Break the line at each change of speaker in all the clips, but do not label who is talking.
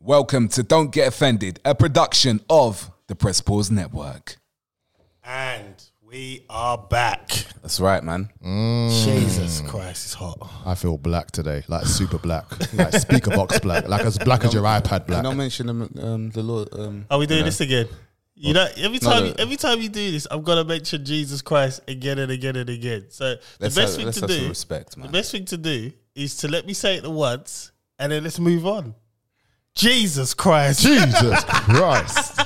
Welcome to Don't Get Offended, a production of the Press Pause Network.
And we are back.
That's right, man.
Jesus Christ, it's hot.
I feel black today, like super black, like speaker box black, like as black as your iPad black.
Not mention um, um, the law. Um,
Are we doing this again? You know, every
No,
time
no.
every time you do this, I'm gonna mention Jesus Christ again and again and again. So
Let's
the best
have-
thing
let's
to
have some
do,
respect, man.
the best thing to do is to let me say it once and then let's move on. Jesus Christ,
Jesus Christ!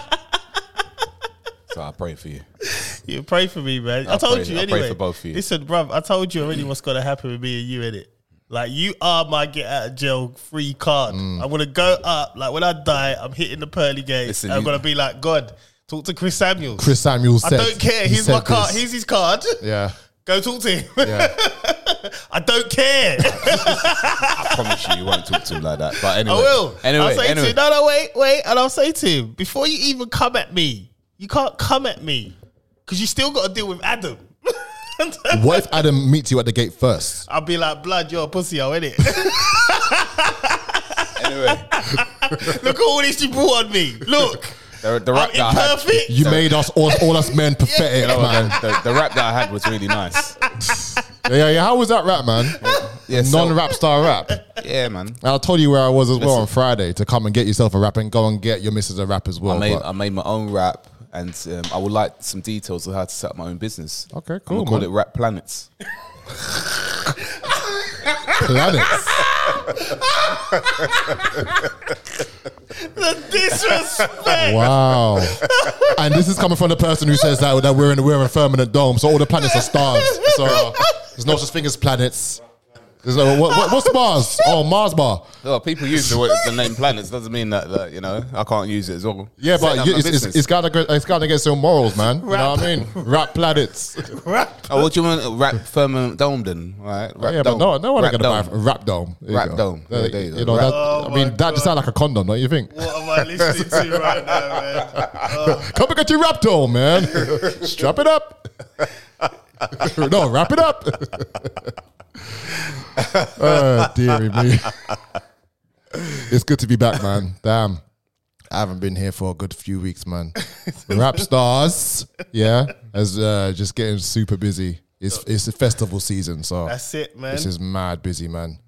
so I pray for you.
you pray for me, man. i
I'll
told
pray-
you
I'll pray
anyway.
for both of you. Mm.
Listen, bruv, I told you already what's gonna happen with me and you in it. Like you are my get out of jail free card.
Mm.
I'm gonna go up. Like when I die, I'm hitting the pearly gates.
Listen,
and I'm
you-
gonna be like, God, talk to Chris Samuels.
Chris Samuel
I
said,
don't care.
he
Here's my
said
card.
this.
Here's his card.
yeah,
Go talk to him.
yeah.
I don't care.
I promise you, you won't talk to him like that. But
I
anyway,
will.
Anyway,
I'll say
anyway.
to him, no, no, wait, wait. And I'll say to him, before you even come at me, you can't come at me because you still got to deal with Adam.
What if Adam meets you at the gate first?
I'll be like, blood, you're a pussy, oh, innit?
anyway,
Look at all this you brought on me. Look,
the, the
I'm
rap that I had,
imperfect.
You made us all, all us men pathetic,
Oh,
man.
the, the rap that I had was really nice.
Yeah, yeah, yeah. How was that rap, man?
Yeah, so-
Non-rap star rap. And
Yeah, man.
I told you where I was as well on Friday to come and get yourself a rap and go and get your missus a rap as well.
I made
but-
I made my own rap, and um, I would like some details of how to set up my own business.
Okay,
I'm
cool,
gonna call
man.
it Rap Planets.
planets.
The disrespect.
Wow. and this is coming from the person who says that, that we're in we're in a permanent dome, so all the planets are stars. So there's no such thing as planets. There's no what, what, what's Mars? Oh, Mars bar.
Oh, people use the, word, the name Planets doesn't mean that, that you know I can't use it as well.
Yeah,
Setting
but
up
you,
my
it's, it's,
business.
it's gotta go- it's gotta get some morals, man. You know what I mean? Rap planets.
Oh, what do you want? Rap firm dome then, right? Rap
yeah,
dome.
but no, no one
rap
ain't gonna
dome.
buy a rap dome. There you
Rap
go.
dome.
Uh,
Yeah, there you go.
you know,
Rap-
that,
Oh
I mean,
my
that just
God.
sounds like a condom, don't you think?
What am I listening to right now, man?
Come and get your rap dome, man. Strap it up. no, wrap it up. oh, dearie me. It's good to be back, man. Damn. I haven't been here for a good few weeks, man. Rap stars, yeah, as uh, just getting super busy. It's it's the festival season, so
That's it, man.
this is mad busy, man.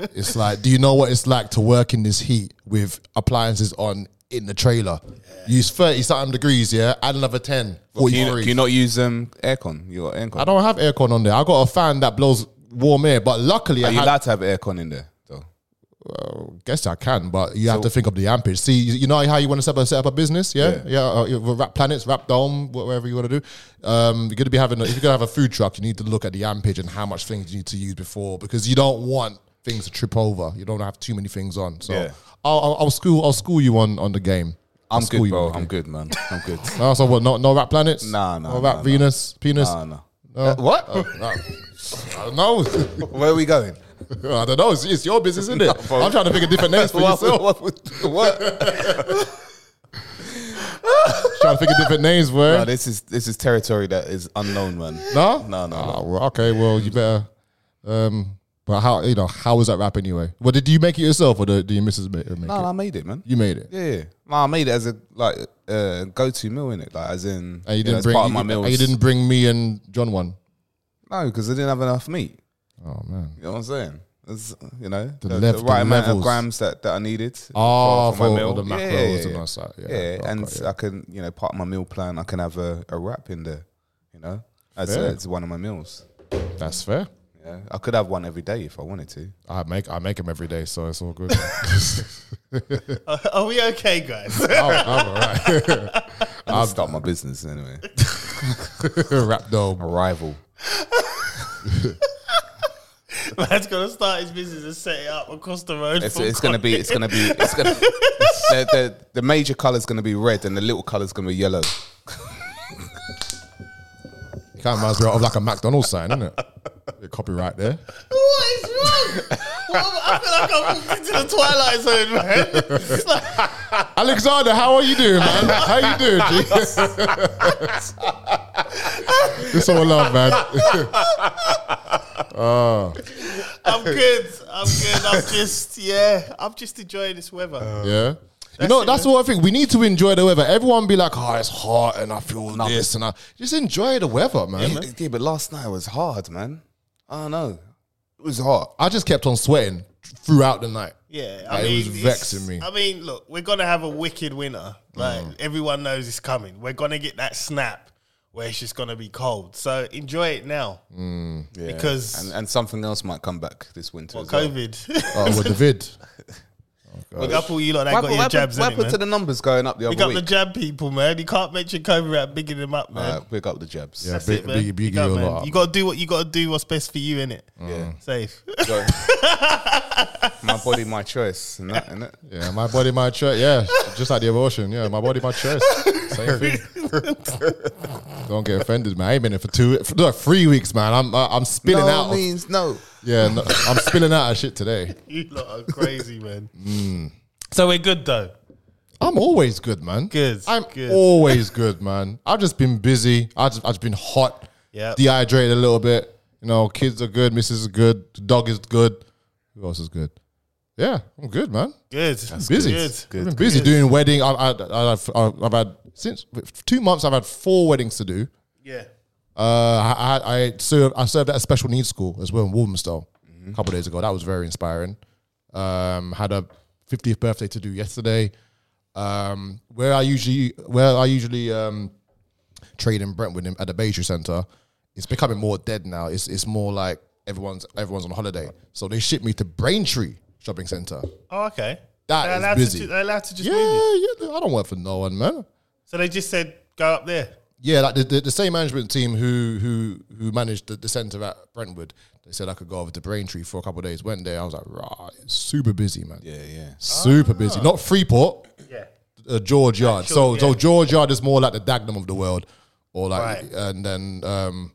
it's like, do you know what it's like to work in this heat with appliances on in the trailer? Use 30 something degrees, yeah? Add another 10.
Can you,
43.
can you not use um, aircon? Your aircon.
I don't have aircon on there. I got a fan that blows warm air, but luckily
Are
I
you
had,
allowed to have aircon in there though?
guess I can, but you have to think of the ampage. See, you you know how you want to set up, a- set up a business, yeah, yeah, uh, you- wrap planets, wrap dome, wha- whatever you want to do. Um, you're gonna be having a- if you're gonna have a food truck, you need to look at the ampage and how much things you need to use before because you don't want things to trip over. You don't have too many things on. So
Yeah.
I'll, I'll, I'll school I'll school you on on the game. I'll
I'm
school
good,
you on
bro.
the
I'm
game.
good, man. I'm good.
Oh, so what? No, no rap planets.
Nah, nah,
No
nah,
rap
nah.
Venus, penis.
Ah, no. Uh, what?
Oh. I don't know.
Where are we going?
I don't know. It's, it's your business, isn't it?
bro.
I'm trying to figure different names for
What?
yourself.
What? what?
trying to figure different names, boy.
No, this is this is territory that is unknown, man.
No,
No, no,
Ah, well, okay, well, you better. Um, but how you know how was that rap anyway? Well, did you make it yourself or did, did your missus make, make
No,
it?
I made it, man.
You made it,
Yeah, yeah. No, I made it as a like uh, go-to meal in it, like as in
and
know,
you didn't
as
bring
part of
you,
my
and
meals.
you didn't bring me and John one.
no, because I didn't have enough meat.
Oh man,
You know what I'm saying? It's, you know, the,
lev-
the right
the
amount of
levels.
grams that, that I needed.
Oh, for all the
Yeah,
macros
yeah,
and
yeah.
all that, yeah.
Yeah,
Okay,
and
yeah.
I can, you know, part of my meal plan, I can have a, a wrap in there, you know, as,
Fair.
as one of my meals.
that's fair.
Yeah, I could have one every day if I wanted to.
I make I make them every day, so it's all good.
Are- Are we okay, guys?
I'm, I'm all right.
I'll start my business anyway.
rap dome.
A rival.
Man's gonna start his business and set it up across the road.
It's,
from
it's gonna be. It's gonna be. It's gonna. the, the, the major color's gonna be red, and the little color's gonna be yellow.
You can't might as well have like a McDonald's sign, isn't it? Copyright there.
What is wrong? Well, I feel like I'm walked into the twilight zone, man. It's like,
Alexander, how are you doing, man? How you doing? G? it's all love, man. oh,
I'm good. I'm good. I'm just yeah. I'm just enjoying this weather.
Yeah. you know,
it,
that's what I think. We need to enjoy the weather. Everyone be like, oh, it's hot and I feel this and I just enjoy the weather, man.
Yeah, yeah, but last night was hard, man. I don't know. It was hot.
I just kept on sweating throughout the night.
yeah, I
Like, it
mean,
was
it's-
vexing me. Mm.
I mean, look, we're gonna have a wicked winter. Like everyone knows it's coming. We're gonna get that snap where it's just gonna be cold. So enjoy it now.
Yeah.
Because-
and, and something else might come back this winter.
What
as well.
COVID?
Oh, with the vid.
Big up all you lot that
What
got
happened-
your
what
jabs
happened- what happened
in it,
to
man.
the numbers going up the
Big
other
up the
week?
jab people, man. You can't mention COVID without bigging them up, man.
Uh, big up the jabs.
Yeah,
That's
big,
it, man.
big, uh, big,
Big up,
you a
man.
lot. Mm.
You gotta do what you gotta do. What's best for you, innit?
Yeah.
Safe.
So- my body, my choice, and that, and that.
Yeah, my body, my choice. Yeah, just like the abortion. Yeah, my body, my choice. Same thing. Don't get offended, man. I ain't been here for two, for, no, three weeks, man. I'm, I- I'm spilling out. of-
means no.
yeah, no, I'm spilling out of shit today.
you lot are crazy, man.
Mm.
So we're good though.
I'm always good, man.
Good,
I'm
good.
always good, man. I've just been busy. I just, I've just been hot.
Yep.
Dehydrated a little bit. You know, kids are good. Mrs. is good. The dog is good. Who else is good? Yeah, I'm good, man.
Good.
busy.
Good.
I've been busy
Good.
doing wedding. I've, I've, I've, I've, I've had since two months. I've had four weddings to do.
Yeah.
Uh, I, I, I served. I served at a special needs school as well in Walthamstow a couple of days ago. That was very inspiring. Um, had a 50th birthday to do yesterday. Um, where I usually where I usually um, trade in Brentwood in- at the Bayshore Centre. It's becoming more dead now. It's it's more like everyone's everyone's on holiday. So they shipped me to Braintree Shopping Centre.
Oh, okay.
That
they're
is
allowed
busy.
To, ju- they're allowed to just
Yeah,
move you.
yeah. I don't work for no one, man.
So they just said go up there.
Yeah, like the, the, the same management team who who who managed the, the centre at Brentwood, they said I could go over to Braintree for a couple of days. Went there, I was like, right, it's super busy, man.
Yeah, yeah.
Super busy. Not Freeport,
Yeah.
uh, George Yard. so
Actual-
so
yeah.
George Yard is more like the Dagenham of the world, or like,
Right.
and then um,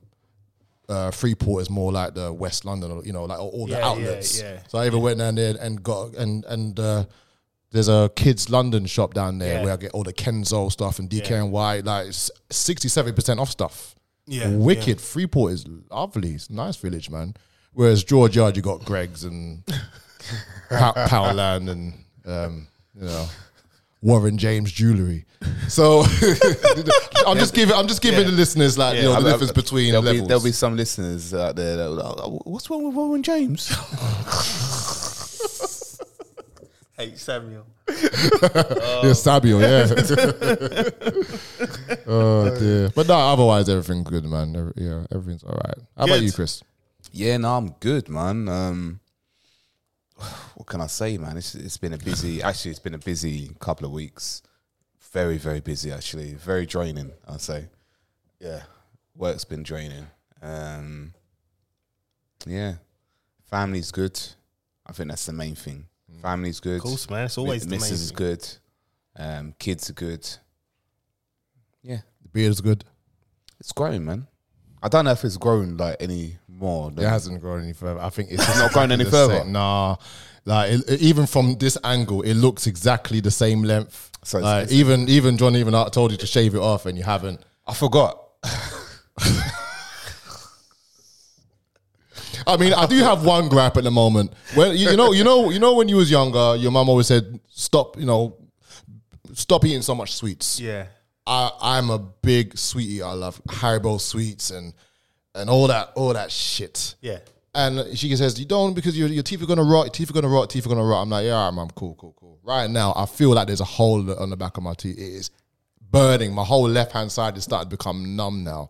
uh, Freeport is more like the West London, or, you know, like all, all
Yeah,
the
yeah,
outlets.
yeah.
So I even went down there and got and and. Uh, there's a kids London shop down there
Yeah.
where I get all the Kenzo stuff and DKNY, like it's 67 percent off stuff.
Yeah,
wicked. Freeport is lovely. It's a nice village, man. Whereas George Yard, you got Greg's and Pow- Powerland and um, you know Warren James jewelry. So I'm just giving I'm just giving the listeners like you know the
I- I-
difference between
there'll
levels.
Be, there'll be some listeners out there that will, oh, what's wrong with Warren James?
Hey Samuel.
yeah, Sabio, yeah. oh dear. But no, otherwise everything good, man. Every- yeah, everything's all right. How about
Good.
you, Chris?
yeah, no, I'm good, man. Um, what can I say, man? It's it's been a busy. Actually, it's been a busy couple of weeks. Very, very busy. Actually, very draining. I'd say. Yeah, work's been draining. Um, yeah, family's good. I think that's the main thing. Family's good.
Mm. Of course, man. It's always the
Missus
main
is
thing.
good. Um, kids are good. Yeah,
The beard is good.
it's growing, man. I don't know if it's grown like any more.
It hasn't grown any further. I think it's just
not grown any
the same.
further?
Nah, like it, it- even from this angle, it looks exactly the same length.
So
So
it's-
like,
it's-
even even John even I told you to shave it off, and you haven't.
I forgot.
I mean, I do have one gripe at the moment. When you, you know, you know, you know, when you was younger, your mum always said, "Stop," you know, stop eating so much sweets.
Yeah.
I, I'm a big sweet eater. I love Haribo sweets and and all that all that shit.
Yeah.
And she says, "You don't because your, your teeth are gonna rot. Your teeth are gonna rot. Teeth are gonna rot." I'm like, "Yeah, all right, mum, cool, cool, cool." Right now, I feel like there's a hole on the back of my teeth. It is burning. My whole left hand side is starting to become numb now.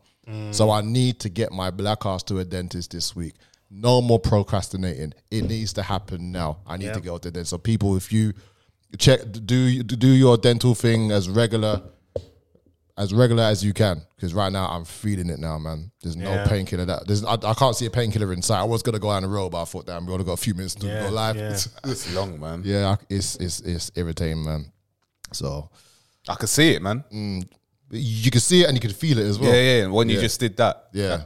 So I need to get my black ass to a dentist this week. No more procrastinating. It needs to happen now. I need to get out there. So people, if you check, do do your dental thing as regular as regular as you can because right now I'm feeling it now, man. There's no
Yeah.
painkiller that there's. I, I can't see a painkiller in sight. I was gonna go down the road, but I thought, damn, we only got a few minutes to
Yeah,
go live.
yeah.
Yeah,
It's long, man.
I- it's it's it's irritating, man. So
I could see it, man.
Mm. you can see it and you can feel it as well.
Yeah, yeah. When you just did that,
yeah.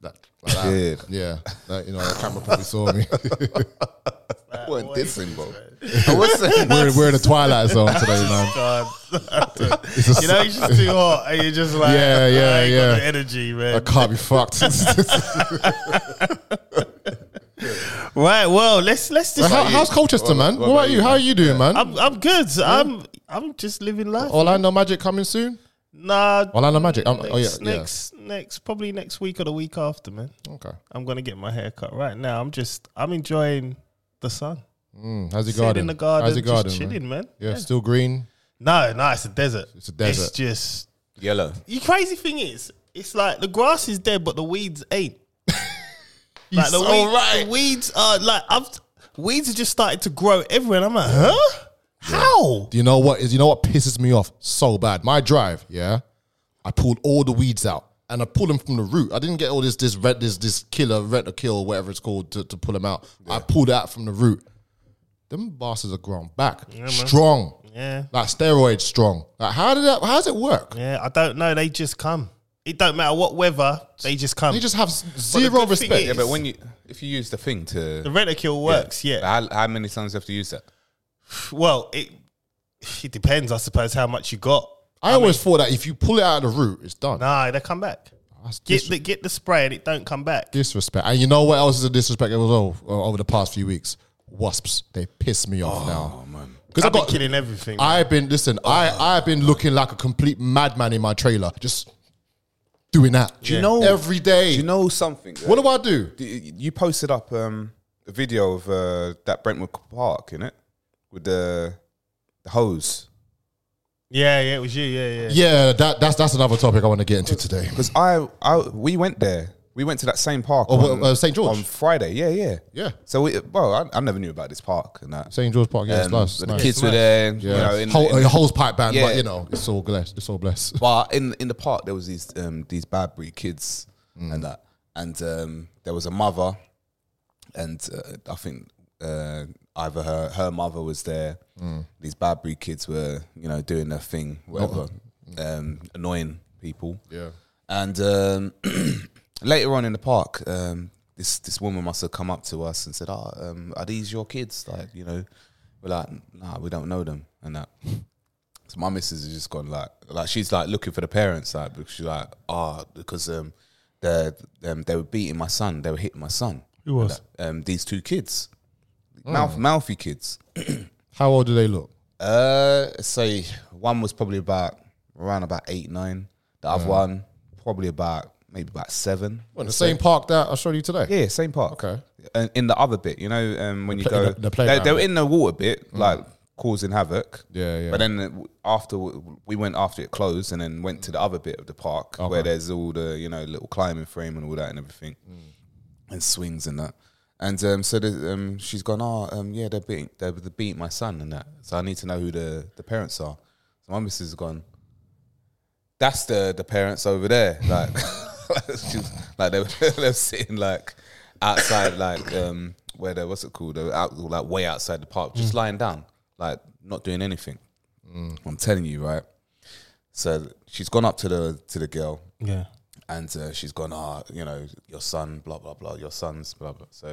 That, like that.
Yeah.
yeah. That, you know, the camera probably saw me.
I wasn't dissing, bro. I was saying,
we're, we're in the twilight zone today, man.
God.
It's a-
Um, you know, it's just too hot. And you're just like,
Yeah, yeah,
I ain't
yeah.
got the energy,
I
man.
can't be fucked.
Right. Well, let's let's just.
How, how's Colchester, man? What, about you? How are you doing, man?
I'm I'm good. I'm I'm just living life.
Orlando Magic coming soon.
Nah.
Orlando Magic. Um, oh yeah,
next,
yeah.
next next probably next week or the week after, man.
Okay.
I'm gonna get my hair cut right now. I'm just I'm enjoying the sun.
Mm, how's your
Sitting
garden?
in the garden,
How's your
just
garden? man?
chilling, man.
Yeah, still green.
No, no, it's a desert.
It's a desert.
It's just
Yellow.
the crazy thing is, it's like the grass is dead, but the weeds ain't. like
so
the, weed- the weeds are like I've weeds have just started to grow everywhere. And I'm like, huh? How?
Do you know what is? You know what pisses me off so bad. My drive, yeah, I pulled all the weeds out and I pulled them from the root. I didn't get all this this red this this killer red or kill whatever it's called to, to pull them out. I pulled it out from the root. Them bastards are grown back, strong,
Yeah.
like steroid strong. Like how did that? How does it work?
Yeah, I don't know. They just come. It don't matter what weather, they just come.
They just have s-
the
zero
good thing
respect.
Yeah, but when you if you use the thing to
the reticule works, yeah.
How, how many times do you have to use that?
Well, it it depends, I suppose, how much you got.
I, always thought that if you pull it out of the root, it's done.
Nah, they come back.
That's
Get
dis-
the get the spray and it don't come back.
disrespect. And you know what else is a disrespect as well uh, over the past few weeks? Wasps. They piss me off now.
Oh, man.
Because
I've been killing everything.
I've been listen.
Oh,
I I've been looking like a complete madman in my trailer, just doing that. Do
you know-
every day?
Do you know something?
what do I do?
Do you you posted up um, a video of uh, that Brentwood Park in it with the, the hose
yeah, yeah, it was you. Yeah, yeah.
Yeah, that that's that's another topic I want to get into today.
because I, I we went there. We went to that same park
Oh, uh, St. George?
on Friday. Yeah, yeah,
Yeah.
So, we, well, I, I never knew about this park and that.
St George Park, yeah, it's
Um,
nice.
but
nice.
The kids were there. and,
yeah,
You know, in,
Whole-
in-
uh, holes pipe band,
Yeah.
but you know, it's all blessed. It's all blessed.
But in in the park, there was these um, these Badbury kids and that, and um, there was a mother, and uh, I think uh, either her her mother was there. These Badbury kids were you know doing their thing, whatever, um, annoying people.
Yeah.
And um, later on in the park, um, this this woman must have come up to us and said, "Ah, um, are these your kids?" Like you know, we're like, "Nah, we don't know them," and that. So my missus has just gone like, like she's like looking for the parents, like because she's like, ah, because um, they um, they were beating my son, they were hitting my son.
Who was?
Um, these two kids, mouth mouthy kids.
How old do they look?
Uh, so one was probably about around about eight, nine. The other one probably about maybe about seven.
Well, the same park that I showed you today.
Yeah, same park.
Okay.
And in the other bit, you know, um, when you go,
play- the- the
they,
playground
they were
bit. Mm.
in the water bit, like causing havoc.
Yeah, yeah.
But then uh, after we went after it closed, and then went to the other bit of the park where there's all the you know little climbing frame and all that and everything,
Mm.
and swings and that. And um, so the, um, she's gone. Oh, um, yeah, they're beating, they're, they're beating my son and that. So I need to know who the, the parents are. So my missus has gone. That's the the parents over there. Like, she's- like they were, they were sitting like outside, like um, where they what's it called? They were out like way outside the park, just lying down, like not doing anything. I'm telling you, right? So she's gone up to the to the girl
Yeah.
and uh, she's gone, ah, you know, your son, blah blah blah, your son's blah blah. So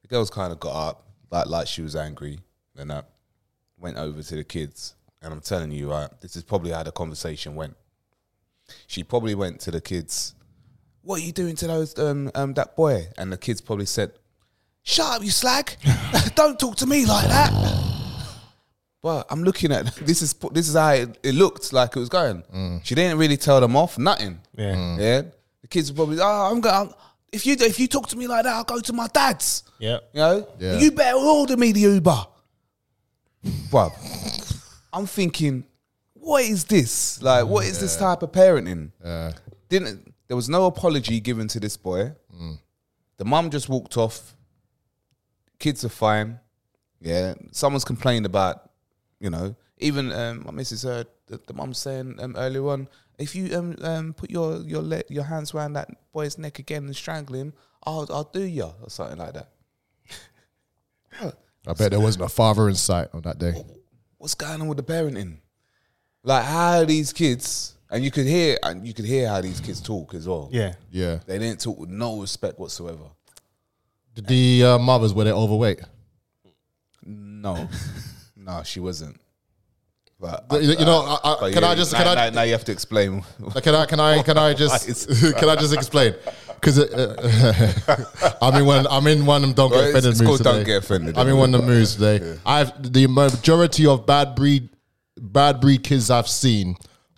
the girl's kind of got up, like like she was angry, and that went over to the kids. And I'm telling you, right, this is probably how the conversation went. She probably went to the kids. What are you doing to those um, um that boy? And the kids probably said, "Shut up, you slag! Don't talk to me like that." But I'm looking at this is this is how it, it looked like it was going. She didn't really tell them off, nothing.
Mm. Yeah. Mm.
Yeah, the kids were probably. Oh, I'm going. to If you if you talk to me like that, I'll go to my dad's.
Yeah.
You know,
Yeah.
you better order me the Uber, bruv. I'm thinking, what is this? Like, what is this type of parenting? Didn't there was no apology given to this boy. The mum just walked off. Kids are fine. Yeah, someone's complained about, you know, even um, my missus heard the, the mum saying um, earlier on, if you um, um put your your le- your hands around that boy's neck again and strangle him, I'll I'll do ya or something like that.
I bet there wasn't a father in sight on that day.
what's going on with the parenting? Like how are these kids and you could hear and you could hear how these kids talk as well.
Yeah.
Yeah.
They didn't talk with no respect whatsoever.
Did the uh, mothers were they overweight?
No. no, she wasn't. But
But, you know, I- I-
but
can
Oh,
I
yeah,
just-
now,
can I-
now, now you have to explain
Like, Can I? Can I? Can I
Why is-
just? can I just explain? because uh, I'm in one. I'm in one. Of them don't
Well,
get offended.
it's
moods
called
today.
Don't Get Offended.
I'm in one of the moods today. I've the majority of bad breed, bad breed kids I've seen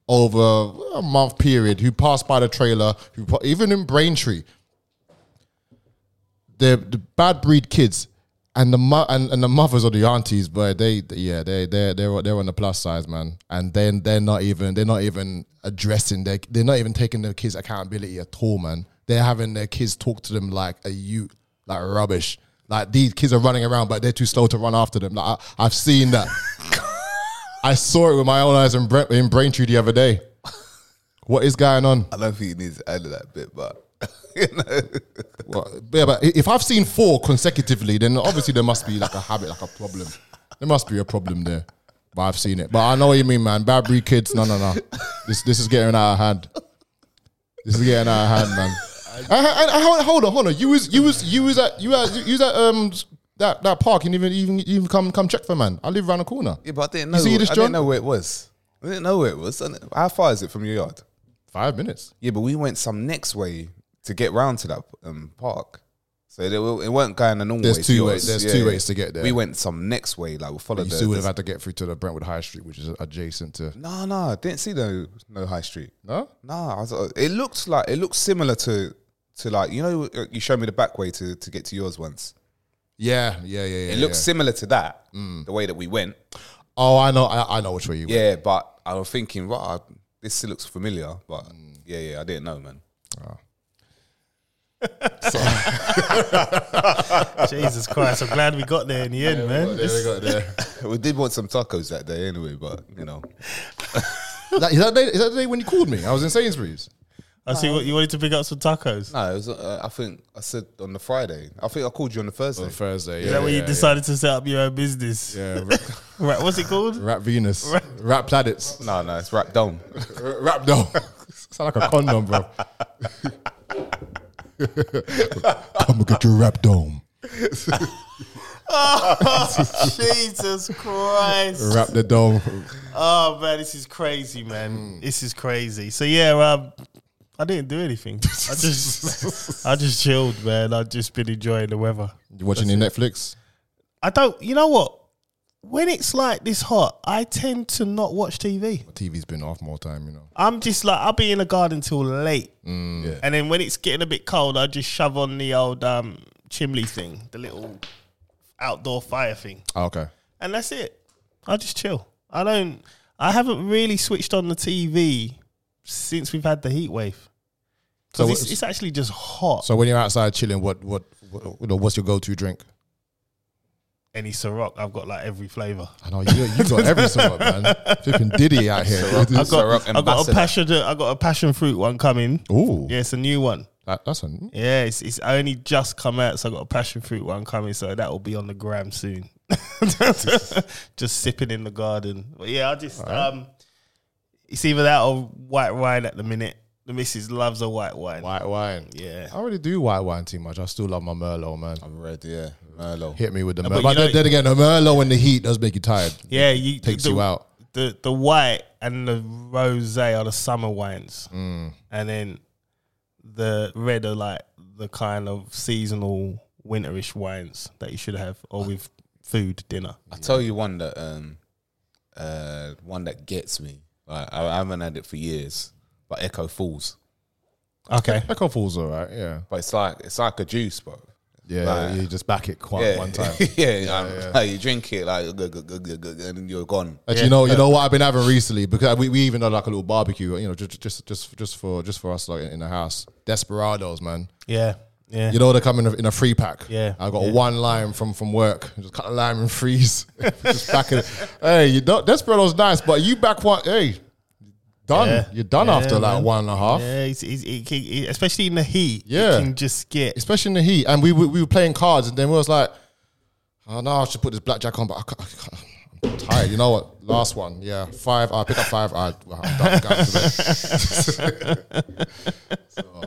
over a month period who passed by the trailer, who pa- even in Braintree, the the bad breed kids. And the mo- and, and the mothers or the aunties, but they yeah they they they're they're on the plus size man, and then they're not even they're not even addressing their they're not even taking their kids accountability at all man. They're having their kids talk to them like a you like rubbish. Like these kids are running around, but they're too slow to run after them. Like I, I've seen that. I saw it with my own eyes in, Bre- in Braintree the other day. What is going on?
I don't think he needs to add to that bit, but you know.
Well, yeah, but if I've seen four consecutively, then obviously there must be like a habit, like a problem. There must be a problem there. But I've seen it. But I know what you mean, man. Bad breed kids. No, no, no. This this is getting out of hand. This is getting out of hand, man. And- and- and hold- hold on, hold on. You was you was you was at you was, you was at um that that park and even even even come come check for man. I live around the corner.
Yeah, but I didn't know.
see this,
I
John?
didn't know where it was. I didn't know where it was. And How far is it from your yard?
Five minutes.
Yeah, but we went some next way to get round to that um, park. So they were, it weren't going the normal
There's
way. to
two
yours.
ways- there's two ways to get there.
We went some next way. Like we followed
You
the.
still would have
the-
had to get through to the Brentwood High Street, which is adjacent to
no, no, didn't see no no high street.
no.
No, I was, uh, it looks like it looks similar to to like you know uh, you showed me the back way to to get to yours once.
Yeah, yeah, yeah, Mm. yeah.
It looks similar to that the way that we went.
Oh, I know. I, I know which way you. went.
Yeah, but I was thinking, right, this still looks familiar, but
Mm.
yeah, yeah, I didn't know, man.
Jesus Christ! I'm glad we got there in the end, man.
There we go. There.
we did want some tacos that day anyway, but you know,
that, is, that day, is that the day when you called me? I was in Sainsbury's.
I see what you wanted to pick up some tacos.
no, it was. Uh, I think I said on the Friday. I think I called you on the
Oh,
Thursday.
Thursday.
Is that when you decided to set up your own business?
Yeah, Rap,
Right, what's it called?
Rap Venus. Rap Planets.
no, no, it's wrapped down.
Rap Dome. Sound like a condom, bro. Come and get your Rap Dome.
Jesus Christ!
Rap the Dome.
Oh man, this is crazy,
Hmm.
man. This is crazy. So yeah, um, I didn't do anything. I just, I just chilled, man. I've just been enjoying the weather.
You watching your Netflix?
I don't. You know what? When it's like this hot, I tend to not watch TV.
TV's been off more time, you know.
I'm just like I'll be in the garden till late,
Yeah.
and then when it's getting a bit cold, I just shove on the old um chimney thing, the little outdoor fire thing.
Oh, okay.
and that's it. I just chill. I don't. I haven't really switched on the TV since we've had the heat wave.
So
So it's,
what-
it's actually just hot.
So when you're outside chilling, what what, what you know, what's your go-to drink?
Any Ciroc, I've got like every flavor.
I know you you got every sort, man. Flipping Diddy out here.
I've got,
Ciroc
I've got a
ambassador.
passion. I got a passion fruit one coming.
Ooh,
Yeah, it's a new one.
that, that's a
Yeah, it's, it's only just come out, so I got a passion fruit one coming. So that will be on the gram soon. just sipping in the garden. But yeah, I just um, it's either that or white wine at the minute. The missus loves a white wine.
white wine.
Yeah.
I already do white wine too much. I still love my Merlot, man.
I'm red, yeah, Merlot.
Hit me with the Merlot.
but
But,
you know-
then, then again, the Merlot and the heat does make you tired.
Yeah, you
Takes
the,
you out.
The the white and the rose are the summer wines,
Mm.
and then the red are like the kind of seasonal winterish wines that you should have, or with food dinner.
I tell you one that um, uh, one that gets me. Like, I, I haven't had it for years, but Echo Falls.
Okay,
Echo Falls, all right. Yeah,
But it's like it's like a juice, bro.
yeah.
Right.
You just back it quite
yeah.
one time.
yeah, um, Like you drink it like g- g- g- g- g- and you're gone.
But you know, you know what I've been having recently because we, we even had like a little barbecue. You know, just just just just for just for us like in the house. Desperados, man.
yeah, yeah.
You know they come in a, in a free pack.
Yeah.
I got one lime from from work. Just cut a lime and freeze. just back it. Hey, you don't, Desperados nice, but you back one. Hey, done.
Yeah.
You're done
Yeah,
after like
man.
one and a half.
yeah, it's, it's, it can, it- especially in the heat,
Yeah.
it can just get
especially in the heat. And we were, we were playing cards, and then we was like, "Oh no, I should put this blackjack on," but I can't, I can't, I'm tired. You know what? Last one, yeah, five. I pick up five. I, well, I'm done. guys, today. so,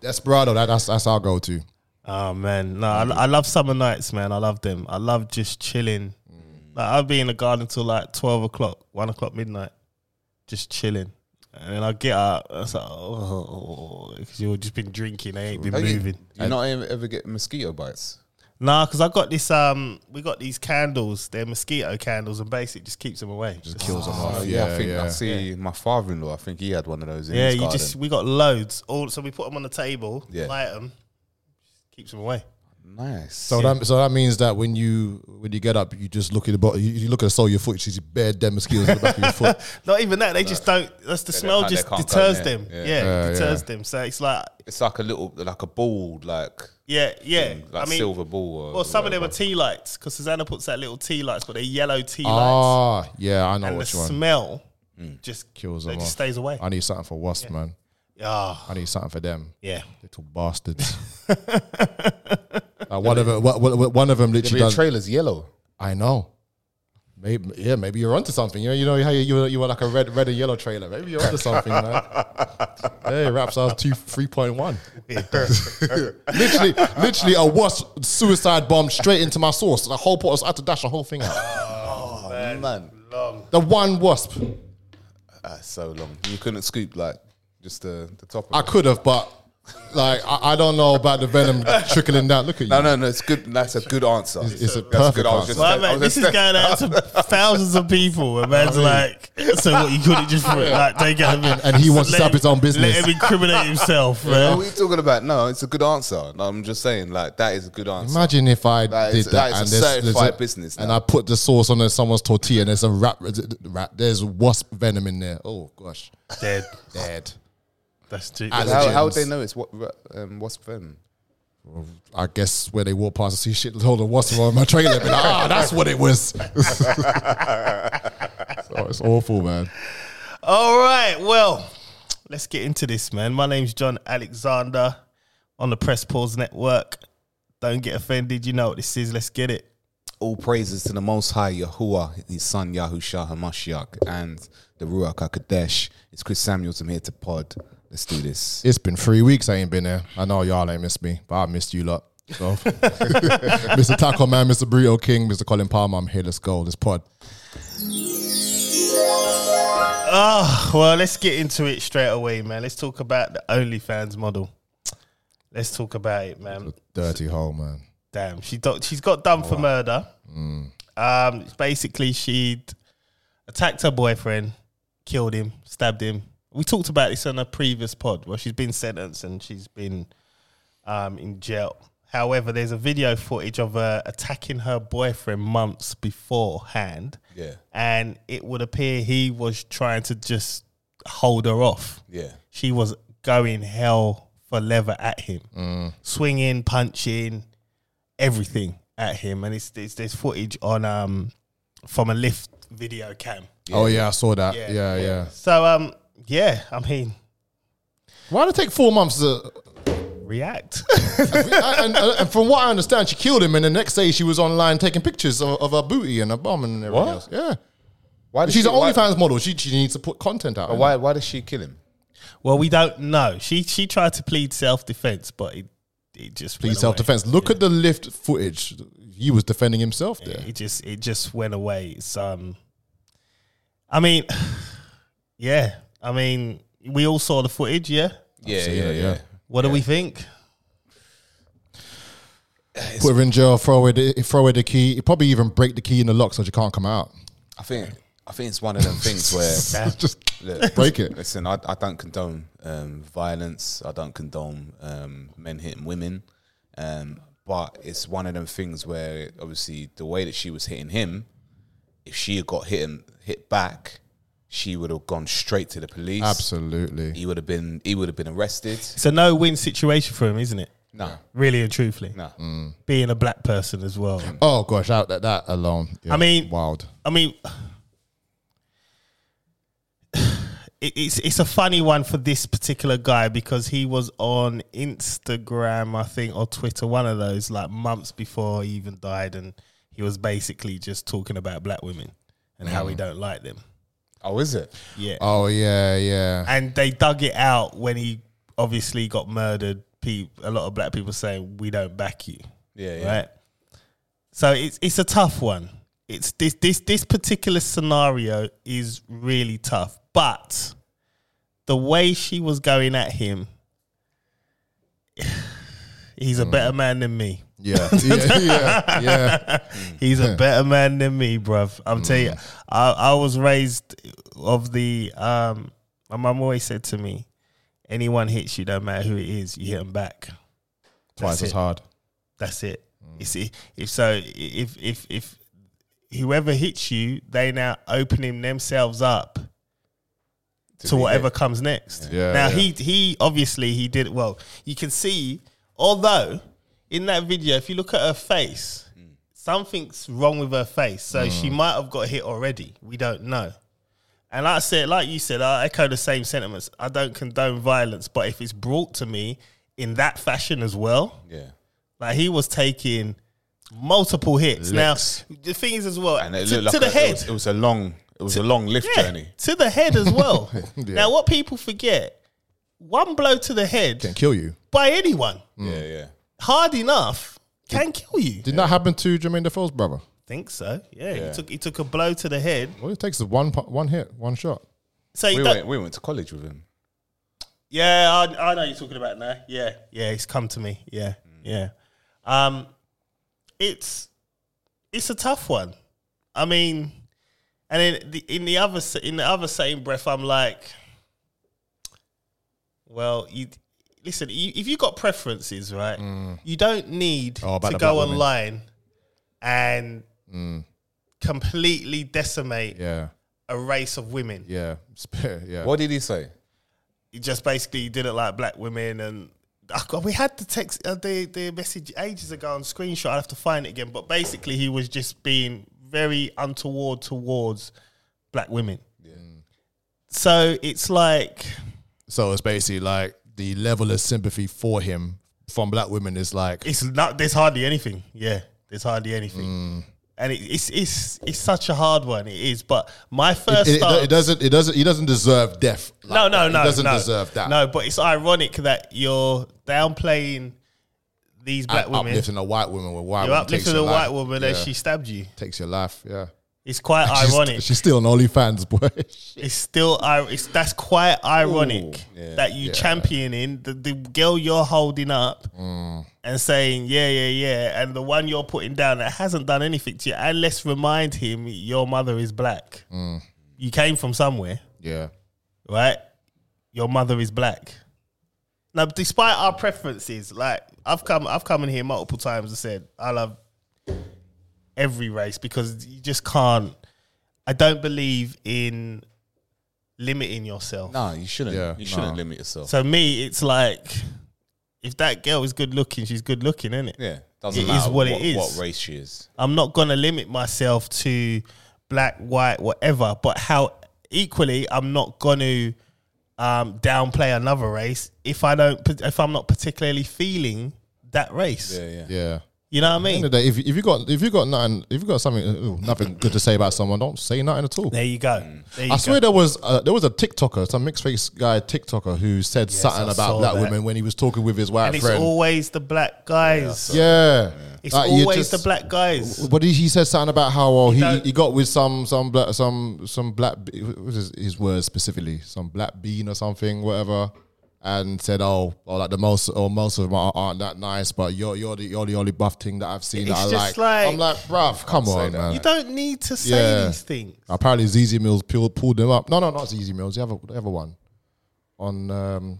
Desperado. That, that's that's our go-to.
Oh man, no, I, I love summer nights, man. I love them. I love just chilling.
Mm.
Like I'll be in the garden till like twelve o'clock, one o'clock midnight, just chilling. And then I get up. I was like, oh, because you've just been drinking. I ain't been
Are you-
moving.
You, not ever, ever get mosquito bites.
Nah, because I got this. Um, we got these candles. They're mosquito candles, and basically it just keeps them away.
kills them
Oh,
off.
yeah, I think I
yeah.
see my father-in-law. I think he had one of those. In
yeah,
his
you
garden.
just we got loads. All so we put them on the table.
Yeah.
light them. Keeps them away.
nice.
So that so that means that when you when you get up, you just look at the bottom, you, you look at the sole of your foot, you see bare dead mosquitoes on the back of your foot.
Not even that. They just don't. That's the
they
smell.
can't- they
Just
can't go
deters
near.
them. Yeah,
Yeah.
it deters them. So it's like,
it's like a little, like a ball, like
yeah, yeah.
thing, like
I mean,
silver ball. Or
well, some of them are
whatever.
tea lights because Susanna puts out little tea lights, but they're yellow tea lights,
Ah, yeah, I know
and the
which one.
smell
Mm.
just
Kills
It
them
just
off.
stays away.
I need something for wasps, man.
Ah,
I need something for them.
yeah.
Little bastards. Like, one of them, one- one one of them
Yeah, but
literally
your
does.
trailer's yellow.
I know. Maybe yeah, maybe you're onto something. You know, you know how you you were, you were like a red red and yellow trailer. Maybe you're onto something, man. Hey, raps are two three point one. literally, literally a wasp suicide bomb straight into my sauce. The whole pot I had to dash the whole thing out.
Oh man,
The one wasp.
that's so long. You couldn't scoop like just the the top. Of
I
it.
could have, but like I, I don't know about the venom trickling down. Look at
No,
you.
no, no. It's good. That's a good answer.
It's, it's a
that's
perfect
good. I was
answer.
just.
Well,
I
man,
was
this
just-
is going out to thousands of people. And man's like, so what? You couldn't just like take out him,
And he wants to
let
start
him-
his own business.
Let him incriminate himself, man.
What are you talking about? No, it's a good answer. No, I'm just saying, like that is a good answer.
Imagine if I
That
did
is-
that,
that is
and
a
there's, there's
certified business
and
now.
I put the sauce on someone's tortilla, and there's a rat, rat, there's wasp venom in there. Oh gosh,
Dead.
dead.
That's true.
Alex.
How, how
Legends.
would they know it's what um, wasp venom?
I guess where they walk past and see shit, hold a wasp on my trailer, be like, ah, that's what it was. oh, it's awful, man.
All right. Well, let's get into this, man. My name's John Alexander on the Press Pause Network. Don't get offended. You know what this is. Let's get it.
All praises to the Most High Yahuwah, His Son Yahusha Hamashiach, and the Ruach Hakodesh. It's Chris Samuels. I'm here to pod. Let's do this.
It's been three weeks. I ain't been there. I know y'all ain't missed me, but I missed you lot. So, Mr. Taco Man, Mr. Burrito King, Mr. Colin Palmer, I'm here. Let's go. Let's pod.
Ah, well, let's get into it straight away, man. Let's talk about the OnlyFans model. Let's talk about it, man.
Dirty hole, man.
Damn, she do- she's got done for murder.
Mm.
Um, basically, she'd attacked her boyfriend, killed him, stabbed him. We talked about this on a previous pod where she's been sentenced and she's been um, in jail. However, there's a video footage of her attacking her boyfriend months beforehand.
Yeah.
And it would appear he was trying to just hold her off
Yeah.
she was going hell for leather at him,
Mm.
swinging, punching, everything at him. And it's, it's there's footage on um from a lift video cam.
Oh yeah, I saw that.
Yeah.
yeah. yeah.
So um yeah, I mean
Why did it take four months to
react.
and, and- and from what I understand, she killed him, and the next day she was online taking pictures of, of her booty and her bum and everything
What?
else. Yeah,
Why did
she's
she,
an
why-
OnlyFans model. She she needs to put content out.
Why? Why does she kill him?
well, we don't know. She she tried to plead self defense, but it it just
Please
went
self
away.
defense. Look at the lift footage. He was defending himself there.
It just it just went away. It's um I mean yeah. I mean we all saw the footage, yeah?
Yeah,
So, yeah, yeah.
What do we think?
Put her in jail. Throw away the throw away the key. He probably even break the key in the lock so she can't come out.
I think I think it's one of them things where
Just
look,
break it.
listen, I, I don't condone um, violence. I don't condone um, men hitting women. Um, but it's one of them things where obviously the way that she was hitting him, if she had got hit and hit back, she would have gone straight to the police.
Absolutely.
He would have been he would have been arrested.
It's a no win situation for him, isn't it?
No.
Really and truthfully.
No.
Being a black person as well.
Oh gosh, out that that alone. Yeah,
I mean-
wild.
I mean, it, it's it's a funny one for this particular guy because he was on Instagram, I think, or Twitter, one of those, like months before he even died, and he was basically just talking about black women and how he don't like them.
Oh, is it?
Yeah,
Oh yeah, yeah.
and they dug it out when he obviously got murdered. Pe- a lot of black people saying we don't back you.
Yeah, yeah.
right? So it's it's a tough one. It's this this this particular scenario is really tough, but the way she was going at him, he's a better man than me.
Yeah, yeah, yeah, yeah.
He's a better man than me, bruv. I'm telling you, I, I was raised of the. Um, my mum always said to me, anyone hits you, don't matter who it is, you hit them back.
Twice as
it.
hard.
That's it. You see, if so, if if if whoever hits you, they now opening themselves up to,
be
whatever comes next. Oh,
Yeah,
now
yeah.
he he obviously he did well. You can see, although in that video, if you look at her face, something's wrong with her face. So she might have got hit already. We don't know. And like I said, like you said, I echo the same sentiments. I don't condone violence, but if it's brought to me in that fashion as well,
Yeah.
like he was taking multiple hits.
Licks.
Now the thing is as well
And it
to,
looked
to
like
the
a- It
head,
was, it was a long, it was a long lift
yeah,
journey.
to the head as well. Now what people forget, one blow to the head
Can kill you.
by anyone
Yeah, yeah.
hard enough can kill you.
Didn't that happen to Jermaine Defoe's brother?
think so? Yeah,
Yeah.
he took he took a blow to the head.
All it takes is one pu- one hit, one shot.
So you
We
don't-
went, we went to college with him.
yeah, I, I know you're talking about now. Yeah, yeah, he's come to me.
Mm.
Yeah, yeah. Um, it's it's a tough one. I mean, and in the in the other s- in the other same breath, I'm like, well, you listen. You, if you got preferences, right, you don't need
Mm. Oh, about
to
the
go
black woman. Mm.
online and completely decimate
Yeah,
a race of women.
yeah, Sp- yeah.
What did he say?
He just basically didn't like black women and Ah, God, we had the text uh, the the message ages ago on screenshot. I'll have to find it again. But basically, he was just being very untoward towards black women. So it's like
So it's basically like the level of sympathy for him from black women is like
it's not. There's hardly anything. Yeah, there's hardly anything. And it, it's it's it's such a hard one. It is. But my first
it, it,
stance-
it doesn't it doesn't he doesn't deserve death. like
no, no,
that.
no.
He doesn't
no.
deserve that.
No, but it's ironic that you're downplaying these black
And
women.
uplifting a white woman with white
You're
woman takes
uplifting a
your
white
life.
woman and she stabbed you.
takes your life. Yeah,
It's quite
She's-
ironic.
She's, still on OnlyFans, boy.
it's still ir- it's that's quite ironic
yeah,
that you championing the, the girl you're holding up
Mm.
and saying yeah yeah yeah and the one you're putting down that hasn't done anything to you and let's remind him your mother is black.
Mm.
You came from somewhere.
yeah,
right? Your mother is black. Now, despite our preferences, like I've come, I've come in here multiple times and said I love every race because you just can't. I don't believe in limiting yourself.
No, you shouldn't.
Yeah,
you shouldn't
no.
limit yourself.
So me, it's like if that girl is good looking, she's good looking, isn't it?
yeah, doesn't
It is
matter
what it
what
is.
What race she is.
I'm not gonna limit myself to black, white, whatever. But how equally, I'm not gonna um, downplay another race if I don't, if I'm not particularly feeling that race.
Yeah, yeah.
yeah.
You know what I
End of
mean?
the day, if if you got if you got nothing if you got something ooh, nothing good to say about someone, don't say nothing at all.
There you go. There you
I
go.
swear there was a, there was a TikToker, some mixed race guy TikToker who said something
I
about
saw
black
that.
women when he was talking with his white
and it's
friend.
always the black guys.
yeah,
It's
Like, you
always
just-
the black guys.
But he, he said something about how well he,
don't-
he got with some some black some some black b- what was his, his words specifically some black bean or something whatever, and said oh oh like the most or most of them are- aren't that nice but you're you're the you're the only buff thing that I've seen that I
It's
like.
just
I'm like bruv come on man
You don't need to say
Yeah.
these things.
Apparently, ZZ Mills pulled, pulled them up. No, no, not ZZ Mills. The other, the other one. On um,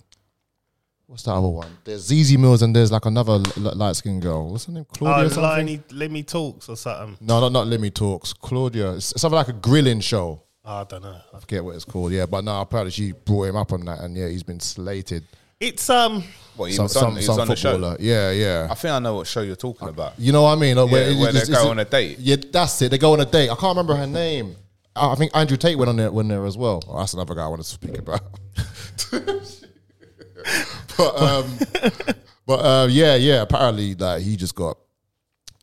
what's that other one? There's ZZ Mills and there's like another l- l- light skinned girl. What's her name? Claudia.
Oh,
something?
Liney, let me talks or something.
No, not not Lemmy Talks. Claudia. It's something like a grilling show.
Oh, I don't know.
I forget what it's called. Yeah, but no, apparently she brought him up on that, and yeah, he's been slated.
It's um.
Well, he
Some
was on,
some,
he was
some
on the show.
footballer. Yeah, yeah.
I think I know what show you're talking about.
You know what I mean? Like,
Yeah,
it-
where
it
they
just-
go
it's-
on a date.
Yeah, that's it. They go on a date. I can't remember her name. I I think Andrew Tate went on there, went there as well. Oh, that's another guy I want to speak about. but um, but uh, yeah, yeah. Apparently, like he just got.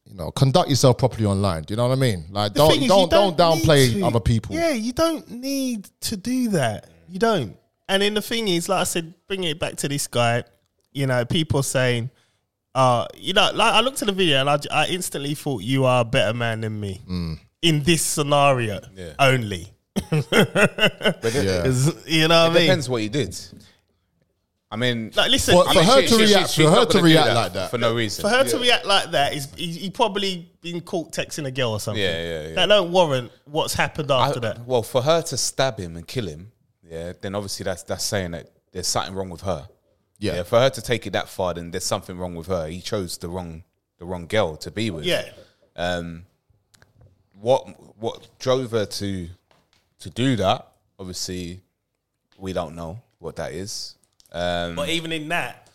You know, conduct yourself properly online. Do you know what I mean? Like,
The thing
don't
is,
don't, don't
you need
downplay
to-
other people.
Yeah, you don't need to do that. You don't. And then the thing is, like I said, bringing it back to this guy, you know, people saying, uh, you know, like I looked at the video and I, j-
Mm.
I instantly thought you are a better man than me in this scenario only.
But it,
Yeah.
'Cause, you know
it
what I mean?
depends what you did. I mean,
Like, listen,
Well,
I
for
mean,
her
she-
to
she-
react-
she's
for
not
her
gonna
to
do
react like that.
for no reason.
for her to react like that is he, he probably been caught texting a girl or something.
Yeah, yeah, yeah.
That don't warrant what's happened after that.
Well, for her to stab him and kill him, yeah, then obviously that's that's saying that there's something wrong with her.
Yeah.
for her to take it that far, then there's something wrong with her. He chose the wrong the wrong girl to be with.
Yeah,
What what drove her to to do that? Obviously, we don't know what that is.
but even in that,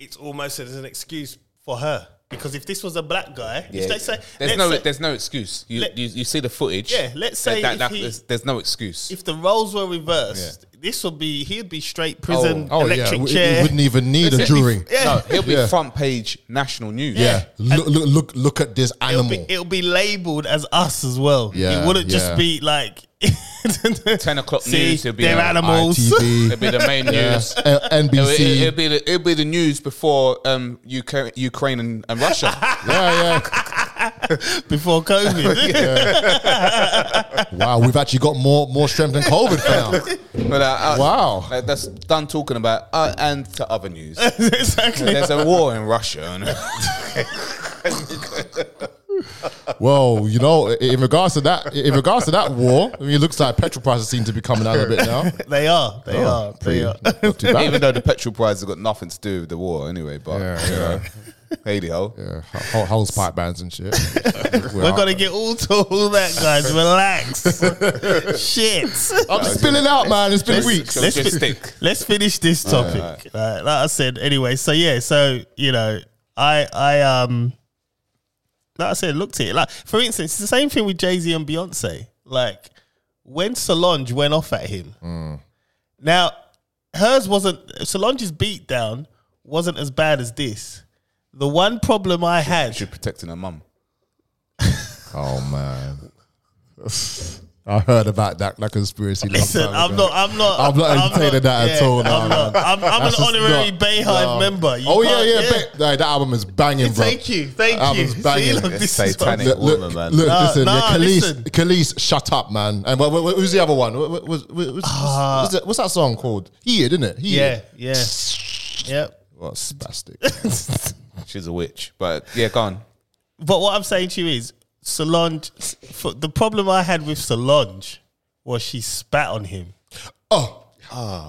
it's almost as an excuse for her because if this was a black guy,
Yeah,
if they say
there's
let's
no
say-
there's no excuse. You,
Let-
you you see the footage.
Yeah, let's say if he-
there's, there's no excuse.
if the roles were reversed, this would be he'd be straight prison,
Oh yeah,
electric
we,
chair.
we wouldn't even need
It'd
a
be-
jury.
Yeah.
No, he'll be
Yeah.
front page national news.
Yeah, look, look, look, look at this
It'll
animal.
be, it'll be labeled as us as well.
Yeah,
it wouldn't
yeah.
just be like
ten o'clock
see
news. It'll be
they're
on
animals.
It'll
ITV,
be the main
yeah,
news.
N-
It'll, it'll-
NBC.
it'll be the, it'll be the news before um, Ukraine, Ukraine and, and Russia.
yeah, yeah.
before COVID.
Wow, we've actually got more more strength than COVID now.
But, uh, uh,
Wow.
uh, that's done talking about. Uh, and to other news,
exactly.
there's a war in Russia. And
Well, you know, i- in regards to that, in regards to that war, I mean, it looks like petrol prices seem to be coming down a bit now.
They are.
Oh.
They are. They
Pretty-
are.
not too bad.
even though the petrol price has got nothing to do with the war anyway, but
Yeah,
you know, hey the hell.
Yeah, ho- hose pipe bands and shit.
We're gonna get all to all that, guys. Relax. Shit.
I'm spilling out, man. It's been weeks.
Let's
Let's-
just stick.
Let's finish this topic. Like- like I said, anyway. So yeah. So you know, I I um, like I said, looked at it. Like for instance, it's the same thing with Jay Z and Beyonce. Like when Solange went off at him.
Mm.
Now, hers wasn't Solange's beatdown wasn't as bad as this. The one problem I had
She's protecting her mum.
Oh man, I heard about that that conspiracy. long
Listen,
time
I'm
ago.
not. I'm not.
I'm not entertaining that at all, no,
I'm,
no.
not, I'm, I'm an
That's just
honorary
not-
Bayhive
no.
member. You
oh yeah,
can't-
yeah. Ba- like, that album is banging, bro.
Thank you. Thank you.
Album's
See,
banging.
look,
It's
this is what-
satanic.
Look, look,
Woman, man.
look,
Nah,
listen,
nah,
yeah, Khalees,
listen.
Khalees, shut up, man. And what, what- who's the other one? What, what, what, what- what's, what's that, what's that song called? Here, didn't it? Here.
Yeah, Uh, yeah, yep.
What spastic?
She's a witch. But yeah, go on.
But what I'm saying to you is, Solange. For the problem I had with Solange was she spat on him.
oh,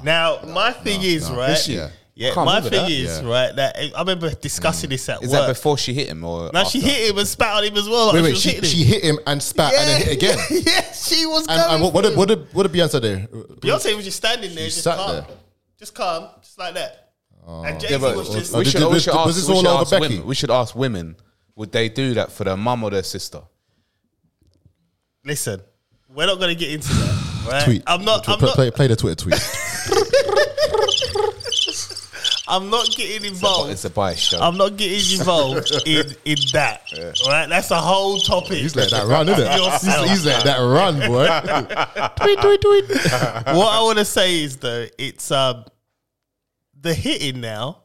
Now my thing is right.
she? Yeah.
Yeah,
Can't
my
remember
thing
that.
is
Yeah.
right that I remember discussing this at
Is
work.
that before she hit him or
now
after?
she hit him and spat on him as well. like
wait,
she
wait.
was
She,
hitting him.
she hit him and spat and then hit again.
yeah, she was.
And,
going
and what, what
for
did
it.
what did what did Beyonce do?
Beyonce was just standing there,
She
just
sat
calm,
there.
just calm, just like that. And Jay Z
Yeah, but
was just.
we
did-
should,
did-
we should
was
ask,
this
we
all
should
over
ask
Becky?
women. We should ask women: Would they do that for their mum or their sister?
listen, we're not gonna get into that. Right?
Tweet.
I'm not. I'm
play,
not.
play, play the Twitter tweet.
I'm not getting
Oh,
involved.
it's a bias show.
I'm not getting involved in in that. Right? That's a whole topic.
He's let that run, isn't it?
Yourself.
He's, he's let that run, boy. tweet, tweet, tweet.
what I want to say is though, it's um, the hitting now.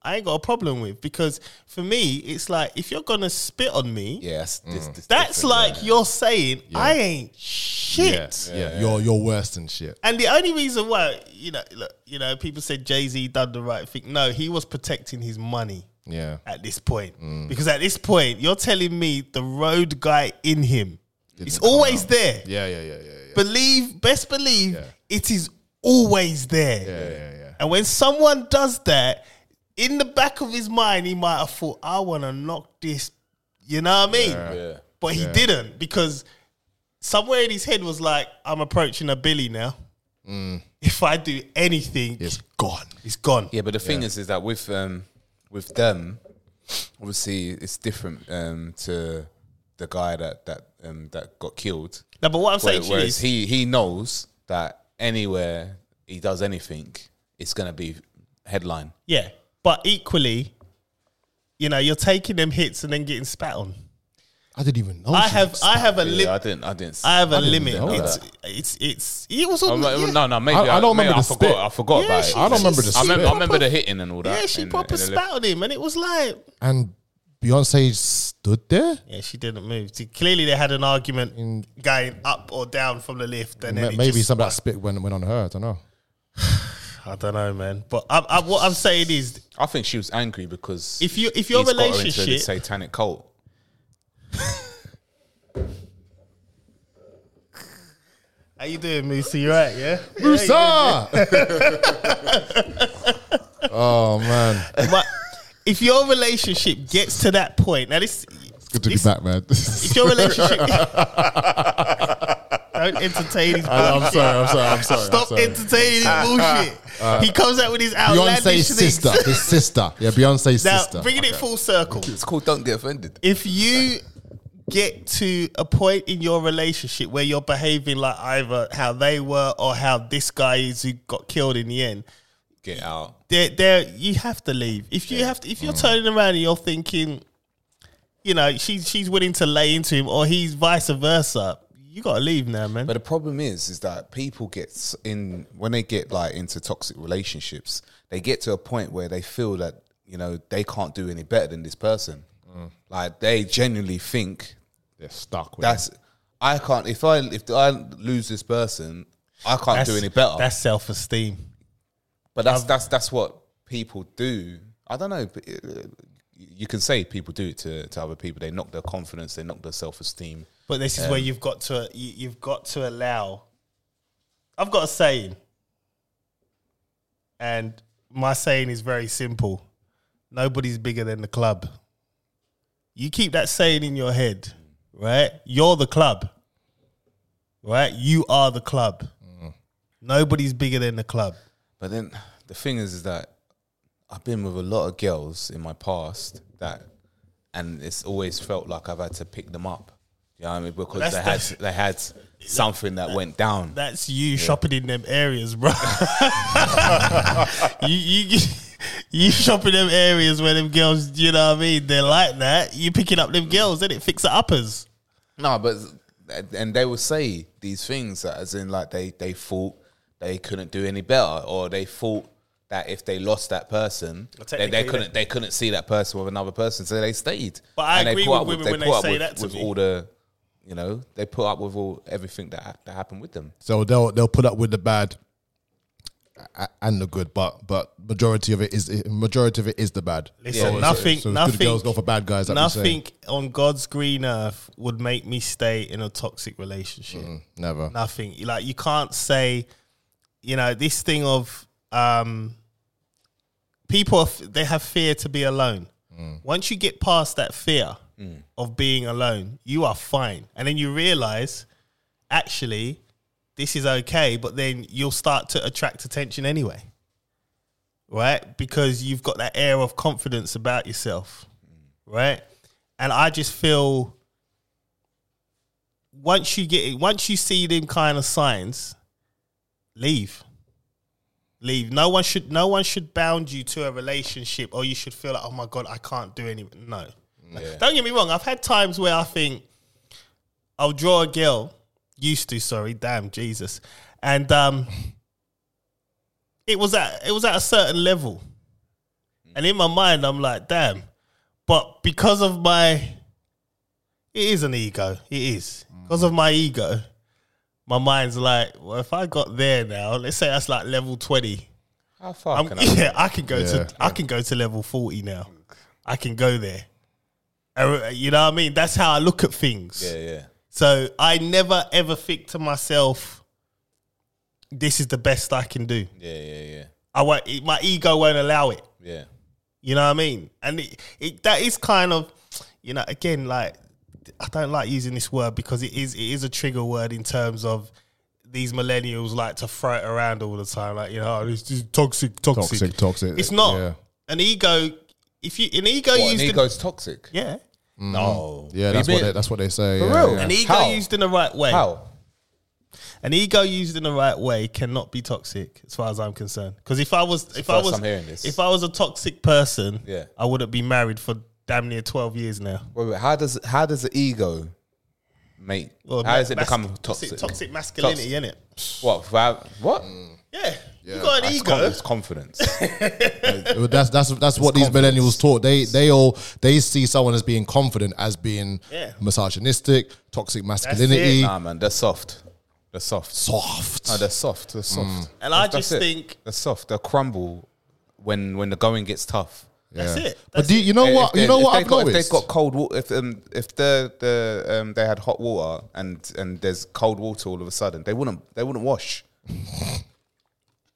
I ain't got a problem with because for me, it's like if you're gonna spit on me,
yes, this, this,
that's
different,
like you're saying I ain't shit.
Yeah, you're you're worse than shit.
And the only reason why, you know, look, you know, people said Jay Z done the right thing. No, he was protecting his money
Yeah,
at this point.
Mm.
Because at this point, you're telling me the road guy in him it's always there.
yeah, yeah, yeah, yeah, yeah,
Believe, best believe, it is always there.
yeah, yeah, yeah.
And when someone does that, in the back of his mind, he might have thought, I want to knock this. You know what I mean?
yeah.
But he didn't because somewhere in his head was like, I'm approaching a Billy now.
Mm.
If I do anything,
It's gone.
it's gone.
Yeah, but the thing is, is that with um, with them, obviously it's different um, to the guy that that um, that got killed.
No, but what I'm
Where-
saying to you
Whereas
is,
he he knows that anywhere he does anything, it's gonna be headline.
yeah, but equally, you know, you're taking them hits and then getting spat on.
I didn't even know.
I
she
have,
was-
I have a
Yeah, I
limit.
didn't. I didn't.
I have a
didn't
limit.
know
It's, it's, it's, it was on.
I'm like,
yeah.
No, no, maybe
I- I
I,
don't
maybe
remember
I
the
forgot.
spit.
I forgot
Yeah,
about
she-
it.
I don't remember the
I remember, I
spit.
remember the hitting and all that.
Yeah, she
and-
proper
and the-
spat on him, and it was like,
and Beyonce stood there.
Yeah, she didn't move. See, clearly, they had an argument
In-
going up or down from the lift, and then
Ma-
it
Maybe
just-
some of that spit went went on her. I don't know.
I don't know, man. But I, I, what I'm saying is,
I think she was angry because
If you- if your
he's got her into the
relationship-
satanic cult.
how you doing, Moosey? You right? Yeah.
Musa. oh man,
but if your relationship gets to that point, now this,
it's good to
This-
be back, man.
if your relationship, don't entertain his
I, am
bullshit.
sorry. I'm sorry. I'm sorry. I'm
Stop
sorry.
entertaining his bullshit. he comes out with his
Beyonce's
outlandish things.
sister. His sister. Yeah, Beyonce's
Now,
sister.
bringing it full circle.
It's called Don't Get Offended.
if you get to a point in your relationship where you're behaving like either how they were or how this guy is who got killed in the end,
Get out.
there, there, you have to leave. If you have to, if you're turning around and you're thinking, you know, she's she's willing to lay into him or he's vice versa, you gotta leave now, man.
But the problem is, is that people get s- in when they get like into toxic relationships, they get to a point where they feel that you know they can't do any better than this person.
Mm.
Like they genuinely think
They're stuck with.
that's I can't. If I if I lose this person, I can't do any better.
That's self esteem.
but that's that's that's what people do. I don't know. But uh, you can say people do it to, to other people. They knock their confidence. They knock their self esteem.
But this is where you've got to you, you've got to allow. I've got a saying, and my saying is very simple: nobody's bigger than the club. You keep that saying in your head, right? You're the club, right? You are the club. Nobody's bigger than the club.
But then the thing is, is that I've been with a lot of girls in my past that, and it's always felt like I've had to pick them up. You know what I mean? Because
That's-
they had they had something that went down.
That's you shopping in them areas, bro. you, you you shopping them areas where them girls, you know what I mean? They're like that. You picking up them girls, then it fix the uppers.
No, but and they will say these things that as in like they they thought they couldn't do any better, or they thought that if they lost that person, they, they
technically,
couldn't they couldn't see that person with another person, so they stayed.
But I
and
agree
put
with
up
women
put
when they
up
say
with,
that to
with
me.
all the, you know, they put up with all everything that ha- that happened with them.
So they'll they'll put up with the bad a- and the good, but but majority of it is majority of it is the bad.
Listen,
so,
nothing-
So, so
nothing-
good girls go for bad guys. Like we say.
Nothing on God's green earth would make me stay in a toxic relationship.
Never.
nothing. Like you can't say, you know, this thing of um, people are f- they have fear to be alone. Once you get past that fear of being alone, you are fine, and then you realize actually this is okay. But then you'll start to attract attention anyway, right? Because you've got that air of confidence about yourself, right? And I just feel once you get it, once you see them kind of signs, leave. Leave. No one should no one should bound you to a relationship or you should feel like, oh my God, I can't do anything. No. Don't get me wrong, I've had times where I think I'll draw a girl, used to, sorry, damn Jesus. And um it was at it was at a certain level. And in my mind I'm like, damn. But because of my it is an ego. It is. Because of my ego, my mind's like, well, if I got there now, let's say that's like level 20.
How far
I'm,
can I?
yeah, I can go
Yeah.
to I can go to level 40 now. I can go there. I re- You know what I mean? That's how I look at things.
Yeah, yeah.
So I never ever think to myself, this is the best I can do.
Yeah, yeah, yeah,
I won't, my ego won't allow it.
yeah.
You know what I mean? And it, it, that is kind of, you know, again, like I don't like using this word because it is it is a trigger word in terms of these millennials like to throw it around all the time, like you know, oh, this is toxic, toxic,
Toxic, toxic.
It's not
Yeah.
an ego. If you an ego
What, an
used, in-
ego's toxic.
yeah,
No.
Yeah,
You
that's what
mean-
they, that's what they say.
For
yeah,
real?
yeah.
an ego
How?
used in the right way,
How?
an ego used in the right way cannot be toxic, as far as I'm concerned. Because if I was, if I
first
was,
I'm hearing this.
if I was a toxic person,
Yeah.
I wouldn't be married for damn near twelve years now.
Wait, wait, how does how does the ego make?
Well,
how
ma-
does it
mas-
become
what's it,
toxic?
Toxic masculinity, innit?
Mm.
What? What? what?
Yeah. You
Yeah.
got an
That's
ego.
con- it's confidence.
But that's that's that's what these
confidence.
millennials taught. They they all they see someone as being confident as being
Yeah.
misogynistic, toxic masculinity,
nah, man, they're soft. They're soft.
soft.
No, they're soft. They're soft.
And I
That's- that's
just
it.
think
they're soft. They'll crumble when when the going gets tough.
that's it.
but
That's
do you, you know
If
what?
they-
You know
if
what
they
I've
got, If
noticed.
they've got cold water, if um, if the the um, they had hot water and and there's cold water all of a sudden, they wouldn't they wouldn't wash.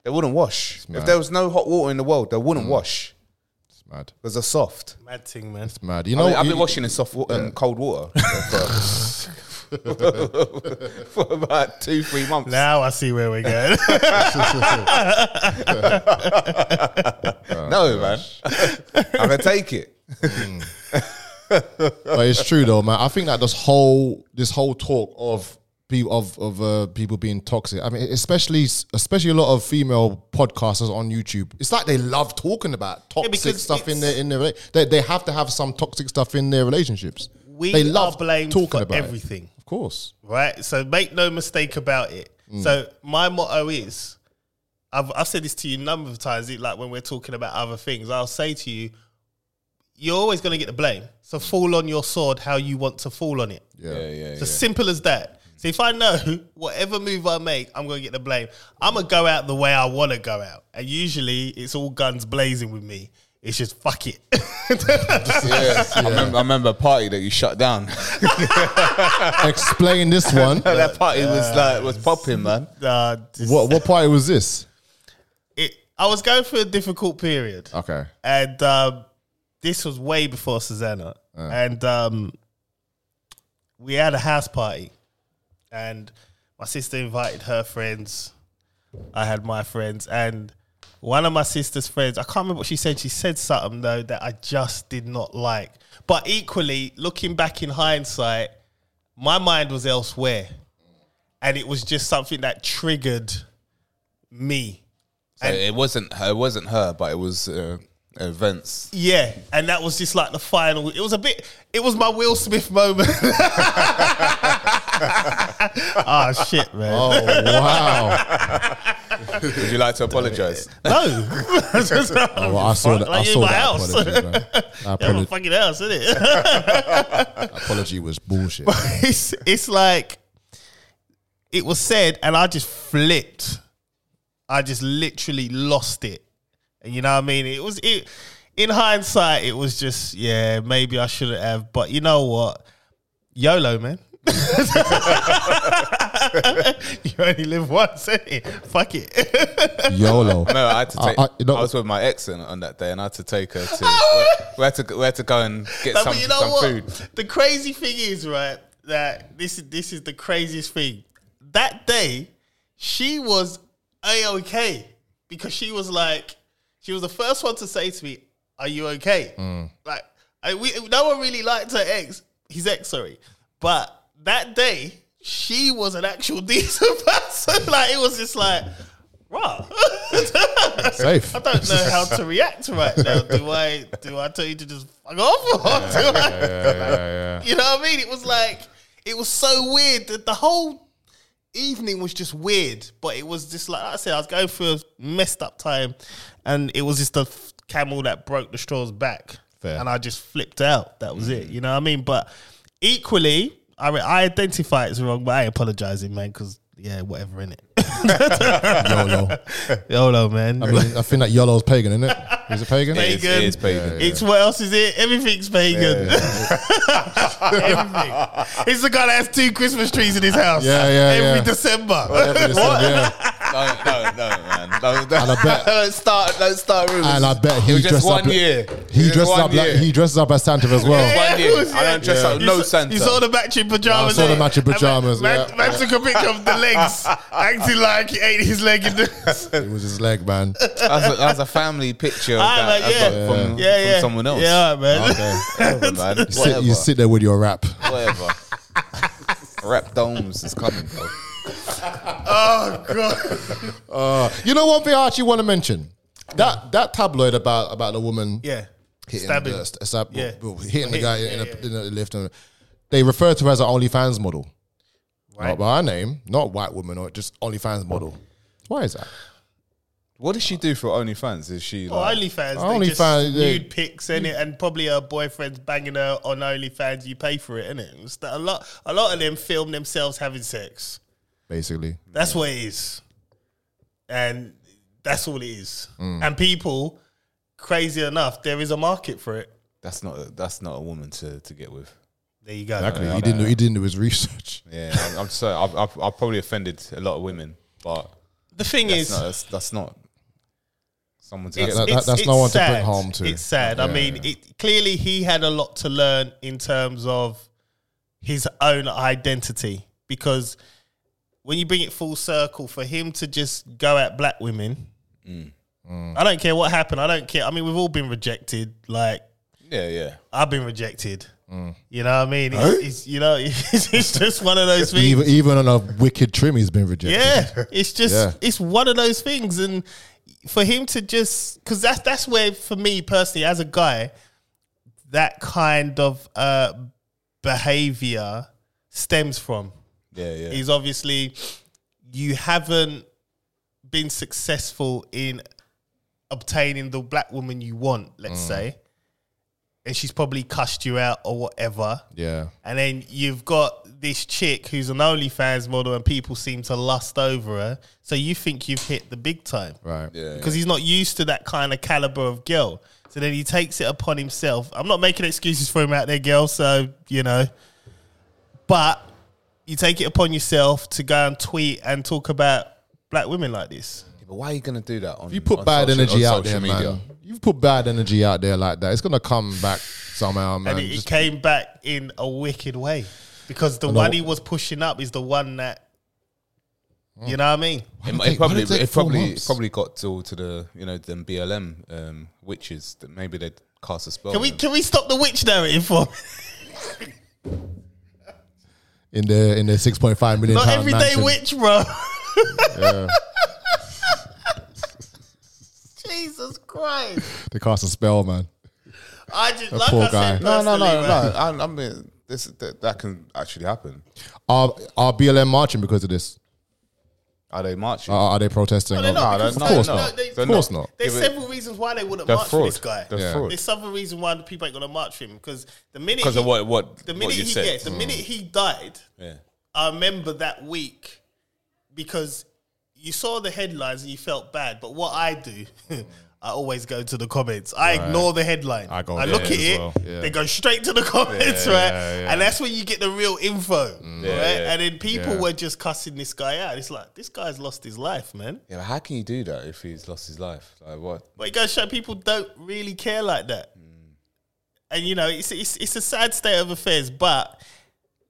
they wouldn't wash. If there was no hot water in the world, they wouldn't wash
it's mad.
because they're soft.
mad thing, man.
It's mad. You
I
know,
mean, I've
you-
been washing in soft wa- um, cold water for, for about two three months.
Now I see where we're going.
no man, I can take it.
but it's true though, man. I think that this whole this whole talk of people of of uh, people being toxic. I mean, especially especially a lot of female podcasters on YouTube. It's like they love talking about toxic
because
stuff in
it's-
their in their rela- they they have to have some toxic stuff in their relationships.
we
they love
are blamed
talking
for
about it.
everything.
Of course,
right? So make no mistake about it. So my motto is, I've I've said this to you a number of times. it- Like when we're talking about other things, I'll say to you, you're always going to get the blame. So fall on your sword how you want to fall on it.
yeah.
yeah.
It's as simple as that. So if I know whatever move I make, I'm going to get the blame. I'm going to go out the way I want to go out. And usually it's all guns blazing with me. It's just fuck it.
Yeah. I, remember, I remember a party that you shut down.
Explain this one.
that party was like was popping, man.
Nah, just-
what what party was this?
Uh, it, I was going through a difficult period.
Okay,
and um, this was way before Susanna. And um, we had a house party, and my sister invited her friends. I had my friends, and one of my sister's friends. I can't remember what she said. She said something though that I just did not like. But equally, looking back in hindsight, my mind was elsewhere, and it was just something that triggered me.
So it wasn't her, it wasn't her, but it was uh, events.
Yeah, and that was just like the final. It was a bit. It was my Will Smith moment. Ah shit, man.
Oh wow!
Would you like to apologize?
No,
Oh, Well, I saw that.
Like
I
in
saw
my
that
house.
apology, man. That
yeah, my
apolo-
fucking house, isn't it?
apology was bullshit.
it's it's like it was said, and I just flipped. I just literally lost it. And you know what I mean? It was it in hindsight, it was just, yeah, maybe I shouldn't have, but you know what? YOLO, man. you only live once, innit? Fuck it.
YOLO.
No, I had to
I-
take. I,
I- you know-
was with my ex on, on that day, and I had to take her to. we had to go- we had to go and get
No,
some,
but you know
some
what?
food.
The crazy thing is, right, that this is this is the craziest thing. That day, she was a okay because she was like, she was the first one to say to me, "Are you okay?"
Mm.
Like, I, we no one really liked her ex, his ex, sorry, but that day she was an actual decent person. like, it was just like, rah.
Safe.
I don't know how to react right now. Do I do I tell you to just fuck off? Or do I, You know what I mean? It was like it was so weird that the whole evening was just weird. But it was just like, like I said, I was going through a messed up time, and it was just the f- camel that broke the straws back,
Fair. Mm.
and I just flipped out. That was it. You know what I mean? But equally, I re- I identify it's wrong, but I apologizing, man, because. Yeah, whatever in it.
YOLO.
YOLO, man.
I mean, I think that YOLO's pagan, isn't it? Is it pagan?
Pagan.
It's, it is pagan.
It's what else is it? Everything's pagan. Everything. It's the guy that has two Christmas trees in his house.
Yeah, yeah,
Every
yeah.
December.
It's, yeah.
No, no, no, man. No, no.
And I bet-
don't start. Don't start rumors.
And I bet
It
he
was just
dressed up.
one
like-
year. It
He
was
dresses
one
up like
year.
he dresses up as Santa as well.
One
Yeah,
year.
it was,
I don't dress
yeah.
up.
You
No
saw-
Santa.
You saw the matching pajamas.
Yeah, I saw the
innit?
matching
And
pajamas,
Man,
yeah.
man, man took a picture of the legs, acting like he ate his leg. In the
It was his leg, man.
That's a, that's a family picture of
Ah,
that
like,
I got
yeah.
from,
yeah,
from
yeah,
someone else.
Yeah, all
Oh,
right, man.
Whatever, man.
Sit, you
Whatever.
sit there with your rap.
Whatever. Rap domes is coming, bro.
Oh god.
You know one thing I actually want to mention that that tabloid about about the woman
Yeah.
hitting
Stabbing.
the st- stab-
Yeah.
well, hitting the
Hit-
guy
yeah,
in, a,
yeah.
in a lift. And they refer to her as an OnlyFans model, not by her name, not white woman or just OnlyFans model. Why is that?
What does she do for OnlyFans? Is she
Or
like,
OnlyFans, they just
OnlyFans, yeah.
nude pics in it, and probably her boyfriend's banging her on OnlyFans. You pay for it, innit? It's that a lot, a lot of them film themselves having sex.
basically.
That's what it is, and that's all it is.
Mm.
And people, crazy enough, there is a market for it.
that's not a, that's not a woman to, to get with?
There you go.
Exactly. He didn't. Do, he didn't do his research.
Yeah, I'm, I'm sorry. I've, I've I've probably offended a lot of women, but
The thing
that's
is,
not that's, that's not someone to
it's-
get.
that-
it's-
that's
it's
no one to bring
sad.
harm to.
It's sad. I mean, It, clearly he had a lot to learn in terms of his own identity because when you bring it full circle, for him to just go at black women,
Mm.
I don't care what happened. I don't care. I mean, we've all been rejected. Like
Yeah, yeah.
I've been rejected.
Mm.
You know what I mean? It's, it's you know, it's, it's just one of those things.
Even, even on a wicked trim, he's been rejected.
Yeah, it's just
Yeah.
it's one of those things, and for him to just because that's that's where for me personally as a guy, that kind of uh, behavior stems from
Yeah, yeah.
is obviously you haven't been successful in obtaining the black woman you want, let's
Mm.
say, and she's probably cussed you out or whatever.
Yeah.
And then you've got this chick who's an OnlyFans model, and people seem to lust over her. So you think you've hit the big time
Right.
yeah,
because he's not used to that kind of caliber of girl. So then he takes it upon himself. I'm not making excuses for him out there, girl. So you know, but you take it upon yourself to go and tweet and talk about black women like this.
yeah. But why are you gonna do that? On,
You put
on
bad
social-
energy
on
out there,
social media?
man. You put bad energy out there like that. It's gonna come back somehow, man.
and it, it
Just-
came back in a wicked way because the one he was pushing up is the one that you know what I mean.
It,
Why did
it probably,
it take
it
four
probably,
months?
it probably got to to the you know them BLM um, witches that maybe they'd cast a spell.
Can
on
we
them.
can we stop the witch narrative for?
in the in the six point five million
Not
Oh,
pound
everyday
mansion.
witch, bro. Jesus Christ!
They cast a spell, man.
I just like
poor
I said,
No,
guy.
no, no,
personally,
no.
man,
I, I mean, this that, that can actually happen.
Are are BLM marching because of this?
Are they marching?
Are, are they protesting?
they're
Or-
not,
no,
because
no,
of course
no,
not.
they-
They're
of course
not.
not.
There's
Yeah, but
several reasons why they wouldn't
They're
march for
fraud.
this guy.
They're
Yeah.
fraud.
There's several reasons why the people ain't gonna march for him because the minute
Because
he,
of what what
the minute
what you
he
said. Mm.
yeah, the minute he died,
yeah.
I remember that week because you saw the headlines and you felt bad. But what I do, I always go to the comments. I ignore the headline. I,
go there
look at
as
it.
well. Yeah.
They go straight to the comments, right? And that's when you get the real info, right?
Mm. yeah.
And then people
Yeah.
were just cussing this guy out. It's like this guy's lost his life, man.
Yeah, but how can you do that if he's lost his life? Like what?
But it goes to show people don't really care like that.
Mm.
And you know, it's, it's it's a sad state of affairs. But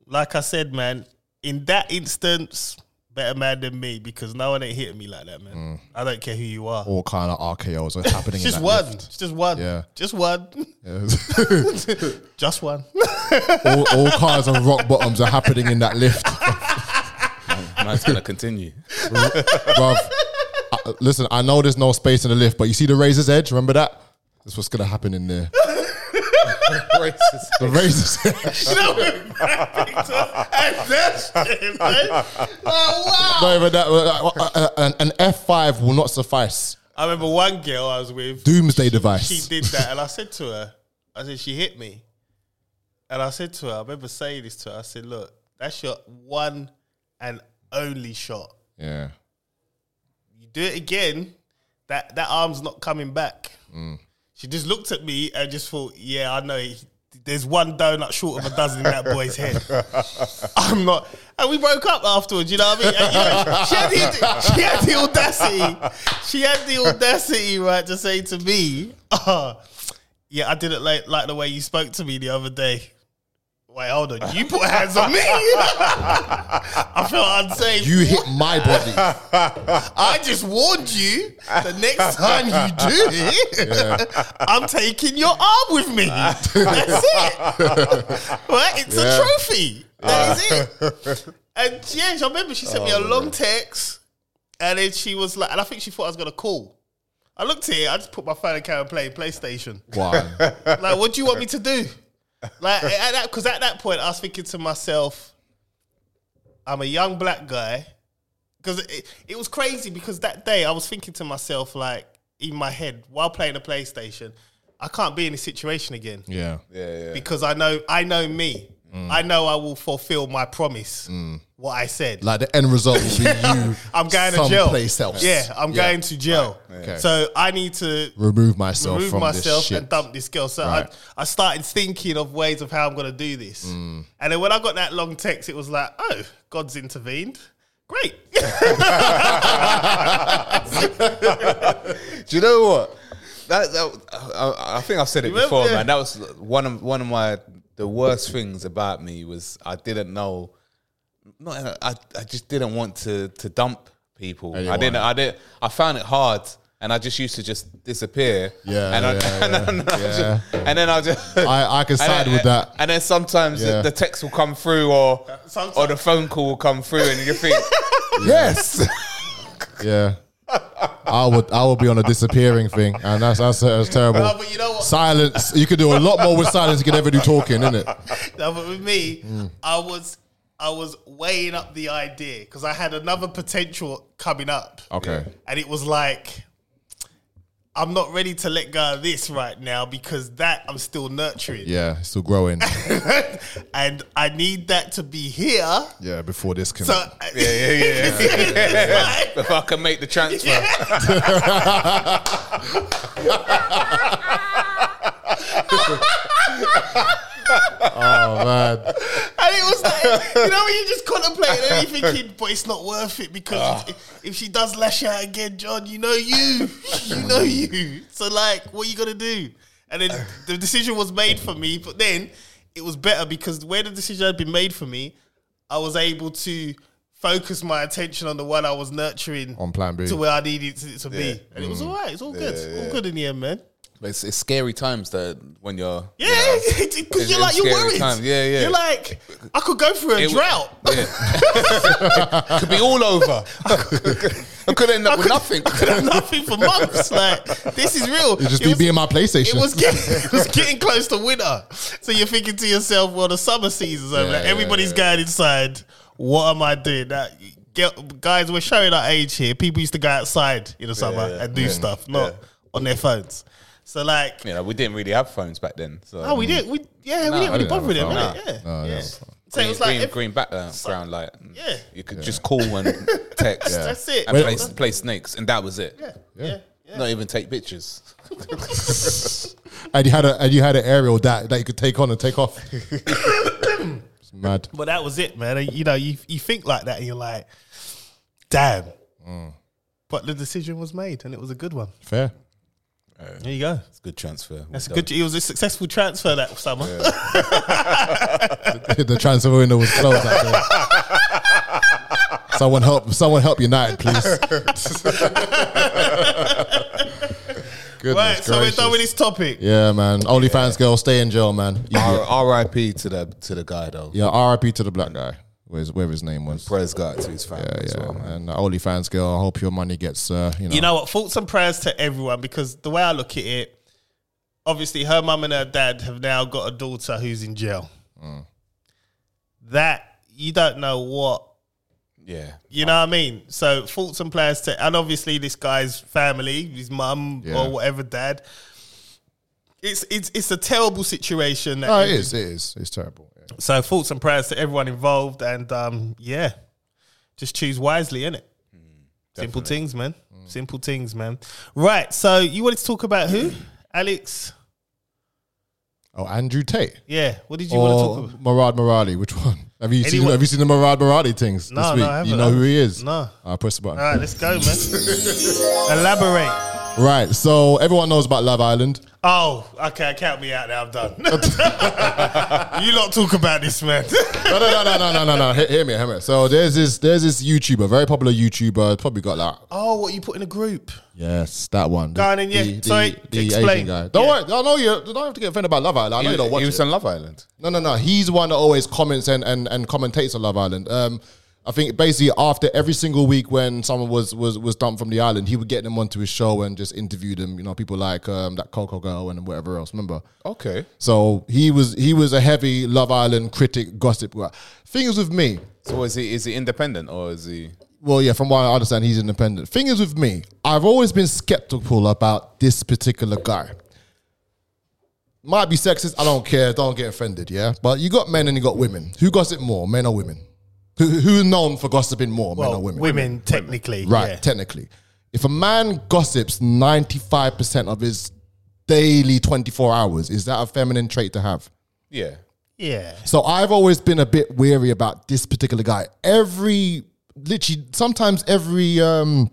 like I said, man, in that instance, better man than me because no one ain't hitting me like that, man. I don't care who you are.
all kind of RKOs are happening.
It's just
in Mm. that
one.
lift.
It's just one.
Yeah.
Just one. just one.
all, all kinds of rock bottoms are happening in that lift,
Man's gonna continue.
bruv. I- listen, I know there's no space in the lift, but you see the razor's edge. Remember that? That's what's gonna happen in there.
Racist.
The razor's edge.
you know, we're rapping to- and that's it, man. Oh, wow.
Not even that. uh, uh, An, an F5 will not suffice.
I remember one girl I was with.
Doomsday
she
device.
did that, and I said to her, I said she hit me, and I said to her, I remember saying this to her. I said, look, that's your one and only shot.
Yeah.
You do it again, that that arm's not coming back. She just looked at me and just thought, yeah, I know. He, there's one donut short of a dozen in that boy's head. I'm not. And we broke up afterwards, you know what I mean? And, you know, she, had the, she had the audacity. She had the audacity, right, to say to me, oh, yeah, I didn't like, like the way you spoke to me the other day. Wait, hold on. You put hands on me. I felt unsafe.
You hit my body.
I just warned you. The next time you do it, I'm taking your arm with me. That's it. right? It's a trophy. That is it. And yeah, I remember she sent me a long text, and then she was like, and I think she thought I was gonna call. I looked at it. I just put my phone in camera and played PlayStation.
Why?
like, what do you want me to do? Like, at that because at that point, I was thinking to myself, I'm a young black guy because it, it was crazy because that day I was thinking to myself like in my head while playing the PlayStation, I can't be in this situation again
Yeah. Mm.
Yeah, yeah.
because I know I know me. I know I will fulfill my promise. What I said.
Like the end result will be you.
I'm going to jail.
someplace else.
Yeah, I'm going to jail.
Okay.
So I need to
remove myself
remove
from
myself
this shit.
and dump this girl. So
Right.
I, I started thinking of ways of how I'm going to do this. And then when I got that long text, it was like, oh, God's intervened. Great.
Do you know what? That, that I, I think I've said it
Remember-
before, man. That was one of one of my the worst things about me was I didn't know. Not I, I just didn't want to to dump people. I
Anyone.
didn't. I did. I found it hard, and I just used to just disappear.
Yeah,
and I,
yeah,
and, then I just-
yeah.
and then I just.
I, I can
and
side
then-
with that.
And then sometimes
Yeah.
the text will come through, or
Sometimes-
or the phone call will come through, and you think,
Yes. yeah. I would I would be on a disappearing thing, and that's that's, that's terrible.
No, but you know what?
Silence. You could do a lot more with silence. You could ever do talking, innit?
No, but with me, I was I was weighing up the idea because I had another potential coming up.
Okay.
And it was like, I'm not ready to let go of this right now because that I'm still nurturing.
Yeah, it's still growing.
and I need that to be here.
Yeah, before this can.
So yeah, yeah, yeah.
if I can make the transfer,
oh man.
and it was like, you know, when you just contemplate it and you're thinking, but it's not worth it
Ah.
because if, if she does lash out again, John, you know you, you know you. So like, what you gonna do? And then the decision was made for me, but then it was better because where the decision had been made for me, I was able to focus my attention on the one I was nurturing
On plan B.
to where I needed it to be, and it
Mm.
was all right. It's all good. All good in the end, man.
But it's, it's scary times that when you're
Yeah,
It's-
because you're like
it's
you're
scary
worried.
times. Yeah, yeah.
You're like I could go through a
It w-
drought.
Yeah. could be all over. I could end up with nothing.
I could have nothing for months. Like this is real.
It just
It
be
was-
being my PlayStation.
It was, getting, it was getting close to winter. So you're thinking to yourself, well, the summer season's over. Like,
yeah,
everybody's going inside. What am I doing? That, get, guys, we're showing our age here. People used to go outside in the summer and do stuff, not on their phones. So, like,
You know, we didn't really have phones back then. So
oh, we did. We, yeah, we didn't really
didn't
bother with it.
have a
Nah. Yeah.
No,
yeah.
no.
So
Green,
it was like,
green,
if-
green background light. and
Yeah.
you could just call and text.
That's it.
And
Wait,
play, play snakes, and that was it.
yeah, yeah. yeah.
Not even take pictures.
And you had a and you had an aerial that that you could take on and take off. it's mad.
But that was it, man. And, You know, you you think like that, and you're like, damn. But the decision was made, and it was a good one.
Fair.
There you go.
It's a good transfer.
That's a good. It was a successful transfer that summer.
the transfer window was closed that day. Someone help! Someone help United, please. Goodness
Right, so we're
gracious.
done with this topic.
Yeah, man. OnlyFans girl, stay in jail, man. You-
R- R.I.P. to the to the guy though.
yeah, RIP to the black guy. Where's where his name was? Yeah,
Prayers go out to his family as
yeah.
well, man.
And the OnlyFans girl, I hope your money gets. Uh, you know.
You know what? Thoughts and prayers to everyone because the way I look at it, obviously her mum and her dad have now got a daughter who's in jail. That you don't know what
Yeah.
You know what I mean? So thoughts and prayers to, and obviously this guy's family, his mum
Yeah.
or whatever, dad. It's it's it's a terrible situation. That
No, Oh, it is. It is. It's terrible. Yeah.
So thoughts and prayers to everyone involved, and um, yeah, just choose wisely, innit? Simple things, man. Simple things, man. Right. So you wanted to talk about who? Alex.
Oh, Andrew Tate
Yeah. What did you want to talk
or Murad
about?
Morali? Which one? Have you seen?
Anyone-
Have you seen the Murad Morali things
No,
this
no,
week?
I
you
haven't.
know who he is.
No.
I press the button.
All right. Let's go, man. Elaborate.
Right, so everyone knows about Love Island.
Oh, okay, count me out now. I'm done. you lot talk about this, man.
No, no, no, no, no, no, no, no. Hear, hear me, hear me. So there's this, there's this YouTuber, very popular YouTuber, probably got like,
oh, what you put in a group?
yes, that one.
Go on then, yeah. Sorry, explain.
Don't
Yeah.
worry, I know you. Don't have to get offended about Love Island. I know you don't watch
he
it.
was on Love Island.
No, no, no. He's the one that always comments and, and, and commentates on Love Island. Um, I think basically after every single week when someone was, was was dumped from the island, he would get them onto his show and just interview them. You know, people like um, that Coco girl and whatever else. Remember?
Okay.
So he was he was a heavy Love Island critic, gossip. guy. Thing is with me,
So is he is he independent or is he
Well, yeah, from what I understand, he's independent. Thing is with me, I've always been skeptical about this particular guy. Might be sexist, I don't care, don't get offended, yeah? But you got men and you got women. Who gossip more, men or women? Who, who's known for gossiping more, men
Well,
or
women,
women?
technically,
Right,
yeah.
technically. If a man gossips 95% of his daily 24 hours, is that a feminine trait to have?
Yeah.
yeah.
So I've always been a bit weary about this particular guy. Every literally sometimes every um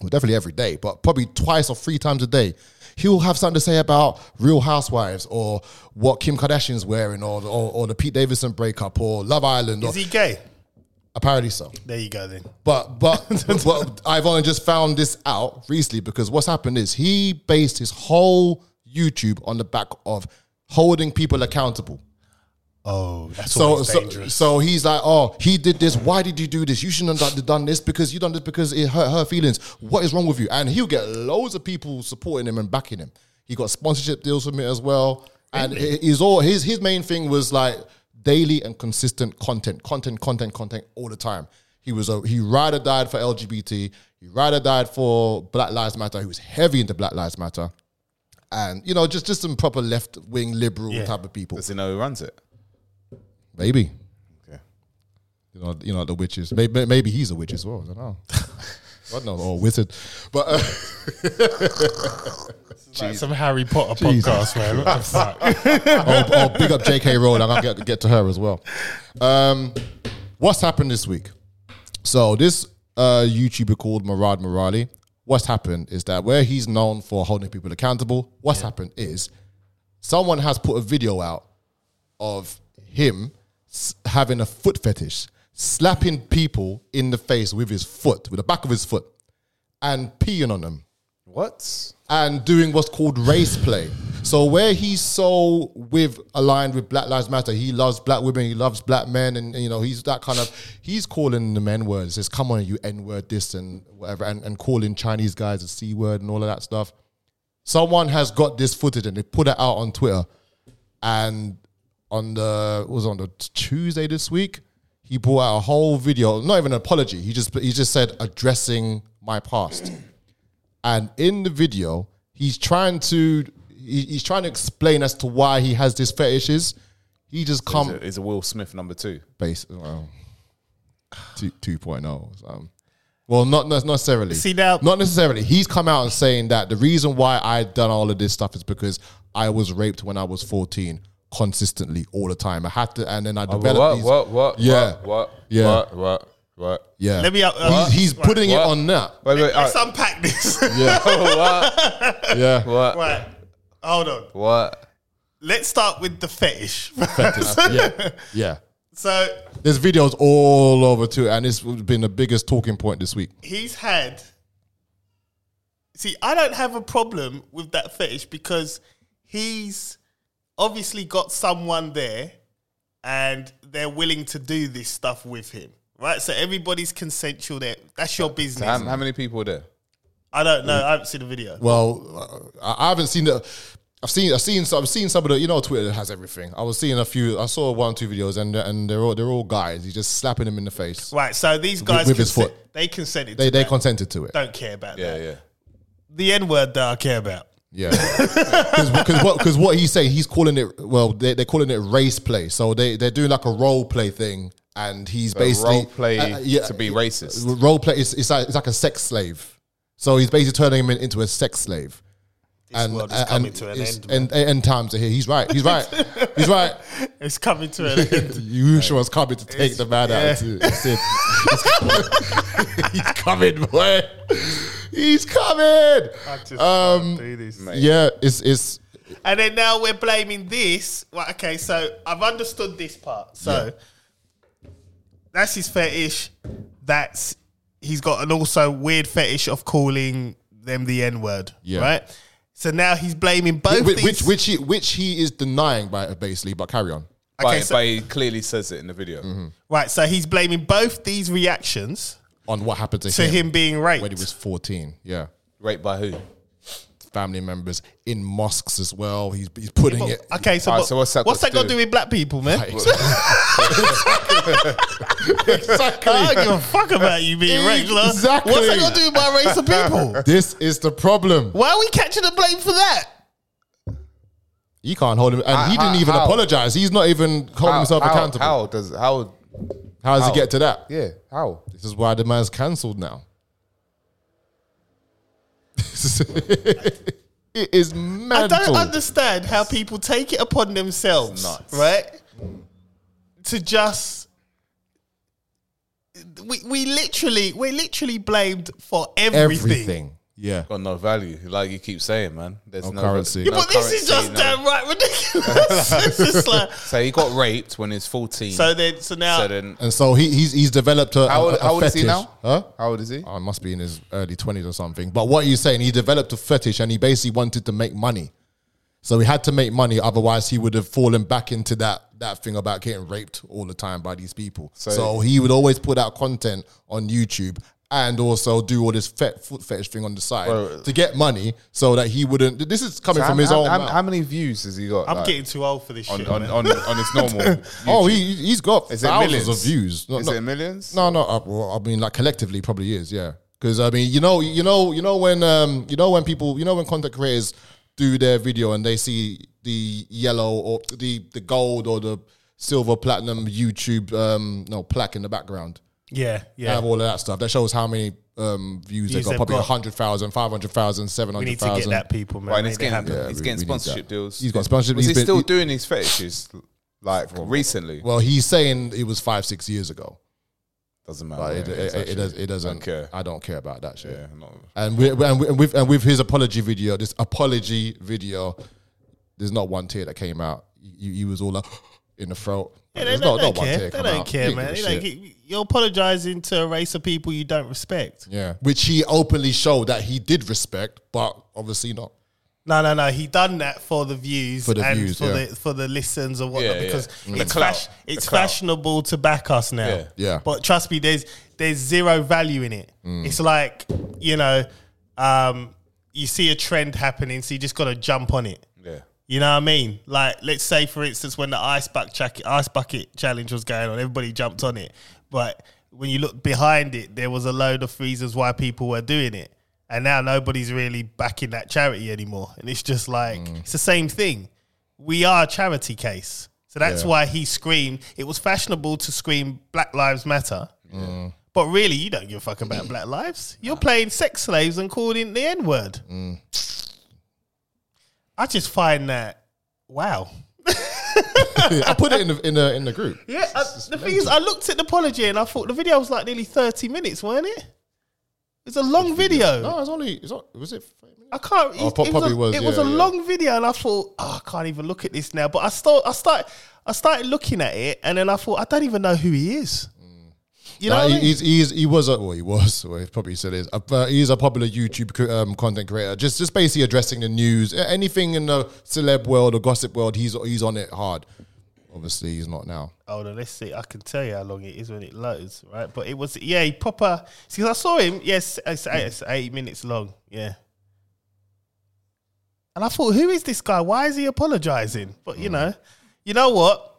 well, definitely every day, but probably twice or three times a day, he'll have something to say about Real Housewives or what Kim Kardashian's wearing or or, or the Pete Davidson breakup or Love Island or
Is he gay?
apparently so.
There you go then.
But but, but I've only just found this out recently because what's happened is he based his whole YouTube on the back of holding people accountable.
Oh, that's
So,
always
so,
dangerous.
so he's like, oh, he did this. Why did you do this? You shouldn't have done- done this because you done this because it hurt her feelings. What is wrong with you? And he'll get loads of people supporting him and backing him. He got sponsorship deals from it as well. And it is all his his main thing was like daily and consistent content, content, content, content all the time. He was a he ride or died for LGBT. He ride or died for Black Lives Matter. He was heavy into Black Lives Matter. And you know, just just some proper left wing liberal
Yeah.
type of people.
Does he know who runs it?
Maybe.
Okay.
You know, you know the witches. Maybe, maybe he's a witch as well. I don't know. God knows, or wizard. But uh,
like some Harry Potter podcast, man. What the fuck?
I'll, I'll big up J.K. Rowling. I'll get, get to her as well. Um, what's happened this week? So this uh, YouTuber called Murad Murali. What's happened is that where he's known for holding people accountable, what's happened is someone has put a video out of him s- having a foot fetish, slapping people in the face with his foot, with the back of his foot, and peeing on them.
What?
and doing what's called race play. So where he's so with aligned with Black Lives Matter, he loves black women, he loves black men, and you know he's that kind of. He's calling the men words, says "Come on, you N word this and whatever," and, and calling Chinese guys a C word and all of that stuff. Someone has got this footage and they put it out on Twitter, and on the it was on the Tuesday this week, he brought out a whole video, not even an apology. He just he just said addressing my past and in the video he's trying to he, he's trying to explain as to why he has these fetishes he just
Is
come
it, is it Will Smith number two?
base well, two- 2.0 um, well not not necessarily
See, now-
not necessarily he's come out and saying that the reason why i done all of this stuff is because i was raped when i was 14 consistently all the time i had to and then
Oh,
i developed these yeah yeah
what, what?
yeah
Let me uh, out-
he's, he's
Right.
putting
What?
it on that
Wait, wait,
Let's
all
unpack this.
right.
yeah
what, what,
right. Hold on.
what?
Let's start with the fetish.
yeah yeah
so
There's videos all over too, and it's been the biggest talking point this week.
he's had. See, I don't have a problem with that fetish because he's obviously got someone there and they're willing to do this stuff with him, right? So everybody's consensual there. That's your business.
How, how many people were there?
I don't know. I haven't seen the video.
Well, uh, I I haven't seen the. I've seen, I've seen, some, I've seen some of the. You know, Twitter has everything. I was seeing a few. I saw one or two videos, and and they're all they're all guys. He's just slapping them in the face.
right. So these guys,
with his
consent-
foot.
they consented.
They
to
they
that.
consented to it.
don't care about
Yeah,
that.
yeah.
The N word that I care about.
Yeah, because what because what he's saying, he's calling it. Well, they, they're calling it race play. So they they're doing like a role play thing, and he's basically
role play
uh, uh, yeah,
to be racist.
Role play is it's like, it's like a sex slave. So he's basically turning him in- into a sex slave.
This world is coming to an
it's- And,
end.
and times are here. He's right. He's right. He's right.
It's coming to an end.
You sure was coming to take the man out. It's, it's it. He's coming, boy. He's coming.
I just
Um,
can't do this.
Yeah, it's it's
And then now we're blaming this. Right, okay, so I've understood this part. So that's his fetish. That's he's got an also weird fetish of calling them the N word.
Yeah.
Right? So now he's blaming both
which
these.
which, which he which he is denying by basically. But carry on.
But,
Okay, so-
but he clearly says it in the video.
Mm-hmm.
right, so he's blaming both these reactions
On what happened to,
to him being raped.
when he was fourteen. Yeah.
Raped by who?
family members in mosques as well. He's, he's putting it.
Okay, so,
Alright,
what-
so
what's
what's
that,
that
got to do with black people, man? I don't give a fuck about you being racial.
Exactly.
What's that got to do with my race of people?
This is the problem.
Why are we catching the blame for that?
You can't hold him, and he
How-
didn't even
how-
apologize. He's not even holding himself
how,
accountable.
How does how?
How does
how?
he get to that?
Yeah, how?
This is why the man's cancelled now. it is
I
mental.
don't understand how people take it upon themselves,
Nuts.
right? To just we we literally we're literally blamed for everything.
Everything. Yeah.
Got no value, like you keep saying, man. There's
No
no,
currency.
Yeah,
no
but this is
currency,
just
no-
damn right ridiculous. it's just like
So he got raped when he was 14.
so then so now
So then,
And so he, he's he's developed a.
how
a-
old,
a
how old is he
fetish.
now?
Huh?
How old is he?
Oh, it must be in his early twenties or something. But what are you saying? He developed a fetish, and he basically wanted to make money. So he had to make money, otherwise he would have fallen back into that that thing about getting raped all the time by these people. So, he would always put out content on YouTube and also do all this fet- foot fetish thing on the side to get money, so that he wouldn't. This is coming
So
from
how,
his
how-
own.
how,
mouth.
how many views has he got?
I'm
like,
getting too old for this
on
shit.
on,
man.
on, on his normal.
oh,
YouTube?
he he's got
Is it
thousands
millions?
of views. No,
is
no.
it millions?
No, no. Uh, well, I mean, like collectively, probably is. Yeah, because I mean, you know, you know, you know when, um, you know when people, you know when content creators do their video and they see the yellow or the the gold or the silver platinum YouTube um no plaque in the background.
yeah,
They
yeah.
have all of that stuff. That shows how many um views they
Views
got.
they've
Probably
got.
100,000, 500,000,
we need to get
700,000.
that people, man.
Right, and
Make
he's
it
getting,
happen.
he's getting
we- we need that.
sponsorship deals.
He's got sponsorship.
Was
He's
he
been-
still
he-
doing his fetishes like recently?
Well, he's saying it was five, six years ago.
Doesn't
But
matter.
it, it, it, does, it doesn't.
care.
I don't care about that shit.
Yeah, not-
And we, and we, and with and with his apology video, this apology video, there's not one tear that came out. You, you was all like in the throat.
Yeah, they,
there's
they
not,
don't
not one
care.
tear
They
come
don't
out.
care,
He didn't
man.
give
They
a
don't
shit.
care. You're apologizing to a race of people you don't respect.
yeah, which he openly showed that he did respect, but obviously not.
No, no, no. He done that for the views
For the
and
views,
for
yeah.
the for the listens or whatnot
Yeah, yeah.
because
Mm. The
it's
clout.
fash-
The
it's
clout.
fashionable to back us now.
Yeah.
Yeah.
But trust me, there's there's zero value in it.
Mm.
It's like you know, um, you see a trend happening, so you just got to jump on it.
Yeah.
You know what I mean? Like, let's say for instance, when the ice bucket ice bucket challenge was going on, everybody jumped on it. But when you look behind it, there was a load of reasons why people were doing it, and now nobody's really backing that charity anymore. And it's just like it's the same thing. We are a charity case, so that's why he screamed. It was fashionable to scream "Black Lives Matter." But really, you don't give a fuck about black lives. You're playing sex slaves and calling the N word. I just find that wow.
I put it in the in the in the group.
Yeah, I, the thing is, I looked at the apology and I thought the video was like nearly thirty minutes, weren't it? It's a long video.
No, it's only it's not, was it.
I can't.
Oh,
it,
pro-
it
probably
was.
was,
A, it was a
yeah, yeah.
long video, and I thought oh, I can't even look at this now. But I start. I start. I started looking at it, and then I thought I don't even know who he is. You know,
Nah,
what I
Mm. he,
mean?
he's, he's, he was a, well, he was, well, he probably still is. A, uh, he's a popular YouTube cr- um, content creator, just just basically addressing the news, A- anything in the celeb world or gossip world. He's he's on it hard. Obviously, he's not now.
Hold on, let's see. I can tell you how long it is when it loads, right? But it was, yeah, he proper. Because I saw him, yes, it's eight, it's
Mm.
eight minutes long, yeah. And I thought, who is this guy? Why is he apologizing? But
Mm.
you know, you know what?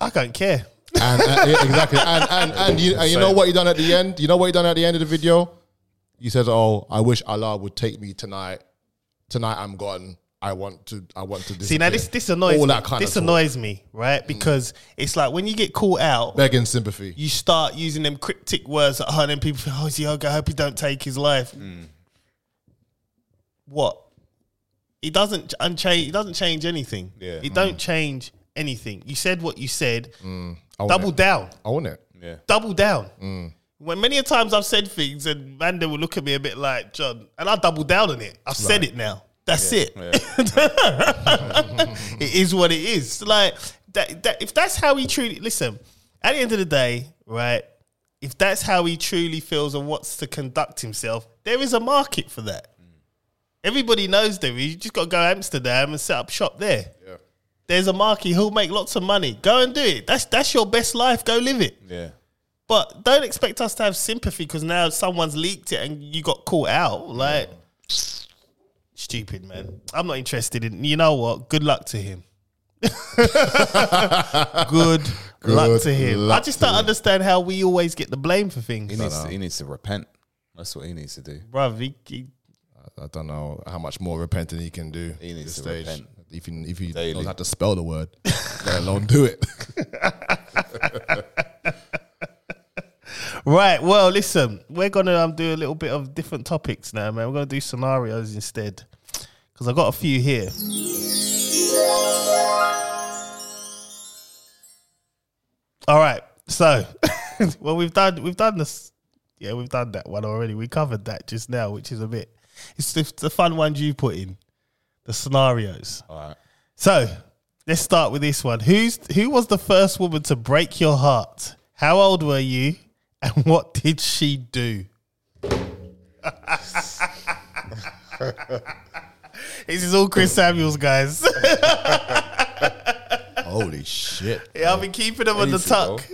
I don't care.
And, and- yeah, exactly, and and, and, you, and you know what he done at the end? You know what he done at the end of the video? He says, "Oh, I wish Allah would take me tonight. Tonight I'm gone. I want to. I want to."
See,
disappear."
now this this annoys
all
me.
that kind
this
of talk. Mm.
annoys me, right? Because it's like when you get caught out,
begging sympathy.
you start using them cryptic words at her, and then people think, "Oh, Diogo, I hope he don't take his life." What? It doesn't ch- unchange. It doesn't change anything.
Yeah.
It don't change anything. You said what you said.
I want
Double
it.
down.
I want it.
Yeah.
Double down. When many a times I've said things, and Manda will look at me a bit like John, and I double down on it. I've said it now. That's it. it is what it is. Like that, that. If that's how he truly listen, at the end of the day, right? If that's how he truly feels and wants to conduct himself, there is a market for that. Everybody knows there is. You just got to go to Amsterdam and set up shop there. There's a market. He'll make lots of money. Go and do it. That's that's your best life. Go live it.
Yeah.
But don't expect us to have sympathy because now someone's leaked it and you got caught out. Like, Stupid man. I'm not interested in. You know what? Good luck to him. Good, luck
Good
to him. I
luck
just
to
don't
him.
understand how we always get the blame for things,
He needs, to, he needs to repent. That's what he needs to do.
bruv. He, he,
I don't know how much more repenting he can do.
He
at
needs
this
to
stage.
repent.
If he, if he
Daily.
knows how to spell the word, let alone do it.
Right. Well, listen, we're gonna um, do a little bit of different topics now, man. We're gonna do scenarios instead because I got a few here. All right. So, well, we've done we've done this. Yeah, we've done that one already. We covered that just now, which is a bit. It's the, the fun ones you put in the scenarios.
All right.
So let's start with this one. Who's who was the first woman to break your heart? How old were you, and what did she do? this is all Chris Samuels, guys.
Holy shit!
yeah, I've been keeping them on the
Easy, bro.
tuck.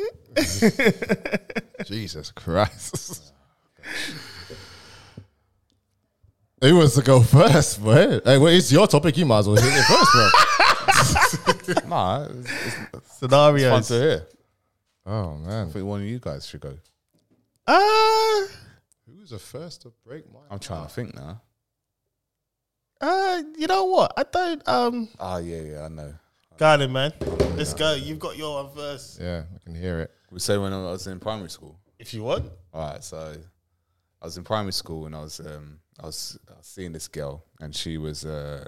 Jesus Christ. Who wants to go first, bro? Hey, well, it's your topic. You might as well hit it first, bro.
Nah, it's, it's fun to
Scenarios.
hear.
Oh
I
man,
think one of you guys should go.
Ah,
who's the first to break my?
I'm trying to think now.
uh, you know what? I don't. Um,
Oh, yeah, yeah, I know.
go on then, man. Let's go. You've got your one first,
Yeah, I can hear it.
We say when I was in primary school.
if you want.
All right, so I was in primary school and I was um, I was I was seeing this girl and she was uh,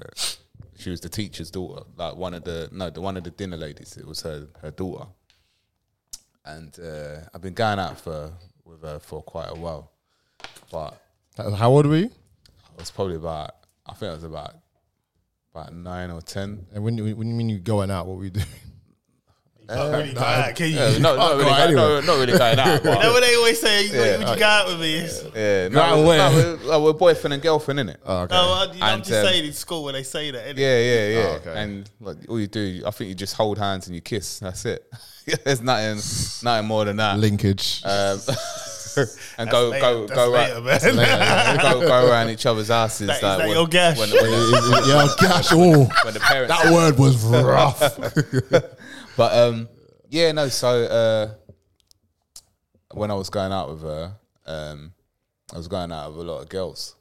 she was the teacher's daughter, like one of the no, the one of the dinner ladies. It was her her daughter, and uh, I've been going out for with her for quite a while, but
How old were you?
I was probably about I think I was about about nine or ten.
And when you, when you mean you going out, what were you doing?
You can't really go out, can you?
Uh, No, no, Oh, not really,
anyway.
no, not really going out. but-
You know what they always say? You
Yeah.
Would you go out with me? It's-
yeah,
out
no,
where?
no, we're, we're boyfriend and girlfriend, innit?
Oh, okay.
No, I, you know, I'm
And,
just
um,
saying in school when they say that. innit?
Yeah, yeah, yeah.
Oh, okay.
And like all you do, I think you just hold hands and you kiss. That's it. There's nothing, nothing more than that.
Linkage.
Um, and go,
Later,
go,
that's
go,
later,
ra-
man.
go, go around each other's asses.
That- is
like,
that
when,
your gash?
When, when, the-
yeah, gosh, oh,
when the parents.
that word was rough.
But um, yeah, no. So uh, when I was going out with her, um, I was going out with a lot of girls.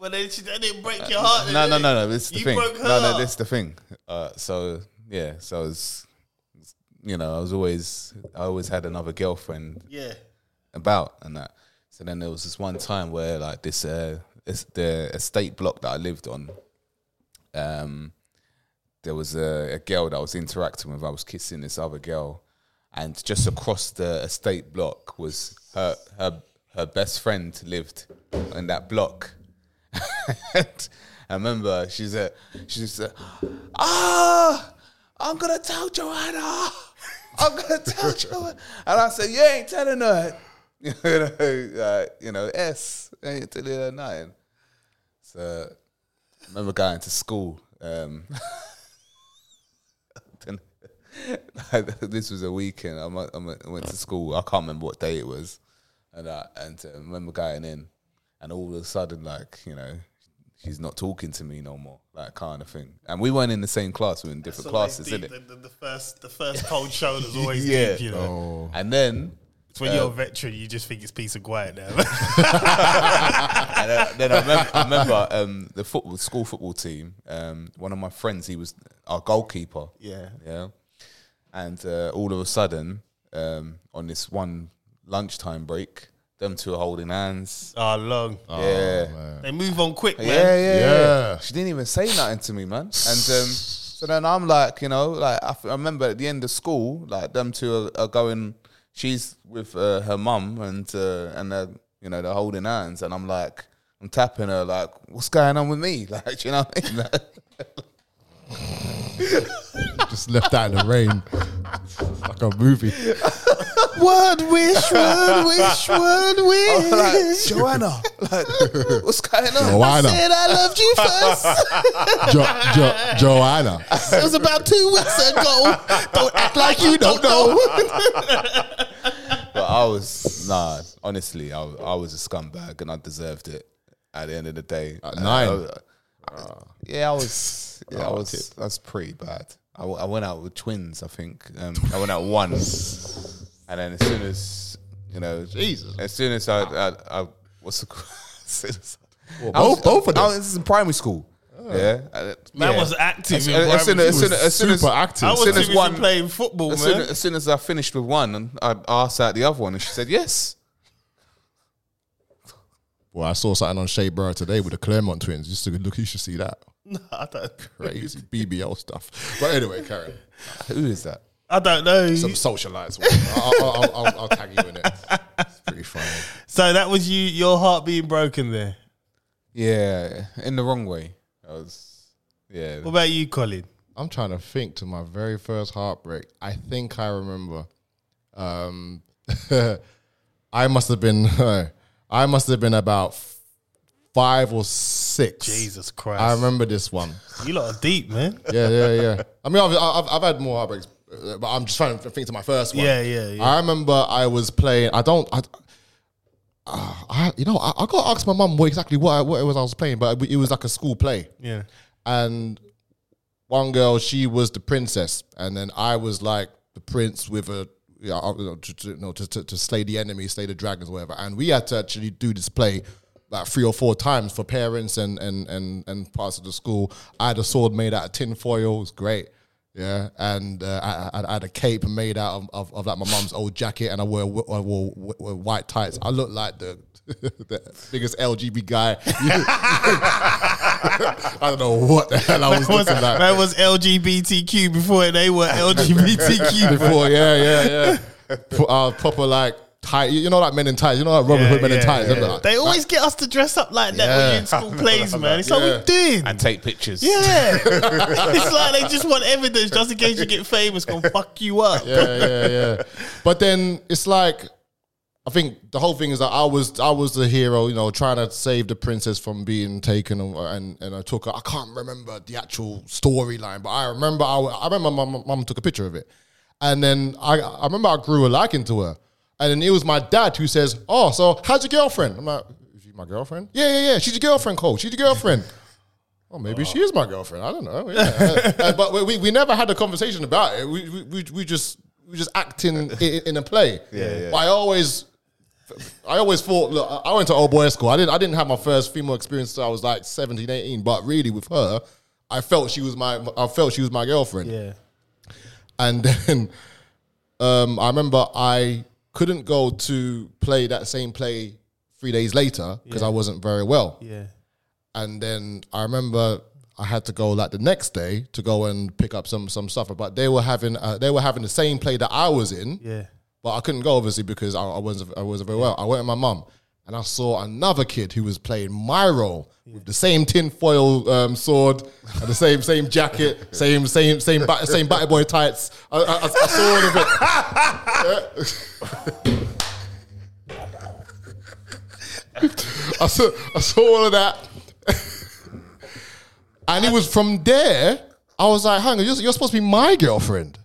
But then she, that didn't break your heart.
No,
did
no,
it?
no, no. This is the
You
thing.
broke her
No, no,
heart.
this is the thing. Uh, so yeah, so it's you know, I was always, I always had another girlfriend
Yeah.
about and that. So then there was this one time where like this, uh, it's the estate block that I lived on. Um, there was a, a girl that I was interacting with. I was kissing this other girl, and just across the estate block was her her her best friend lived in that block. and I remember she's a she's a ah, I'm gonna tell Joanna. I'm gonna tell Joanna. And I said, you ain't telling her. You know, uh, you know, S I ain't telling her nothing. So I remember going to school. Um, then- this was a weekend. I went, I went- I went to school. I can't remember what day it was, and I, and uh, I remember going in, and all of a sudden, like you know, she's not talking to me no more, that kind of thing. And we weren't in the same class; we were in different
So
classes,
they
did
do-
it?
The, the, the first, the first cold shoulders always
Yeah.
deep, you know.
And then,
It's when you're a veteran, you just think it's peace and quiet now.
and uh, then I remember, I remember um, the football school football team. Um, one of my friends, he was our goalkeeper.
yeah.
Yeah. And uh, all of a sudden, um, on this one lunchtime break, them two are holding hands.
Oh, long.
Ah,
yeah.
They move on quick, man.
yeah. Yeah,
Yeah.
She didn't even say nothing to me, man. And um, so then I'm like, you know, like I, f- I remember at the end of school, like them two are, are going. She's with uh, her mum and uh, and they're, you know they're holding hands, and I'm like, I'm tapping her like, what's going on with me? Like, you know what I mean? Like,
Just left that in the rain, like a movie.
Word wish, word wish, word
I'm like,
wish.
Joanna, like, what's going on?
Joanna.
Said I loved you first.
Jo- jo- Joanna.
it was about two weeks ago. Don't act like you don't know.
But I was nah. Honestly, I, I was a scumbag and I deserved it. At the end of the day,
At nine? Ah.
I, Yeah, I was. Yeah, I was. That's pretty bad. I, w- I went out with twins. I think um, I went out once, and then as soon as you know,
Jesus.
As soon as I, I, I what's the as soon as I, I
both- both of them? Ah.
I was in primary school. Yeah, uh,
Man
yeah.
was active
As,
in
as, soon
primary
as, soon
school.
as, as soon as
Super active.
I
as
How
was
soon
too
as
busy
one,
playing football,
as soon,
man.
as soon as I finished with one, and I asked out the other one, and she said yes.
Well, I saw something on Shea Burrow today with the Claremont twins. Just to look, you should see that
No, I don't.
crazy BBL stuff. But anyway, Karen,
Who is that?
I don't know.
some socialized one. I'll, I'll, I'll, I'll, I'll tag you in it. It's pretty funny.
So that was you, your heart being broken there.
Yeah, in the wrong way. I was. Yeah.
What about you, Colin?
I'm trying to think to my very first heartbreak. I think I remember. Um, I must have been. I must have been about f- five or six.
Jesus
I
Christ.
remember this one.
you lot are deep, man.
Yeah, yeah, yeah. I mean, I've, I've, I've had more heartbreaks, uh, but I'm just trying to think to my first one.
Yeah, yeah, yeah.
I remember I was playing. I don't. I, Ah, I you know, I, I got to ask my mum what exactly what I, what it was I was playing, but it was like a school play
Yeah.
and one girl she was the princess and then i was like the prince with a yeah, I- you know, to, to, you know, to, to, to slay the enemy slay the dragons whatever and we had to actually do this play like three or four times for parents and and and, and parts of the school i had a sword made out of tin foil it was great yeah, and uh, I, I, I had a cape made out of, of, of like my mum's old jacket, and I wore, wh- I wore, wh- wh- white tights. I looked like the, the biggest LGB guy. I don't know what the hell I was
Was,
looking like
that was LGBTQ before they were LGBTQ.
before. Yeah, yeah, yeah. Pro- Uh, proper like tight. You know, like men in tights. You know, like Robin Hood men in tights. I'm like,
They always get us to dress up like that when
Yeah.
you're in school plays, man. It's like
Yeah.
we doing.
and take pictures.
Yeah. it's like they just want evidence just in case you get famous, gonna fuck you up.
yeah, yeah, yeah. But then it's like, I think the whole thing is that I was I was the hero, you know, trying to save the princess from being taken, and and, and I took her. I can't remember the actual storyline, but I remember I, I remember my mum- mum took a picture of it, and then I I remember I grew a liking to her, and then it was my dad who says, "Oh, so how's your girlfriend?" I'm like, "Is she my girlfriend?" Yeah, yeah, yeah. She's your girlfriend, Cole. She's your girlfriend. Oh, maybe she is my girlfriend. I don't know. Yeah. Uh, but we, we, we never had a conversation about it. We we, we, we just we just acting in, in a play. Yeah, But I always I always thought look, I- I went to old boy school. I didn't I didn't have my first female experience till I was like 17, 18, but really with her, I felt she was my I felt she was my girlfriend.
Yeah.
And then um, I remember I couldn't go to play that same play 3 days later because I wasn't very well.
Yeah.
And then I remember I had to go like the next day to go and pick up some some stuff. But they were having uh, they were having the same play that I was in,
Yeah.
but I couldn't go obviously because I, I wasn't I wasn't very well. I went with my mum and I saw another kid who was playing my role with the same tinfoil um, sword and the same same jacket, same same same ba- same batty boy tights. I, I, I saw all of it. I saw, I saw all of that. and it was from there, I was like, hang on, you're, you're supposed to be my girlfriend.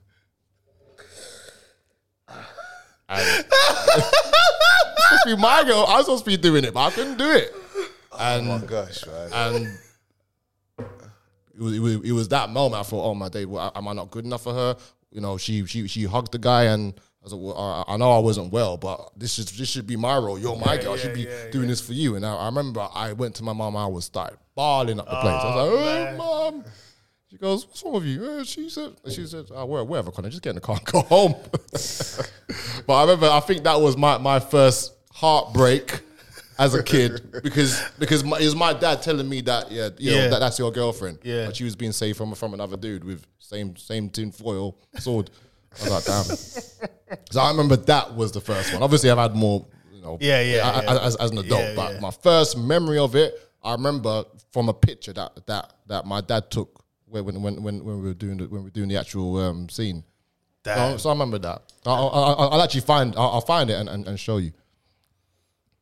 And supposed to be my girl. I was supposed to be doing it, but I couldn't do it. And
Oh Gosh, man.
and it was, it was it was that moment I thought, oh my day, well, am I not good enough for her? You know, she she she hugged the guy and. I, was like, well, I, I know I wasn't well, but this is this should be my role. You're my girl. I should be doing this for you. And I, I remember I went to my mom. I was started bawling up the place. I was like, "Oh, mom!" She goes, "What's wrong with you?" "Uh, she said, "She said, oh, where, wherever, Connor, just get in the car and go home." but I remember, I think that was my my first heartbreak as a kid because because my, it was my dad telling me that yeah, you
Yeah.
Know, that that's your girlfriend.
Yeah.
but she was being saved from from another dude with same same tin foil sword. I was like, damn. So I remember that was the first one. Obviously, I've had more, you know,
Yeah, yeah,
I- I-
yeah.
As, as an adult.
Yeah,
but
yeah.
my first memory of it, I remember from a picture that that that my dad took when when when when when we were doing the, when we were doing the actual um, scene. So,
Damn.
so I remember that. I, I, I, I'll actually find I'll, I'll find it and, and, and show you.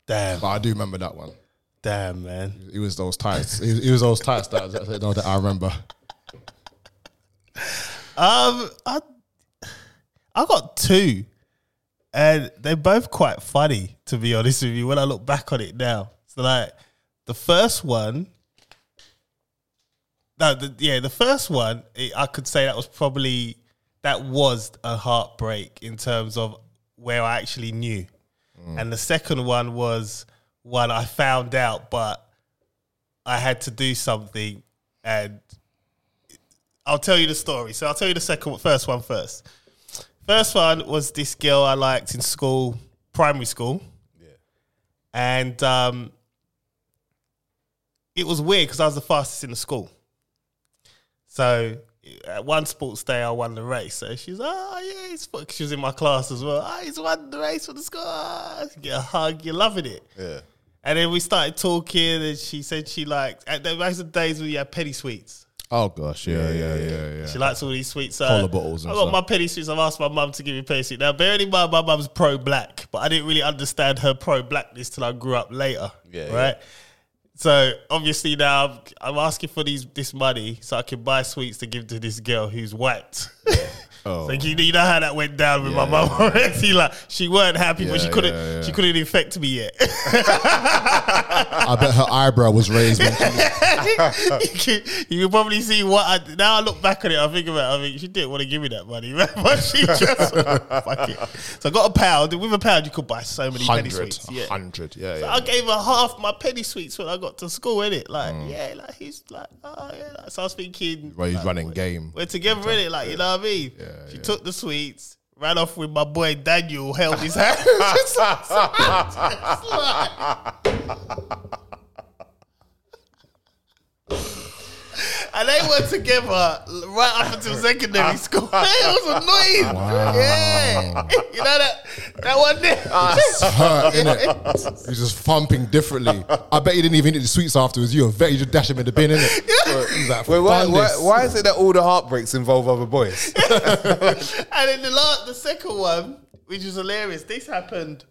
Damn.
But I do remember that one.
Damn, man.
It was those tights. It, it was those tights that, that, that, that I remember.
Um, I I got two, and they're both quite funny to be honest with you. When I look back on it now, so like the first one No, the, yeah, the first one, it, I could say that was probably that was a heartbreak in terms of where I actually knew, and the second one was one I found out, but I had to do something, and I'll tell you the story. So I'll tell you the second, first one first. First one was this girl I liked in school, primary school, yeah, and um, it was weird because I was the fastest in the school. So at one sports day, I won the race. So she's, oh, yeah, he's, fu-" she was in my class as well. Oh, he's won the race for the school. Ah, you Get a hug. You're loving it.
Yeah.
And then we started talking, and she said she liked, at the most of the days we had penny sweets.
Oh gosh, yeah, yeah, yeah, yeah.
She likes all these sweets. So
Cola bottles and
I got
stuff.
my penny sweets. I've asked my mum to give me penny sweets. Now, bearing in mind, my mum's pro black, but I didn't really understand her pro blackness till I grew up later.
Yeah, yeah.
Right. So obviously now I'm, I'm asking for these this money so I can buy sweets to give to this girl who's white.
Oh.
so you, you know how that went down with my mum already. Like she weren't happy, but she
Yeah,
couldn't
yeah, yeah.
she couldn't infect me yet.
I bet her eyebrow was raised. When she,
you, can, you can probably see what I now I look back on it. I think about. It, I think she didn't want to give me that money, man, but she just fuck it. So I got a pound. and With a pound, you could buy so many penny
hundred,
sweets. Yeah.
hundred, yeah, yeah.
I gave her half my penny sweets when I got to school, innit? Like, yeah, like he's like, oh yeah. Like, so I was thinking,
Well, he's running game.
we're together in it, like you know what I mean. she took the sweets, ran off with my boy Daniel, held his hand. Just like- just like- And they were together right up until secondary school. it was annoying. Yeah, you know that that one there.
Hurt, innit? He's just thumping differently. I bet you didn't even eat the sweets afterwards. You were very, you just dash him in the bin, innit? He's like,
Wait, why,
"Done
why,
this."
why is it that all the heartbreaks involve other boys?
and then the last, the second one, which was hilarious. This happened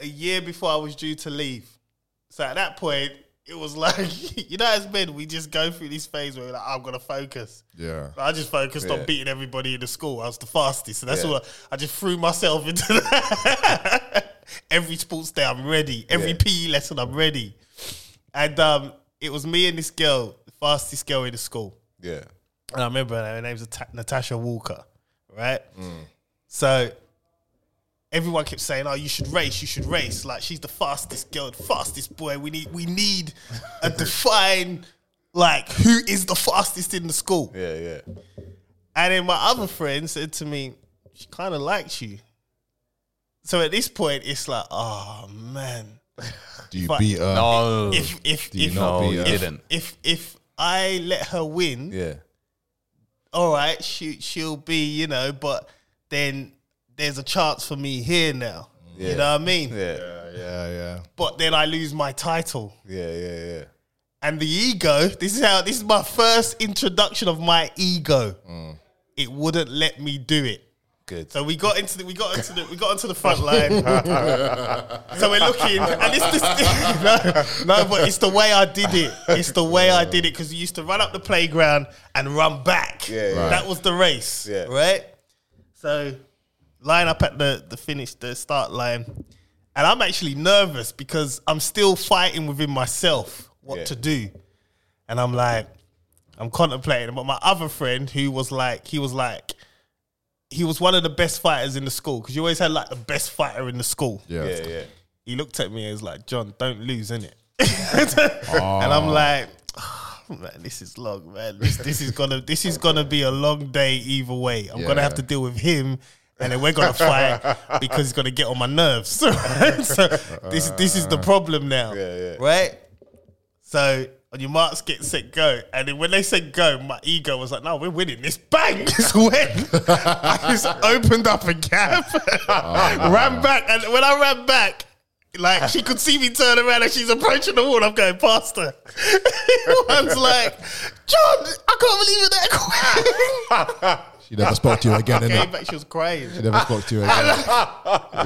a year before I was due to leave. So at that point, it was like, you know, as men, we just go through this phase where we're like, I'm gonna focus.
Yeah.
I just focused on
Yeah.
beating everybody in the school. I was the fastest, so that's
Yeah.
all. I, I just threw myself into that. every sports day. I'm ready. Every
Yeah.
PE lesson, I'm ready. And um, it was me and this girl, the fastest girl in the school.
Yeah.
And I remember her name's Nata- Natasha Walker, right?
Mm.
So everyone kept saying, "Oh, you should race, you should race." Like she's the fastest girl, the fastest boy. We need, we need a defined like who is the fastest in the school.
Yeah, yeah.
And then my other friend said to me, she kind of likes you. So at this point, it's like, oh man,
Do you
Fuck.
beat her?
No.
if if
Do you
if
not
no,
be
you
a-
didn't.
if if I let her win,
Yeah.
all right, she she'll be, you know, but then there's a chance for me here now. You
Yeah.
know what I mean?
Yeah.
Yeah, yeah.
But then I lose my title.
Yeah, yeah, yeah.
And the ego, this is how this is my first introduction of my ego.
Mm.
It wouldn't let me do it.
Good.
So we got into the, we got into the, we got onto the front line. so we're looking, and it's this, no, no, but it's the way I did it. It's the way I did it because you used to run up the playground and run back.
Yeah, yeah.
that was the race,
Yeah.
right? So line up at the the finish, the start line, and I'm actually nervous because I'm still fighting within myself what
Yeah.
to do, and I'm like, I'm contemplating. But my other friend, who was like, he was like, he was one of the best fighters in the school because you always had like the best fighter in the school.
Yeah.
yeah, yeah.
He looked at me and was like, "John, don't lose, innit?"
Ah,
And I'm like, "Ah, "Man, this is long, man. This, this is gonna this is gonna be a long day either way. I'm gonna have
Yeah.
to deal with him." And then we're gonna fight because he's gonna get on my nerves. so this this is the problem now,
yeah.
right? So on your marks, get set, go. And then when they said go, my ego was like, "No, we're winning this." Bang! Just win. I just opened up a gap, ran back, and when I ran back. Like she could see me turn around and she's approaching the wall. I'm going past her. One's like, John, I can't believe you're that
She never spoke to you again,
quick. Came
innit?
back, she was crying,
She never spoke to you again.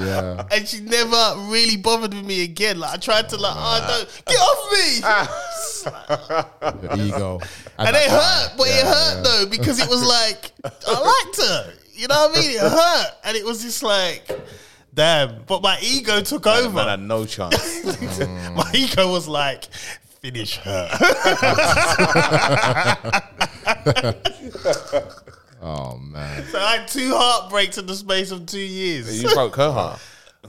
yeah.
and she never really bothered with me again. Like I tried to like, oh, don't get off me.
Your ego.
And it hurt, but it hurt though because it was like I liked her. You know what I mean? It hurt, and it was just like, damn. But my ego took over.
Man had no chance.
my ego was like, finish her.
Oh man.
So I had two heartbreaks in the space of two years.
You broke her heart.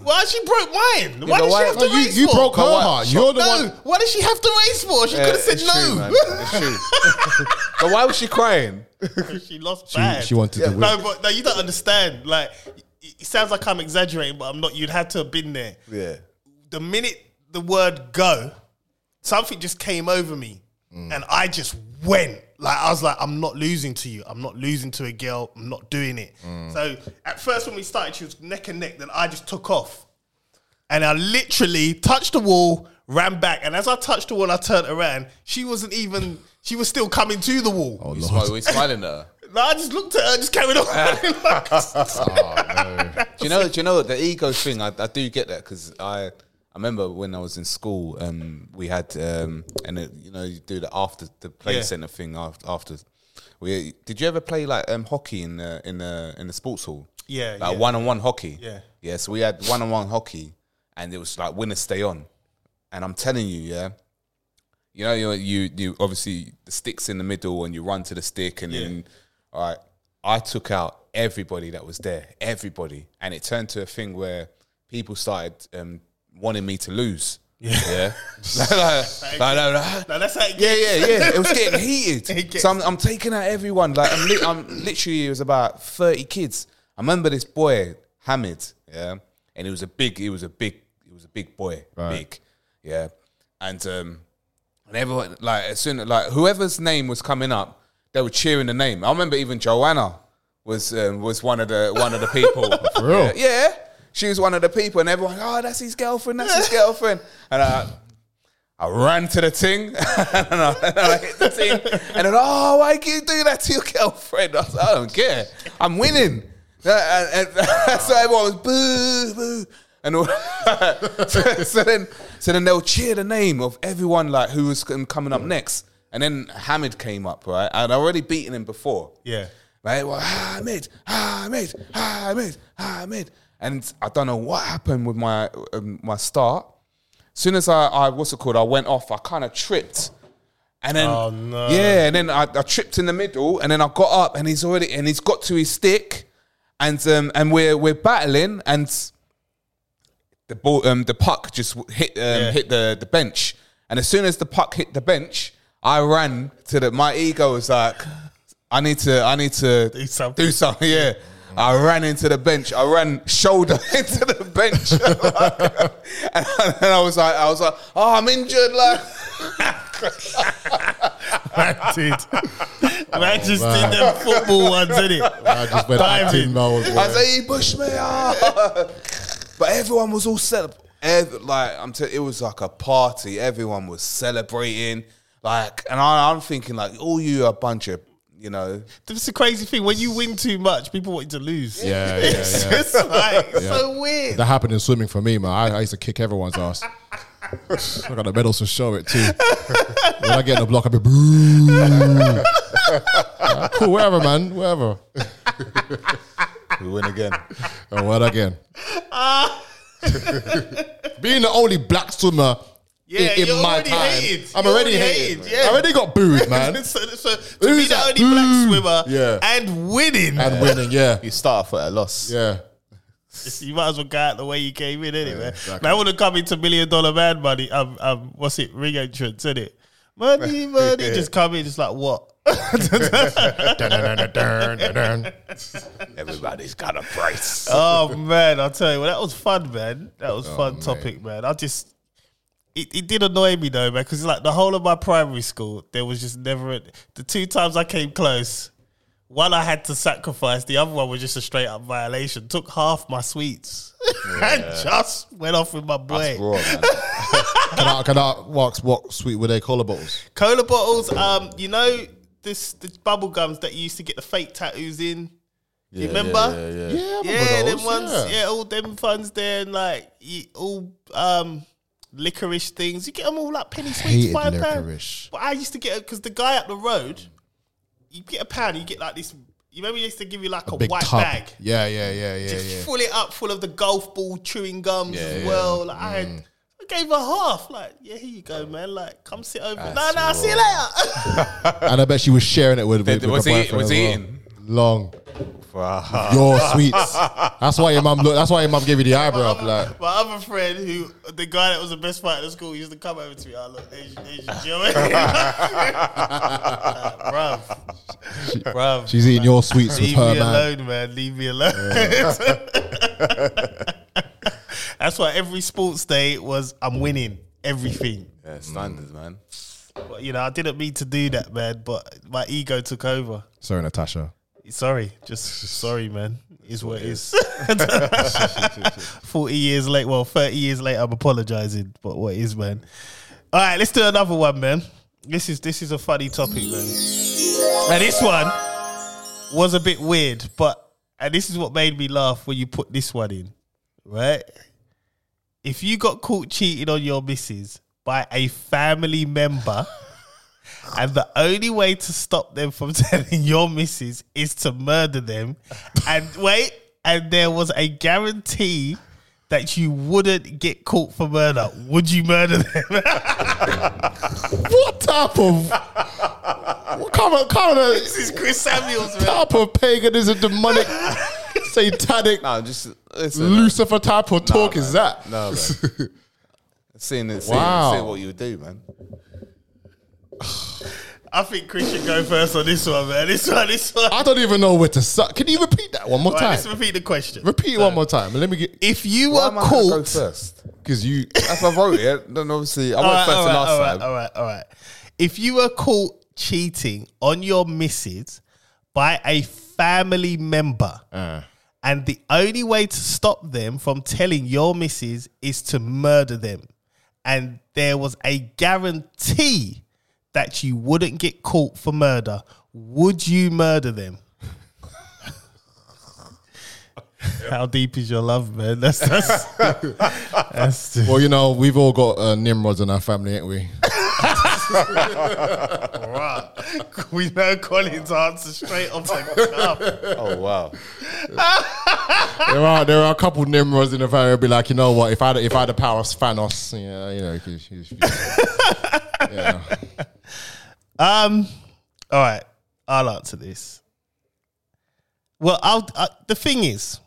Why she broke mine? why
but
did she
why-
have to
no,
oh, You,
race
you
for?
broke her
But what-
heart. You're the
no,
one.
why did she have to race for? She could have said
it's True, man.
no.
It's true. but why was she crying?
she lost
She,
bad.
she wanted to win.
No, but no, you don't understand. Like, it- it sounds like I'm exaggerating, but I'm not. You'd have to have been there.
Yeah.
The minute the word "go," something just came over me, and I just went. Like I was like, I'm not losing to you. I'm not losing to a girl. I'm not doing it. So at first, when we started, she was neck and neck. Then I just took off, and I literally touched the wall, ran back, and as I touched the wall, I turned around. She wasn't even. She was still coming to the wall.
We smile- we smiling at her.
No, I just looked at her, just carried on.
Do you know? Do you know the ego thing? I, I do get that because I I remember when I was in school, um, we had um, and it, you know you do the after the play
Yeah.
center thing after after. We did you ever play like um hockey in the in the in the sports hall?
Yeah,
like
yeah.
one on one hockey.
Yeah.
yeah. So we had one on one hockey, and it was like winners stay on. And I'm telling you, yeah, you know, you you you obviously the sticks in the middle, and you run to the stick, and then all right, I took out everybody that was there, everybody, and it turned to a thing where people started um, wanting me to lose. Yeah, yeah. like, like, like, like,
no, that's how it
yeah,
gets.
yeah, yeah. It was getting heated.
It gets-
so I'm, I'm taking out everyone. Like I'm, li- I'm literally, it was about thirty kids. I remember this boy Hamid, yeah, and he was a big, he was a big, he was a big boy, big, yeah, and um, and everyone like as soon like whoever's name was coming up, they were cheering the name. I remember even Joanna was um, was one of the one of the people. For
real?
Yeah, yeah. she was one of the people, and everyone, oh, that's his girlfriend, that's his girlfriend, and I. I ran to the thing and, I, and I hit the thing and then, oh, why can you do that to your girlfriend? I, was like, I don't care. I'm winning. Uh, And- and- and so everyone was boo, boo. And all, so, so then so then they'll cheer the name of everyone like who was coming up next. And then Hamid came up, right? I'd already beaten him before.
Yeah.
Right? Well, Hamid, Hamid, Hamid, Hamid. And I don't know what happened with my um, my start. Soon as I, I what's it called? I went off. I kind of tripped, and then
Oh, no.
yeah, and then I, I tripped in the middle, and then I got up, and he's already and he's got to his stick, and um and we're we're battling, and the ball um the puck just w- hit um, hit the the bench, and as soon as the puck hit the bench, I ran to the my ego was like, I need to I need to
Do something.
do something, yeah. I ran into the bench. I ran shoulder into the bench, and, I, and I was like, I was like, oh, I'm injured, like.
Man, did. Man just did them football ones, innit?
I just went
Diving.
acting mode.
I say he pushed me out. but everyone was all celeb. ev- like I'm, t- it was like a party. Everyone was celebrating. Like, and I, I'm thinking, like, all you are a bunch of, you know,
This is the crazy thing. When you win too much, people want you to lose.
Yeah, yeah,
It's
yeah.
just like so weird.
That happened in swimming for me, man. I, I used to kick everyone's ass. I got the medals to show it too. when I get in the block, I be boo. Uh, cool, wherever, man, wherever.
we win again.
And what again? Being the only black swimmer
Yeah,
in, in
you're
my
already
time,
hated.
I'm
You're
already
already
hated.
hated, yeah.
I already got booed, man,
so, so to
Who's
be the
that?
only black
Ooh.
swimmer
Yeah.
and winning,
and winning. Yeah,
You start off at a loss.
yeah.
you might as well go out the way you came in, innit, man? Man would have come into Million Dollar Man money, um, um, what's it, ring entrance, innit? Money, money, just come in, just like, what?
Dun, dun, dun, dun, dun, dun.
Everybody's got a price.
oh man, I'll tell you, well, that was fun, man. That
Oh,
was fun topic, man. I just it, it did annoy me though, man, because like the whole of my primary school, there was just never a, the two times I came close. One I had to sacrifice, the other one was just a straight up violation. Took half my sweets and just went off with my boy.
Raw, man.
Can I, can I what, what sweet were they cola bottles?
Cola bottles, um, you know this the bubble gums that you used to get the fake tattoos in. you remember?
Yeah, I remember
Yeah,
those,
them ones. Yeah. all them funds there, and like you, all um licorice things. You get them all like penny sweets,
Hated
five pound.
licorice.
But I used to get because the guy up the road, you get a pound, you get like this. You remember he used to give you like a,
Big
white
tub.
bag.
Yeah, yeah, yeah, yeah,
Just
yeah. Mm.
fill it up full of the golf ball chewing gums as well. Like I had, I gave her half. Like, yeah, here you go, man. Like, come sit over. Nah, nah, see you later.
And I bet she was sharing it with. with, with
was
her
he-
boyfriend
was
as
he
well.
eating?
Long.
Wow.
Your sweets. That's why your mum. Look, that's why your mum gave you the eyebrow up. Like,
My other friend, who the guy that was the best fighter at school, used to come over to me. I look, there's, there's your Joey. bruv, bruv,
she's eating your sweets with
leave me
her man.
alone, man. Leave me alone. That's why every sports day was I'm winning everything.
Yeah, standards, man.
But, you know, I didn't mean to do that, man. But my ego took over.
Sorry, Natasha.
Sorry, just sorry, man. Is what it is. Forty years late, well, thirty years later, I'm apologizing, but what it is, man. All right, let's do another one, man. This is this is a funny topic, man. And this one was a bit weird, but and this is what made me laugh when you put this one in, right? If you got caught cheating on your missus by a family member. And the only way to stop them from telling your missus is to murder them. And wait, and there was a guarantee that you wouldn't get caught for murder. Would you murder them?
What type of what kind of kind of
this is Chris Samuels, man.
type of paganism, demonic, satanic,
No, just listen.
Lucifer type of talk
man.
is that?
No, man. seeing it, seeing,
Wow.
seeing what you do, man.
I think Chris should go first on this one, man. This one, this one.
I don't even know where to suck. Can you repeat that one more
Right,
time?
let's repeat the question.
Repeat it one more time. and Let me get
If you
Why
were
am I gonna go
caught.
first?
because you.
If I wrote it, then obviously I went
All right,
first
all
and
right,
last
all right,
time.
all right, all right. If you were caught cheating on your missus by a family member,
Uh.
and the only way to stop them from telling your missus is to murder them, and there was a guarantee that you wouldn't get caught for murder, would you murder them? How deep is your love, man? That's that's, that's
Well, you know, we've all got uh, Nimrods in our family, ain't we?
Bruh. We know Colin's answer straight off the cuff.
Oh wow.
there are there are a couple Nimrods in the family. Who'd be like, you know what? If I had, if I had the power of Thanos, yeah, you know, you could- you could- yeah.
Um, all right, I'll answer this. Well, I'll. Uh, the thing is,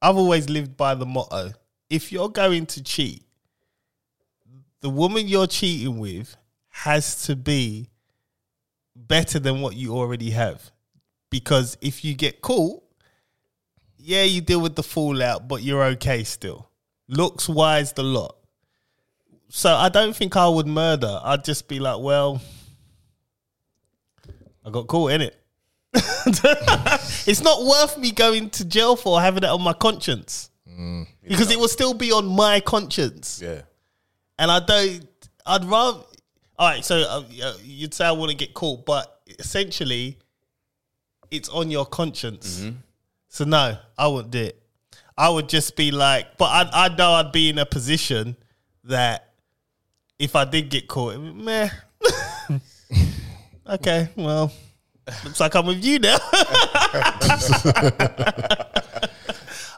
I've always lived by the motto: if you're going to cheat, the woman you're cheating with has to be better than what you already have, because if you get caught, yeah, you deal with the fallout, but you're okay still. Looks wise, the lot. So I don't think I would murder. I'd just be like, well, I got caught in it. it's not worth me going to jail for having it on my conscience because it will still be on my conscience,
Yeah.
and I don't. I'd rather. All right, so uh, yeah, you'd say I wouldn't get caught, but essentially, it's on your conscience. So no, I wouldn't do it. I would just be like, but I, I know I'd be in a position that if I did get caught, it'd be, meh. okay, well, looks like I'm with you now.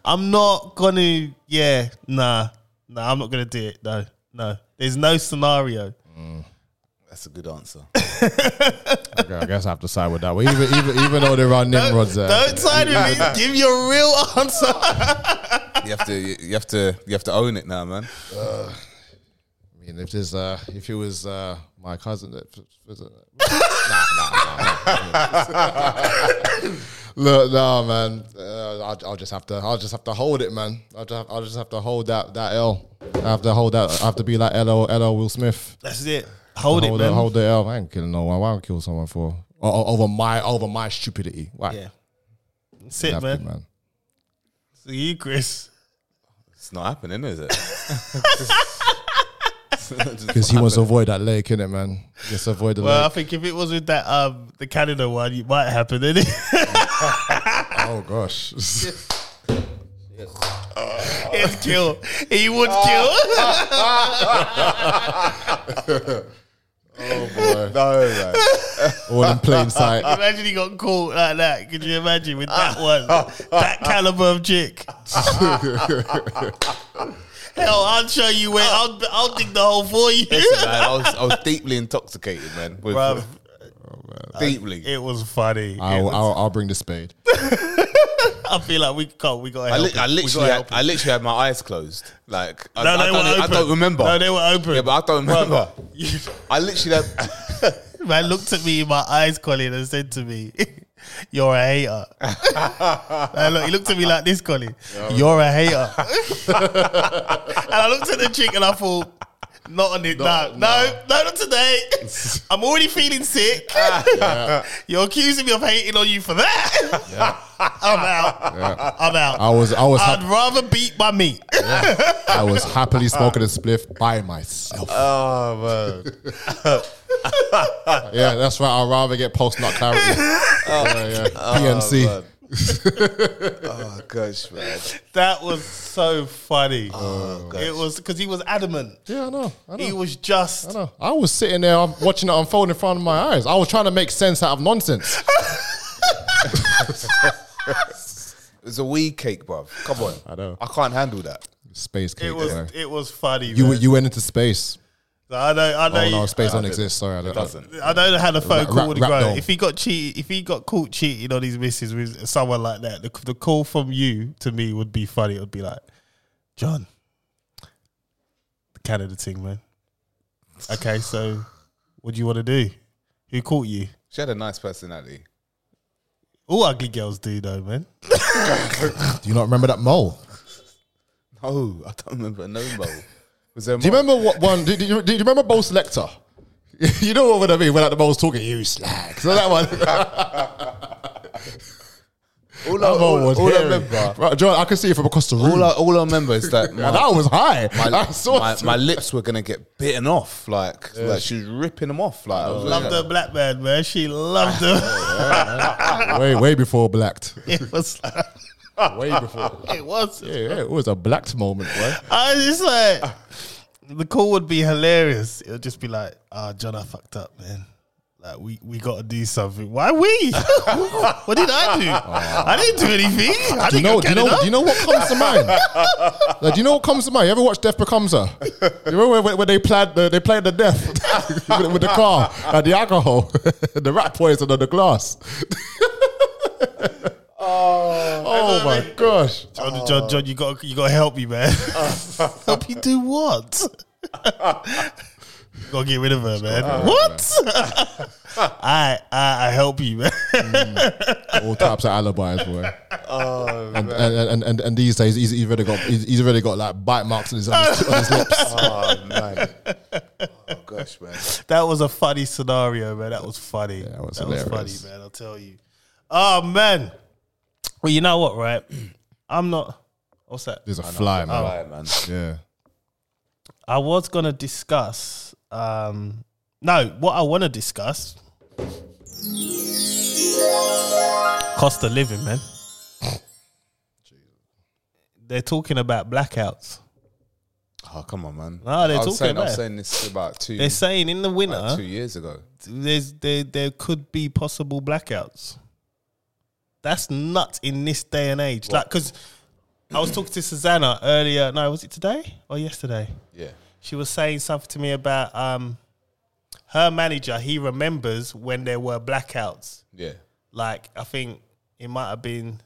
I'm not gonna, yeah, nah, nah, I'm not gonna do it. No, no, there's no scenario.
That's a good answer.
Okay, I guess I have to side with that. one. even even even though there are Nimrods there,
Don't sign with me. Give your real answer.
you have to, you have to, you have to own it now, man.
I mean, if there's uh, if it was uh, my cousin that was it- Look, no, man. Uh, I'll, I'll just have to. I'll just have to hold it, man. I'll just have, I'll just have to hold that that L. I have to hold that. I have to be like LL, LL Will Smith.
That's it. Hold,
hold
it,
the,
man.
hold the L. I ain't killing no one. Why would I kill someone for o- o- over my over my stupidity? Why?
Yeah, that's it,
Have to,
man.
man.
So you, Chris.
It's not happening, is it?
Because he wants to avoid that lake, innit, man? Just avoid the
Well, Uh, I
lake.
think if it was with that um the Canada one, it might happen. Isn't it?
Oh gosh.
He'd kill. He would kill.
Boy.
no, man.
All in plain sight.
imagine he got caught like that. Could you imagine with that one, that caliber of chick? Hell, I'll show you where. I'll, I'll dig the hole for you.
Listen, man, I, was, I was deeply intoxicated, man. with-
Bruv,
deeply.
it was funny. It
I'll,
was-
I'll, I'll bring the spade.
I feel like we can't. We got to
I, li-
help. him.
I
We
literally,
gotta
had,
help him.
I literally had my eyes closed. Like, I,
No,
I,
they
don't,
were
I
open.
don't remember.
No, they were open.
yeah, but I don't
Bruv,
remember.
you-
I literally had.
Man looked at me in my eyes, Colin, and said to me, You're a hater. Man, look, he looked at me like this, Colin. You're a hater. and I looked at the chick and I thought, not on it. No, no, no, not today. I'm already feeling sick. You're accusing me of hating on you for that. I'm out. I'm out.
I was I was
I'd
hap-
rather beat my meat.
I was happily smoking a spliff by myself.
oh, man.
Yeah, that's right. I'd rather get post nut clarity.
Oh,
yeah, yeah. PNC.
Oh, gosh, man. Oh,
That was so funny.
gosh.
it was because he was adamant.
yeah, I know. I know.
He was just
I know. I was sitting there I'm watching it unfold in front of my eyes. I was trying to make sense out of nonsense.
It was a weed cake, bruv. Come on.
I know.
I can't handle that.
Space cake.
It was
man.
it was funny.
you
man.
you went into space.
I know I know
Oh
you-
no, space
I
don't
did.
exist. Sorry, I don't.
Uh-uh.
Doesn't.
I know how the phone
Rap-
call would
rap- rap
grow.
dog.
If he got cheat, if he got caught cheating on his missus with someone like that, the, the call from you to me would be funny. It would be like, John, the Canada thing, man. Okay, so what do you want to do? Who caught you?
She had a nice personality.
All ugly girls do though, man.
Do you not remember that mole?
No, I don't remember. No, Mo. Was there a
Do you
Mo?
remember what one? Do, do, you, do you remember Bo Selector? you know what I mean? When like the Bo's talking, you slag. So that one, that
All I,
one
all,
was
all I
hairy.
remember.
Right, John, I could see it from across the room.
All I, all I remember is that my,
and I was high.
my,
I saw
my,
it.
my lips were gonna get bitten off. Like, like she was ripping them off. Like, I was
Loved
like,
her black man, man. She loved him.
way, way before blacked.
it was
Way before.
it was.
Yeah, yeah, it was a blacked moment, boy.
I was just like, the call would be hilarious. It would just be like, ah, John, I fucked up, man. Like, we, we got to do something. Why we? what did I do? I didn't do anything. I
Ah. Do you
didn't
know?
know,
Oh, Do you know? Do you know what comes to mind? like, do you know what comes to mind? You ever watch Death Becomes Her? You remember when, when they played the they played the death with, with the car and the alcohol, the rat poison on the glass. oh, my gosh!
John, John, John, you got you got to help me, man. help you do what? Got to get rid of her, man. What? I, I I help you, man.
All types of alibis, boy. and, and, and, and and these days he's, he's already got he's, he's already got like bite marks on his, on his, on his lips.
oh man, oh gosh, man.
That was a funny scenario, man. That was funny.
that was
that
hilarious.
was funny, man. I'll tell you. Oh man. Well, you know what, right? I'm not. What's that?
There's a fly, man.
Right, man.
Yeah.
I was gonna discuss. Um, no, what I want to discuss. Cost of living, man. They're talking about blackouts.
Oh come on, man.
No,
I
they're
was
talking
saying, I
about it.
was saying this about two,
They're saying in the winter,
two years ago.
there's there there could be possible blackouts. That's nuts in this day and age. Like 'cause Like, because I was talking to Susanna earlier. No, was it today or yesterday?
Yeah.
She was saying something to me about um, her manager. He remembers when there were blackouts.
Yeah.
Like, I think it might have been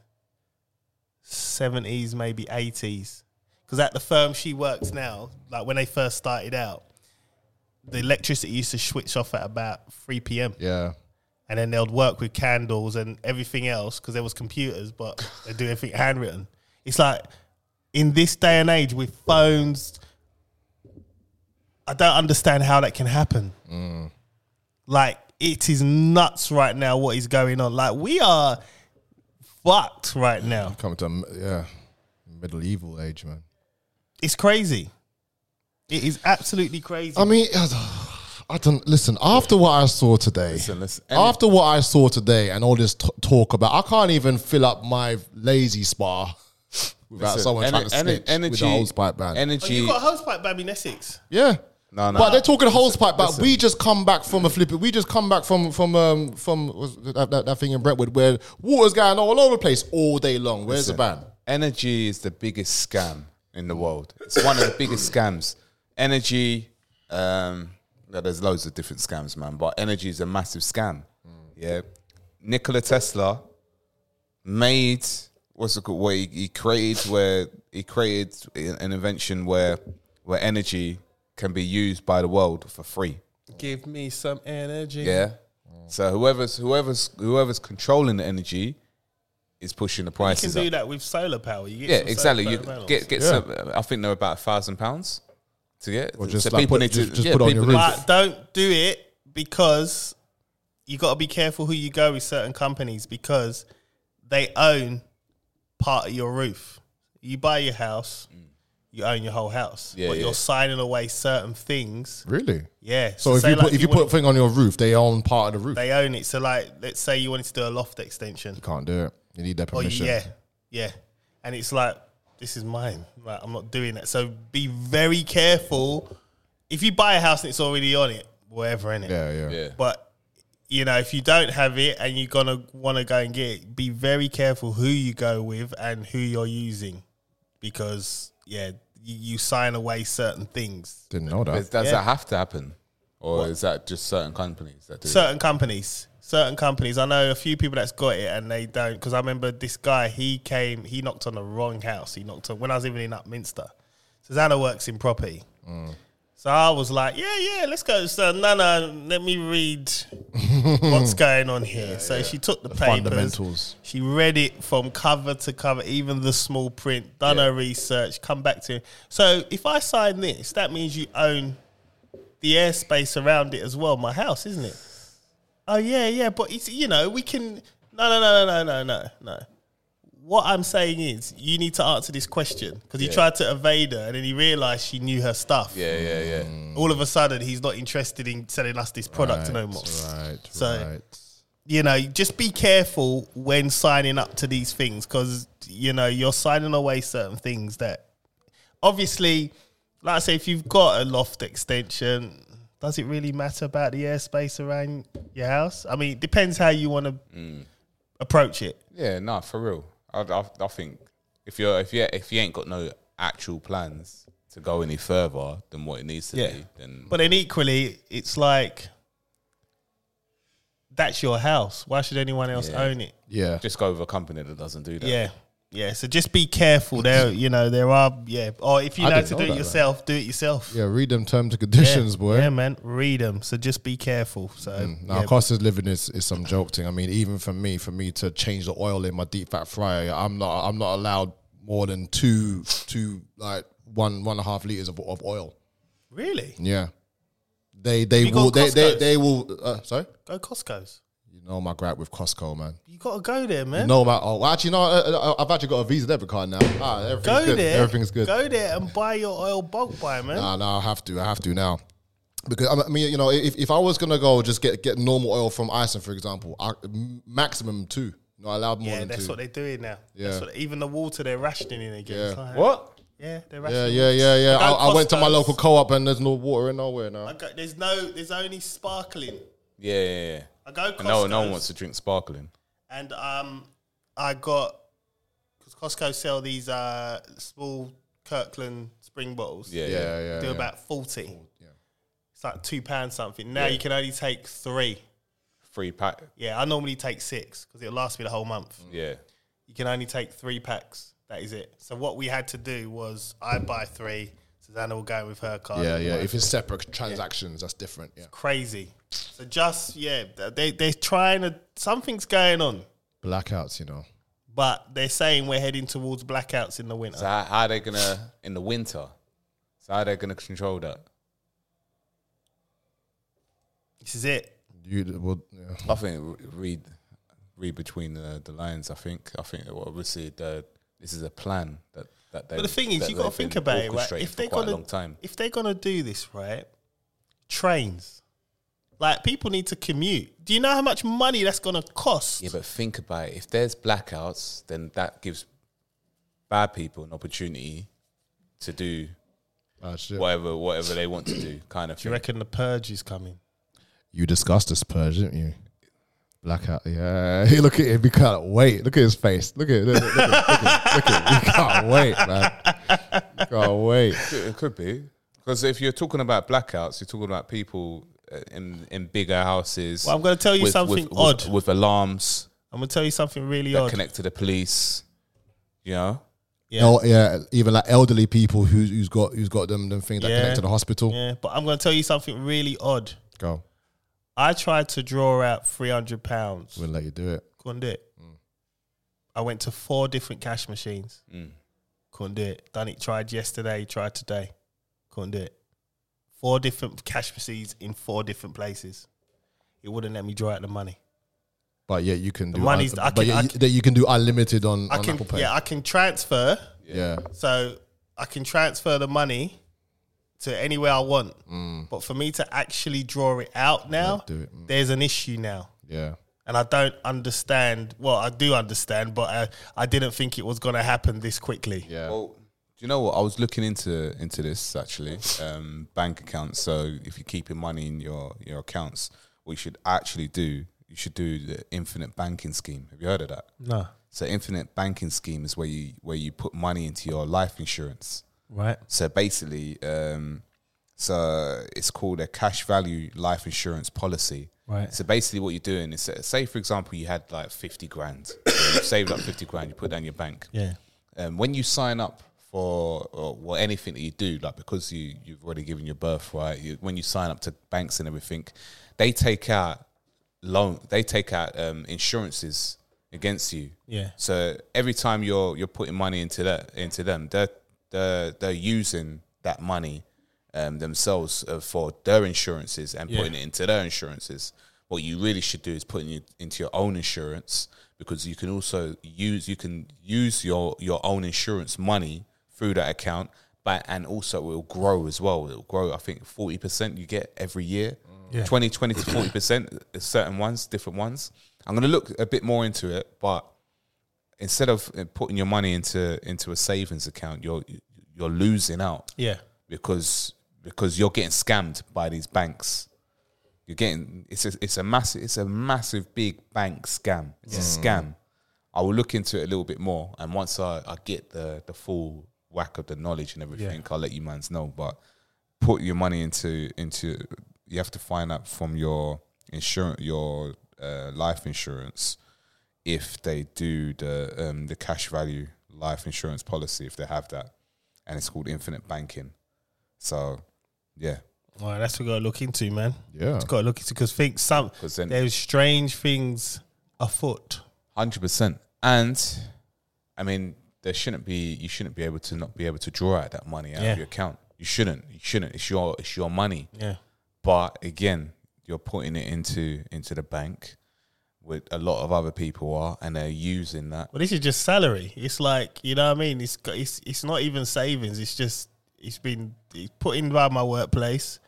seventies, maybe eighties. Because at the firm she works now, like when they first started out, the electricity used to switch off at about three p.m
Yeah.
and then they'd work with candles and everything else because there was computers, but they do everything handwritten. It's like in this day and age with phones, I don't understand how that can happen.
Mm.
Like it is nuts right now what is going on. Like we are fucked right now.
Come to yeah, medieval age, man.
It's crazy. It is absolutely crazy.
I mean, I don't listen. After what I saw today,
Listen, listen. Any-
after what I saw today, and all this t- talk about, I can't even fill up my lazy spa without
Listen,
someone
ener-
trying to
ener-
snitch with the hose pipe ban.
But
Energy.
you got a hosepipe bam in Essex.
yeah.
No, no.
But they're talking hose pipe, but we just come back from a flipping. We just come back from from um, from was that, that, that thing in Brentwood where water's going all over the place all day long. Where's the ban?
Energy is the biggest scam in the world. It's one of the biggest scams. Energy, um, no, there's loads of different scams, man, but energy is a massive scam. Yeah. Nikola Tesla made what's it called? Where he, he created where he created an an invention where where energy can be used by the world for free.
Give me some energy.
Yeah. So whoever's whoever's whoever's controlling the energy is pushing the
You can
prices
do
up.
that with solar power. You get
Yeah,
some
exactly.
solar
You
panels.
get get some. I think they're about a thousand pounds to get.
Or
so
just like
people
put-
need to
just- just put it on
people
your
need
roof.
to-
But don't do it because you got to be careful who you go with certain companies because they own part of your roof. You buy your house, you own your whole house,
Yeah,
but
yeah.
you're signing away certain things.
Really?
Yeah.
So, if
say
you
like
put if you put a
wanted-
thing on your roof, they own part of the roof.
they own it. So like, let's say you wanted to do a loft extension.
You can't do it. You need their
Or you-
permission.
yeah, yeah, and it's like this is mine. Like I'm not doing that. So be very careful. If you buy a house and it's already on it, whatever in it.
Yeah, yeah.
Yeah.
But you know, if you don't have it and you're gonna want to go and get it, be very careful who you go with and who you're using, because yeah, you, you sign away certain things.
Didn't know
Does,
that.
does that have to happen, or is that just certain companies that do? it?
Certain companies, certain companies. I know a few people that's got it and they don't. Because I remember this guy, he came, he knocked on the wrong house. He knocked on when I was even in Upminster. Susanna works in property. So I was like, yeah, yeah, let's go. So no, no, let me read what's going on here. so she took the, papers,
fundamentals.
She read it from cover to cover, even the small print. Done her research. Come back to. So if I sign this, that means you own the airspace around it as well. My house, isn't it? Oh yeah, yeah. But it's you know we can. No, no, no, no, no, no, no, no. What I'm saying is, you need to answer this question because he tried to evade her, and then he realised she knew her stuff
Yeah, yeah, yeah.
all of a sudden he's not interested in selling us this product no more.
Right.
So-
right.
You know, just be careful when signing up to these things because you know you're signing away certain things that obviously, like I say, if you've got a loft extension. Does it really matter about the airspace around your house? I mean, it depends how you want to
Mm.
approach it.
Yeah, nah, for real. I, I, I think if you're if you if you ain't got no actual plans to go any further than what it needs to
Yeah.
be, then
But then equally, it's like that's your house. Why should anyone else own it?
Yeah.
just go with a company that doesn't do that.
Yeah. Yeah, so just be careful there. You know there are yeah, or if you
I
know
didn't
to
know
do it
that,
yourself, do it yourself.
Yeah. Read them terms and conditions, boy.
Yeah, man, read them. So just be careful. So
Now,
yeah.
cost of living is, is some joke thing. I mean, even for me, for me to change the oil in my deep fat fryer, I'm not I'm not allowed more than two two like one one and a half liters of, of oil.
really
Yeah, they they
You got
will they, they
Costco's?
they will. Uh, sorry,
go Costco's.
you know my gripe with Costco, man.
You gotta go there, man.
No, my oh, well, actually, no. uh, uh, I've actually got a Visa debit card now. Ah, everything's
go
good.
there.
Everything's good.
Go there and buy your oil bulk buy, man.
Nah, nah, I have to. I have to now. Because I mean, you know, if, if I was gonna go just get, get normal oil from Iceland, for example, I, m- maximum two. No, I allowed more
yeah,
than
that's
two.
what they're doing now.
Yeah.
That's what, even the water they're rationing in again. It's like,
What?
Yeah,
yeah,
they're rationing.
yeah, yeah, yeah. I,
Go
I went to my
Costco's.
local co-op and there's no water in nowhere now.
I go, there's no. There's only sparkling.
Yeah, yeah, yeah.
I go. Costco's.
And No, no one wants to drink sparkling.
and um, I got because Costco sell these uh small Kirkland spring bottles.
Yeah,
Yeah,
yeah.
yeah. yeah,
do about forty. It's like two pounds something. Now you can only take three.
Free pack.
Yeah, I normally take six because it'll last me the whole month.
Yeah,
You can only take three packs. That is it. So what we had to do was I buy three. Susanna will go with her card.
yeah, yeah. If it's separate transactions, that's different. Yeah,
Crazy. So just yeah, they they're trying to something's going on,
blackouts, you know.
but they're saying we're heading towards blackouts in the winter.
So how, how are they gonna in the winter? So how are they gonna control that?
This is it.
You well, yeah.
I think re- read read between the, the lines. I think I think that obviously the, this is a plan that that they.
But the thing is,
that
you got to
they've been
think about it, right?
orchestrating
If
for
they're
quite
gonna,
a long time,
if they're gonna do this, right? Trains, like people need to commute. Do you know how much money that's gonna cost?
yeah. But think about it. If there's blackouts, then that gives bad people an opportunity to do
Ah, shit.
whatever whatever they want to do, kind of
Do you
thing.
reckon the purge is coming?
You discussed this purge, didn't you? Blackout. Yeah. Hey, look at him. He can't wait. Look at his face. Look at it. Look, at- look, at- look, at- look at- He can't wait, man. Oh wait.
It could be because if you're talking about blackouts, you're talking about people uh, in in bigger houses.
Well, I'm gonna tell you
with-
something
with-
odd.
with, with alarms
I'm gonna tell you something really
that
odd.
connect to the police. You know,
Yeah.
Oh yeah, even like elderly people who's who's got who's got them them things that
Yeah.
connect to the hospital.
Yeah, but I'm gonna tell you something really odd.
Go.
I tried to draw out three hundred pounds.
Wouldn't let you do it.
Couldn't do it. I went to four different cash machines. Couldn't do it. Done it. Tried yesterday. Tried today. Couldn't do it. Four different cash machines in four different places. It wouldn't let me draw out the money.
But yeah, you can do.
money's-
un-
I can-
but yeah,
I
you-
can-
that you can do unlimited on,
I
on
can.
Apple Pay.
Yeah, I can transfer.
yeah.
So I can transfer the money to anywhere I want. But for me to actually draw it out now,
do it. Mm.
there's an issue now.
yeah.
And I don't understand. Well, I do understand, but I, I didn't think it was going to happen this quickly.
Yeah.
Well, do you know what? I was looking into into this actually, um, bank accounts. So if you're keeping money in your your accounts, what you should actually do, you should do the infinite banking scheme. Have you heard of that?
No.
So infinite banking scheme is where you where you put money into your life insurance.
Right.
So basically, um, so it's called a cash value life insurance policy.
Right.
So basically, what you're doing is uh, say, for example, you had like fifty grand, you saved up fifty grand, you put down your bank
Yeah.
um, when you sign up for or, well anything that you do, like because you you've already given your birth right, you, when you sign up to banks and everything, they take out loan, they take out um, insurances against you.
Yeah.
So every time you're you're putting money into that into them, they're they're, they're using that money um, themselves uh, for their insurances and
Yeah.
putting it into their insurances. What you really should do is putting it into your own insurance because you can also use you can use your your own insurance money through that account, but and also it will grow as well. It will grow. I think forty percent you get every year.
Yeah.
20, 20 to forty percent, uh, certain ones, different ones. I'm gonna look a bit more into it, but instead of uh, putting your money into into a savings account, you're you're losing out
Yeah.
because because you're getting scammed by these banks. You're getting it's a it's a massive it's a massive big bank scam. It's a scam. I will look into it a little bit more, and once I, I get the the full whack of the knowledge and everything, I'll let you mans know. But put your money into into you have to find out from your insurance your uh, life insurance if they do the um, the cash value life insurance policy if they have that, and it's called infinite banking. So yeah,
All right. That's what we got to look into, man.
Yeah.
Got to look into because think some
'Cause then-
there's strange things afoot.
hundred percent. And I mean, there shouldn't be you shouldn't be able to not be able to draw out that money out
Yeah.
of your account. You shouldn't. You shouldn't. It's your it's your money.
Yeah.
But again, you're putting it into into the bank, with a lot of other people are, and they're using that.
Well, this is just salary. It's like you know what I mean. It's got- it's it's not even savings. It's just it's been it's put in by my workplace,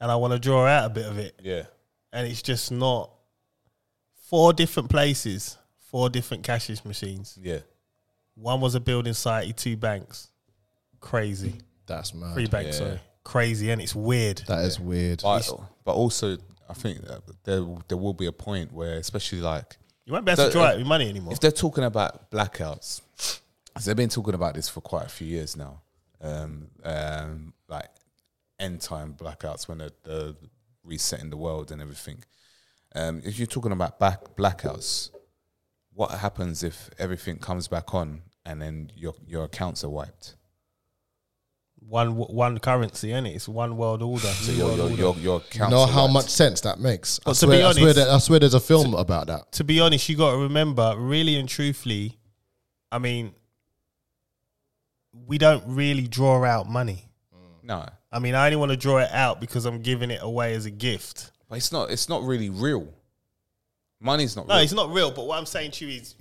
and I want to draw out a bit of it.
Yeah.
And it's just not four different places, four different cashless machines.
Yeah.
One was a building society, two banks, crazy,
That's mad.
three banks,
Yeah.
sorry, crazy, and it's weird.
That is weird.
But but also, I think that there there will be a point where, especially like
You won't be able
So,
to draw
uh,
out your money anymore.
if they're talking about blackouts, 'cause they've been talking about this for quite a few years now. Um, um, like end time blackouts when they're, they're resetting the world and everything. Um, if you're talking about back blackouts, what happens if everything comes back on and then your your accounts are wiped?
One one currency, and it's one world order.
So your your your, your accounts.
You know
are
how
wiped.
much sense that makes. I
But to
swear,
be
I swear,
honest-
that, I swear there's a film about that.
to be honest, you got to remember, really and truthfully, I mean, we don't really draw out money.
No,
I mean, I only want to draw it out because I'm giving it away as a gift.
but it's not. It's not really real. Money's not.
No,
real.
it's not real. But what I'm saying to you is,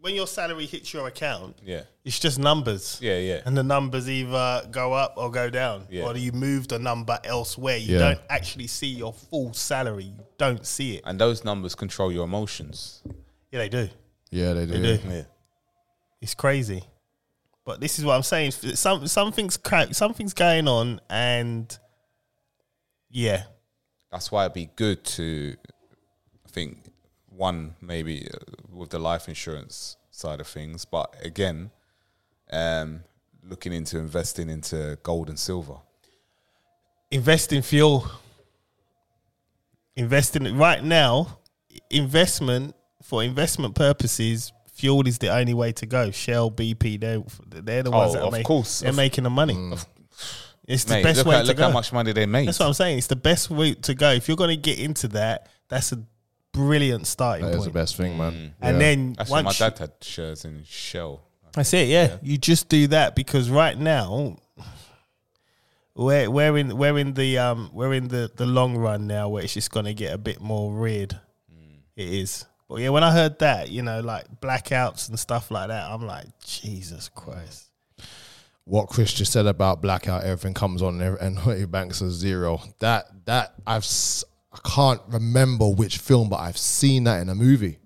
when your salary hits your account,
Yeah.
it's just numbers.
Yeah. Yeah.
And the numbers either go up or go down,
Yeah.
or you move the number elsewhere. You
Yeah.
don't actually see your full salary. You don't see it.
and those numbers control your emotions.
Yeah, they do.
Yeah, they do.
They do.
Yeah.
It's crazy. But this is what I'm saying. Some something's cra- something's going on, and yeah,
That's why it'd be good to, I think, one maybe uh, with the life insurance side of things, but again, um, looking into investing into gold and silver?
invest in fuel. Invest in right now.
Oh,
Investment for investment purposes, fuel is the only way to go. Shell, BP, they they're the ones
Oh,
that are
of
make-
course.
they're
Of- Mm,
making the money. It's the
Mate,
best
look
way
at,
to
look
go.
how much money they make.
That's what I'm saying. It's the best route to go. If you're going to get into that, that's a brilliant starting
That is the
point.
best thing, man.
Mm. And then
That's why my
once you-
dad had shares in Shell.
That's it, yeah. You just do that because right now we're we're in we're in the um we're in the, the long run now where it's just gonna get a bit more weird. It is. But yeah, when I heard that, you know, like blackouts and stuff like that, I'm like, Jesus Christ.
what Chris just said about blackout, everything comes on and and your banks are zero. That that I've s- I can't remember which film, but I've seen that in a movie.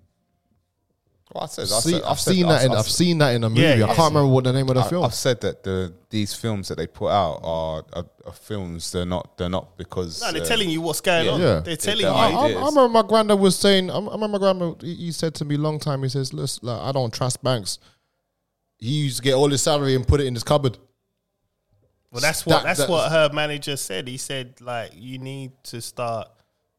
Well, I said, I
See,
said,
I've seen that. In, I've seen that in a movie.
Yeah, yeah,
I can't
yeah.
remember what the name of the
I-
film.
I've said that the these films that they put out are, are, are films. They're not. They're not because.
No, they're
uh,
telling you what's going
yeah.
on.
Yeah.
They're telling
Yeah.
I,
you.
Oh,
I, I
ideas.
remember my granddad was saying. I, I remember grandma. He, he said to me long time. He says, "Listen, like, I don't trust banks." He used to get all his salary and put it in his cupboard.
Well that's what
That-
that's
that-
what her manager said. He said, like, you need to start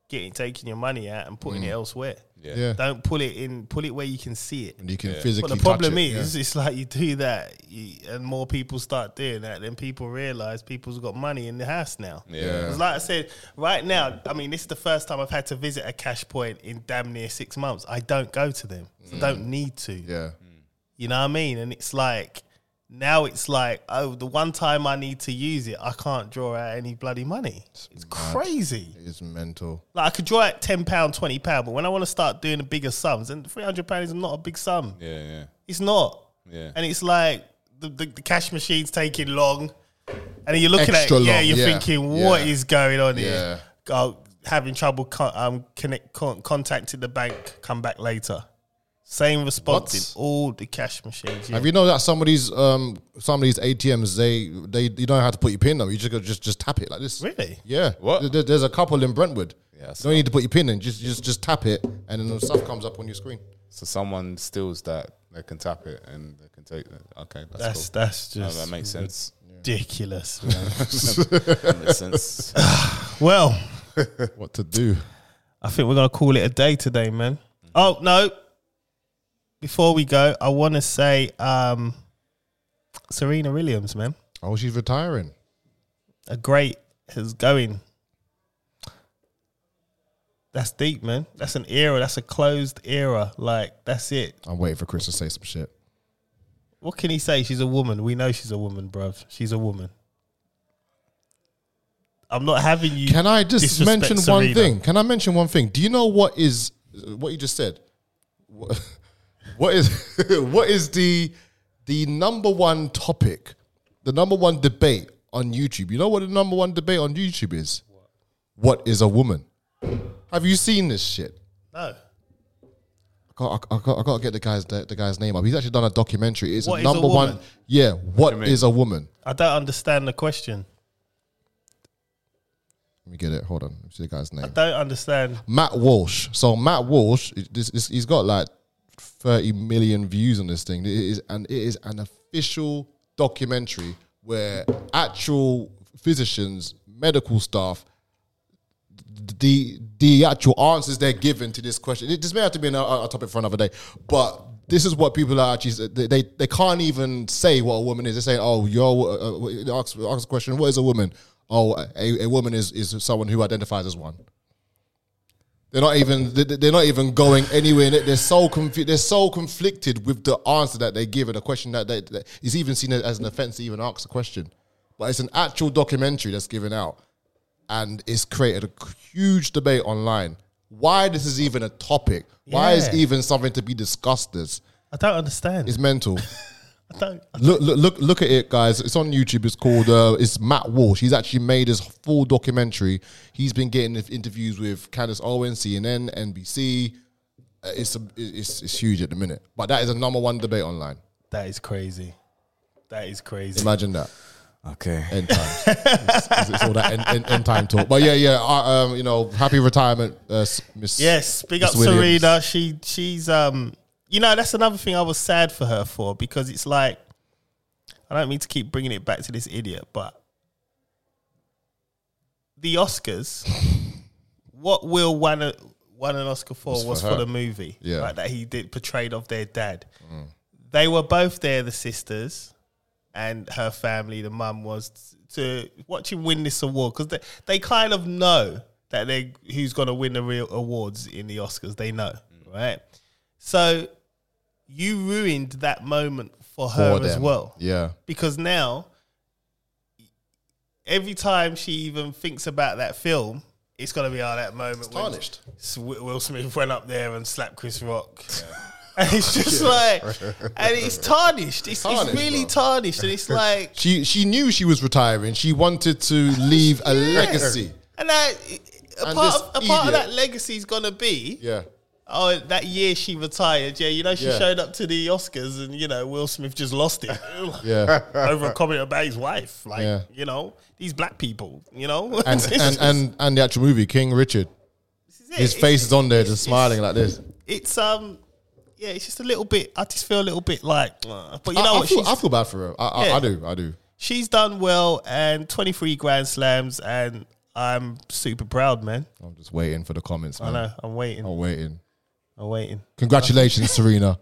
getting taking your money out and putting it
Mm.
elsewhere.
Yeah.
Yeah,
Don't pull it in pull it where you can see it.
and you can physically.
But the
touch
problem
it, yeah.
is, it's like you do that, you, and more people start doing that, then people realize people's got money in the house now.
Yeah.
'Cause like I said, right now, I mean, this is the first time I've had to visit a cash point in damn near six months. I don't go to them. I don't need to.
yeah,
You know what I mean? And it's like now it's like, oh, the one time I need to use it, I can't draw out any bloody money. It's crazy.
it's mental.
Like I could draw out ten pound, twenty pound, but when I want to start doing the bigger sums, and three hundred pound is not a big sum.
Yeah, yeah,
It's not.
yeah.
And it's like the, the, the cash machine's taking long. And then you're looking
Extra
at it, yeah,
long,
you're
yeah,
thinking, what is
yeah.
going on
Yeah.
here? Oh, having trouble con- um, connect, con- contacted the bank, come back later. Same response in all the cash machines. Yeah.
Have you know that some of these um some of these ATMs they they you don't have to put your pin though. You just go just just tap it like this.
really?
Yeah.
What?
There- there's a couple in Brentwood.
Yeah, I
you don't need to put your pin in. Just just just tap it, and then the stuff comes up on your screen.
So someone steals that, they can tap it and they can take it. Okay, that's,
That's
cool.
that's
No,
just
that makes sense.
ridiculous. man.
that makes sense.
well,
What to do?
I think we're gonna call it a day today, man.
Mm.
Oh no! Before we go, I want to say um, Serena Williams, man.
Oh, she's retiring.
a great is going. That's deep, man. That's an era. That's a closed era. Like that's it.
I'm waiting for Chris to say some shit.
What can he say? She's a woman. We know she's a woman, bruv. She's a woman. I'm not having you.
Can I just
disrespect
mention one
Serena.
thing? Can I mention one thing? Do you know what is what you just said? What, what is what is the the number one topic, the number one debate on YouTube? You know what the number one debate on YouTube is? what is a woman? Have you seen this shit?
No.
I got, I, got, I got to get the guy's the, the guy's name up. He's actually done a documentary. It's
What
a
is a
number one.
woman?
Yeah, what is a woman?
I don't understand the question.
Let me get it. Hold on. Let me see the guy's name.
I don't understand.
Matt Walsh. So Matt Walsh, this, this, he's got like 30 million views on this thing. It is an it is an official documentary where actual physicians, medical staff, the the actual answers they're given to this question. It- This may have to be an- a, a topic for another day, but this is what people are actually they they, they can't even say what a woman is. They say, "Oh, you're uh, uh, ask, ask a question. What is a woman? Oh, a, a woman is is someone who identifies as one." They're not even. they- They're not even going anywhere. They- They're so confused. They're so conflicted with the answer that they give and the question that, they, that is even seen as an offense to even ask the question. But it's an actual documentary that's given out, and it's created a huge debate online. Why this is even a topic? Why is
Yeah.
even something to be discussed? This
I don't understand.
is mental.
I don't.
Look, look, look, look at it, guys. It's on YouTube. It's called. Uh, it's Matt Walsh. He's actually made his full documentary. He's been getting interviews with Candace Owens, CNN, NBC. Uh, It's a, it's it's huge at the minute. But that is a number one debate online.
That is crazy. That is crazy.
Imagine that
okay.
end times. it's, it's- it's all that end, end, end time talk. But yeah, yeah. I, um, you know, happy retirement, uh, s- Miss.
Yes, big
Miss
up
Williams.
Serena. She she's um you know, that's another thing I was sad for her for because it's like I I don't mean to keep bringing it back to this idiot, but the Oscars, what Will won, a, won an Oscar for was, for,
her.
the movie
Yeah. Mm.
like, that he did portrayed of their dad. They were both there, the sisters and her family, the mum was to watch him win this award because they, they kind of know that they who's going to win the real awards in the Oscars. They know, right? So you ruined that moment for her
For
um, as
them.
well
Yeah.
because now every time she even thinks about that film, it's gonna be oh that moment when
tarnished.
S- Will Smith went up there and slapped Chris Rock. And it's just like, and it's tarnished. It's,
Tarnished,
it's really
bro.
tarnished, and it's like,
She she knew she was retiring. She wanted to leave a legacy.
and that a
And
part
this
of a part of
idiot.
that legacy is gonna be
Yeah.
Oh, that year she retired. Yeah, you know she
Yeah.
showed up to the Oscars, and you know Will Smith just lost it
Yeah.
over a comment about his wife. Like,
Yeah.
you know, these black people. You know,
And and, and and the actual movie, King Richard. His face is on there just smiling like this.
It's um, yeah, it's just a little bit. I just feel a little bit like, uh, but you know
I, I
what?
feel,
she's,
I feel bad for her. I, I,
Yeah.
I do. I do.
she's done well and twenty three Grand Slams, and I'm super proud, man.
I'm just waiting for the comments,
I
man.
know. I'm waiting.
I'm waiting.
I'm waiting.
Congratulations, Serena.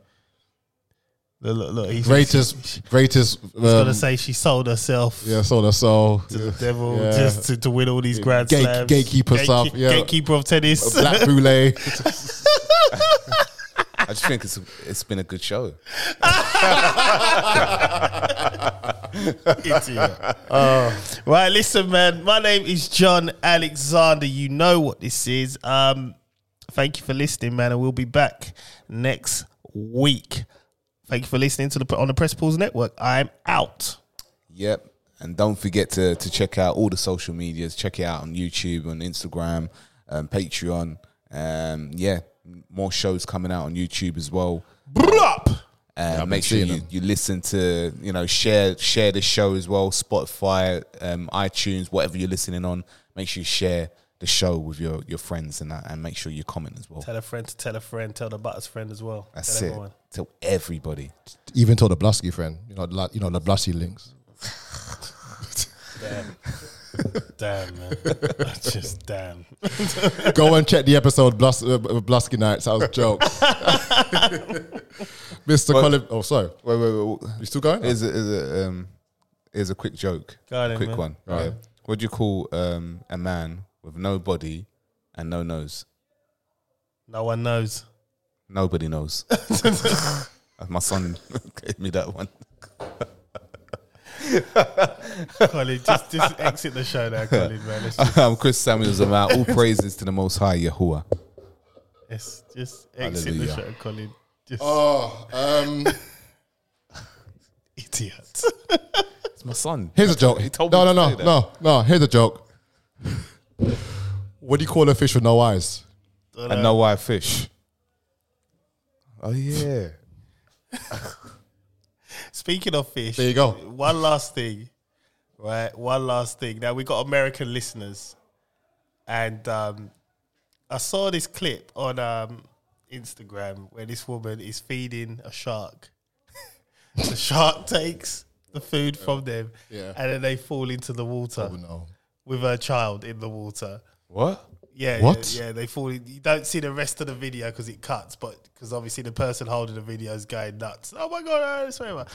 Look, look, look he's
Greatest, greatest.
Gonna
Um,
say she sold herself.
yeah, so that's so.
to the devil
Yeah.
just to, to win all these grand
Gate-
slams.
gatekeeper stuff, yeah.
Gatekeeper of tennis.
Black Boule.
I just think it's it's been a good show.
right, listen, man. My name is John Alexander. You know what this is. Um, thank you for listening, man, and we'll be back next week. Thank you for listening to the on the Press Pools Network. I'm out.
Yep. And don't forget to, to check out all the social medias. Check it out on YouTube, on Instagram, um, Patreon. Um, yeah, more shows coming out on YouTube as well. Uh,
I've
make sure
been seeing
you,
them.
you listen to you know share share the show as well. Spotify, um, iTunes, whatever you're listening on. Make sure you share the show with your your friends and that, and make sure you comment as well.
Tell a friend to tell a friend. Tell the butters friend as well.
That's
tell
it. Tell everybody.
Even told the Blasky friend. You know, like, you know the Blasky links.
Damn, man. just damn.
Go and check the episode Blus- uh, Blasky Nights. That was jokes. Mr. Colin. Oh, sorry.
Wait, wait, wait.
You still going?
Is it is it um is a quick joke.
Go on then,
quick
man.
one.
Go on.
Yeah. What do you call um a man with no body and no nose?
No one knows.
Nobody knows. My son gave me that one.
Colin, just, just exit the show now, Colin, man. Let's just,
I'm Chris Samuels. I'm out. All praises to the Most High Yahuwah.
let's just exit
Hallelujah.
the show, Colin. Just
Oh, um,
idiot.
It's my son.
here's a joke.
He told me
no, no,
to
no,
say that.
no, no. Here's a joke. What do you call a fish with no eyes?
I know why I fish. Oh yeah.
Speaking of fish,
There you go.
One last thing, right? One last thing. Now we got American listeners, and um, I saw this clip on um, Instagram where this woman is feeding a shark. the shark takes the food from them,
Yeah.
and then they fall into the water
Oh, no.
with her child in the water.
What?
Yeah,
What?
Yeah, yeah, they fall. in- You don't see the rest of the video because it cuts, but because obviously the person holding the video is going nuts. Oh my god! I swear.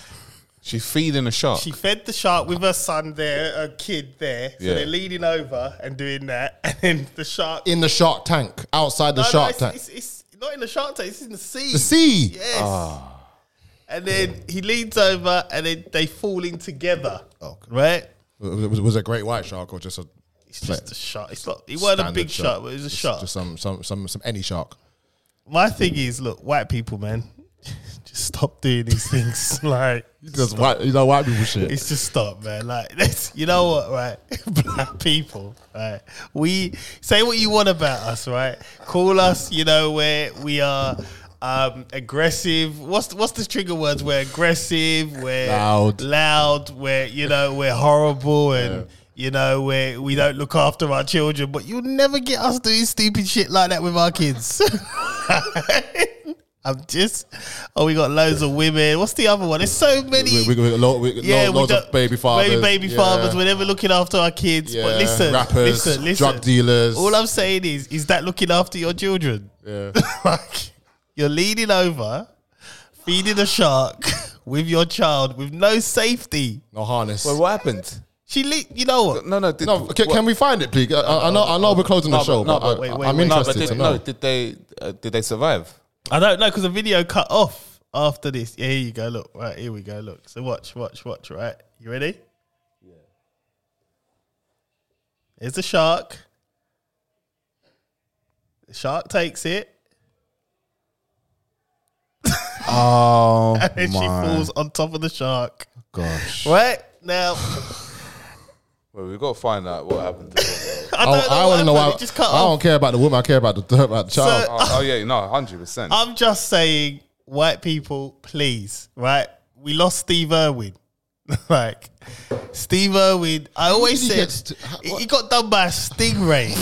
She's feeding a shark.
She fed the shark with her son there, a kid there. So
Yeah.
they're leaning over and doing that, and then the shark. Oh,
In the shark tank, outside the
No, no,
shark
it's,
tank.
It's, it's not in the shark tank. It's in the sea.
the sea. Ah.
Yes. And then he leans over, and then they fall in together.
Oh, God.
right.
Was, was- was it a great white shark or just a
It's just a shark. It's not. It wasn't a
standard
big shark, but it was a
Just-
shark.
Just some, some, some, some any shark.
My thing is, look, white people, man, just stop doing these things. like,
Just white, you know, white people shit.
It's just stop, man. Like, this, you know what, right? Black people, right? We say what you want about us, right? Call us, you know, where we are um, aggressive. What's what's the trigger words? We're aggressive. We're
Loud.
Loud. We're you know we're horrible and. You know, where we don't look after our children, but you'll never get us doing stupid shit like that with our kids. I'm just. Oh, we got loads of women. What's the other one? There's so many.
We, we, we, lo- we, lo-
yeah, we
loads
don't-
of baby fathers.
Baby, baby
Yeah.
fathers. We're never looking after our kids.
Yeah.
But listen,
rappers,
listen, listen.
drug dealers.
All I'm saying is, is that looking after your children?
yeah.
like you're leaning over, feeding a shark with your child with no safety.
No harness.
Well, what happened?
She, le- you know what?
No, no, did,
no, can, can we find it, please? I, I I know, I know we're closing the
No,
show,
but- no,
but,
but-
I,
wait,
wait,
I'm
wait.
no, but
interested
did,
to know.
no, did they uh, did they survive?
I don't know because the video cut off after this. Yeah, here you go. Look, right here we go. Look, so watch, watch, watch. Right, you ready? Yeah. Here's the shark. The shark takes it
Oh
and then she falls on top of the shark.
gosh!
Right now,
Well, we got to find out what happened. To them.
I
I,
don't know.
want to know why.
It just cut
I
off.
don't care about the woman. I care about the about the child.
oh, oh, yeah, no, hundred percent.
I'm just saying, white people, please, right? We lost Steve Irwin. like, Steve Irwin, I always
did he
said
get st- how-
he- he
what?
got done by a stingray.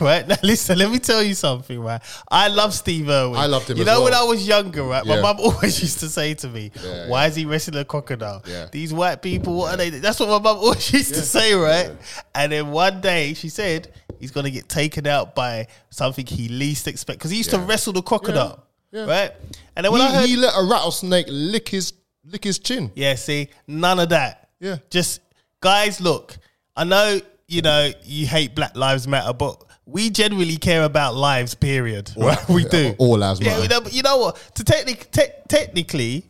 right? Now, listen, let me tell you something, right? I love Steve Irwin.
I loved him
You
as
know, when I
well.
was younger, right? My
Yeah.
mum always used to say to me, Why is he wrestling a crocodile?
Yeah.
These white people, what are they? That's what my mum always used to say, right? And then one day she said, He's going to get taken out by something he least expect because he used to
Yeah.
wrestle the crocodile,
Yeah.
right? And then when I
he,
heard,
he let a rattlesnake lick his lick his chin.
yeah, see, none of that.
Yeah.
just guys, look, I know you know you hate Black Lives Matter, but we generally care about lives. Period. Right? We do.
All lives
Yeah,
matter.
you know, but you know what? To technic- te- technically,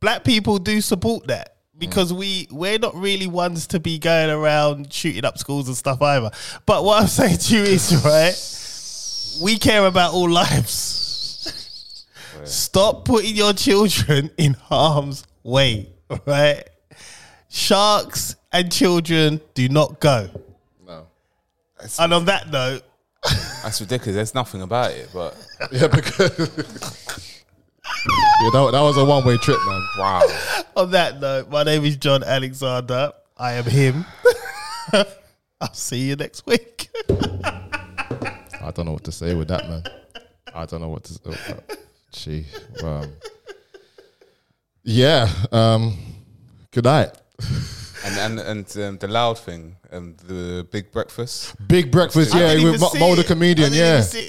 black people do support that because we we're not really ones to be going around shooting up schools and stuff either. But what I'm saying to you is right, we care about all lives. Stop putting your children in harm's way, right? Sharks and children do not go.
No.
And on that note,
That's ridiculous. There's nothing about it, but
Yeah, because Yeah, that, that was a one way trip, man.
wow.
On that note, my name is John Alexander. I am him. I'll see you next week.
I don't know what to say with that, man. I don't know what to. Oh, uh, gee, um, yeah. Um, good night.
And and and um, the loud thing and the big breakfast.
Big breakfast,
I
yeah,
didn't
with
even see
Mo the
it. I
comedian,
didn't even
yeah.
see it.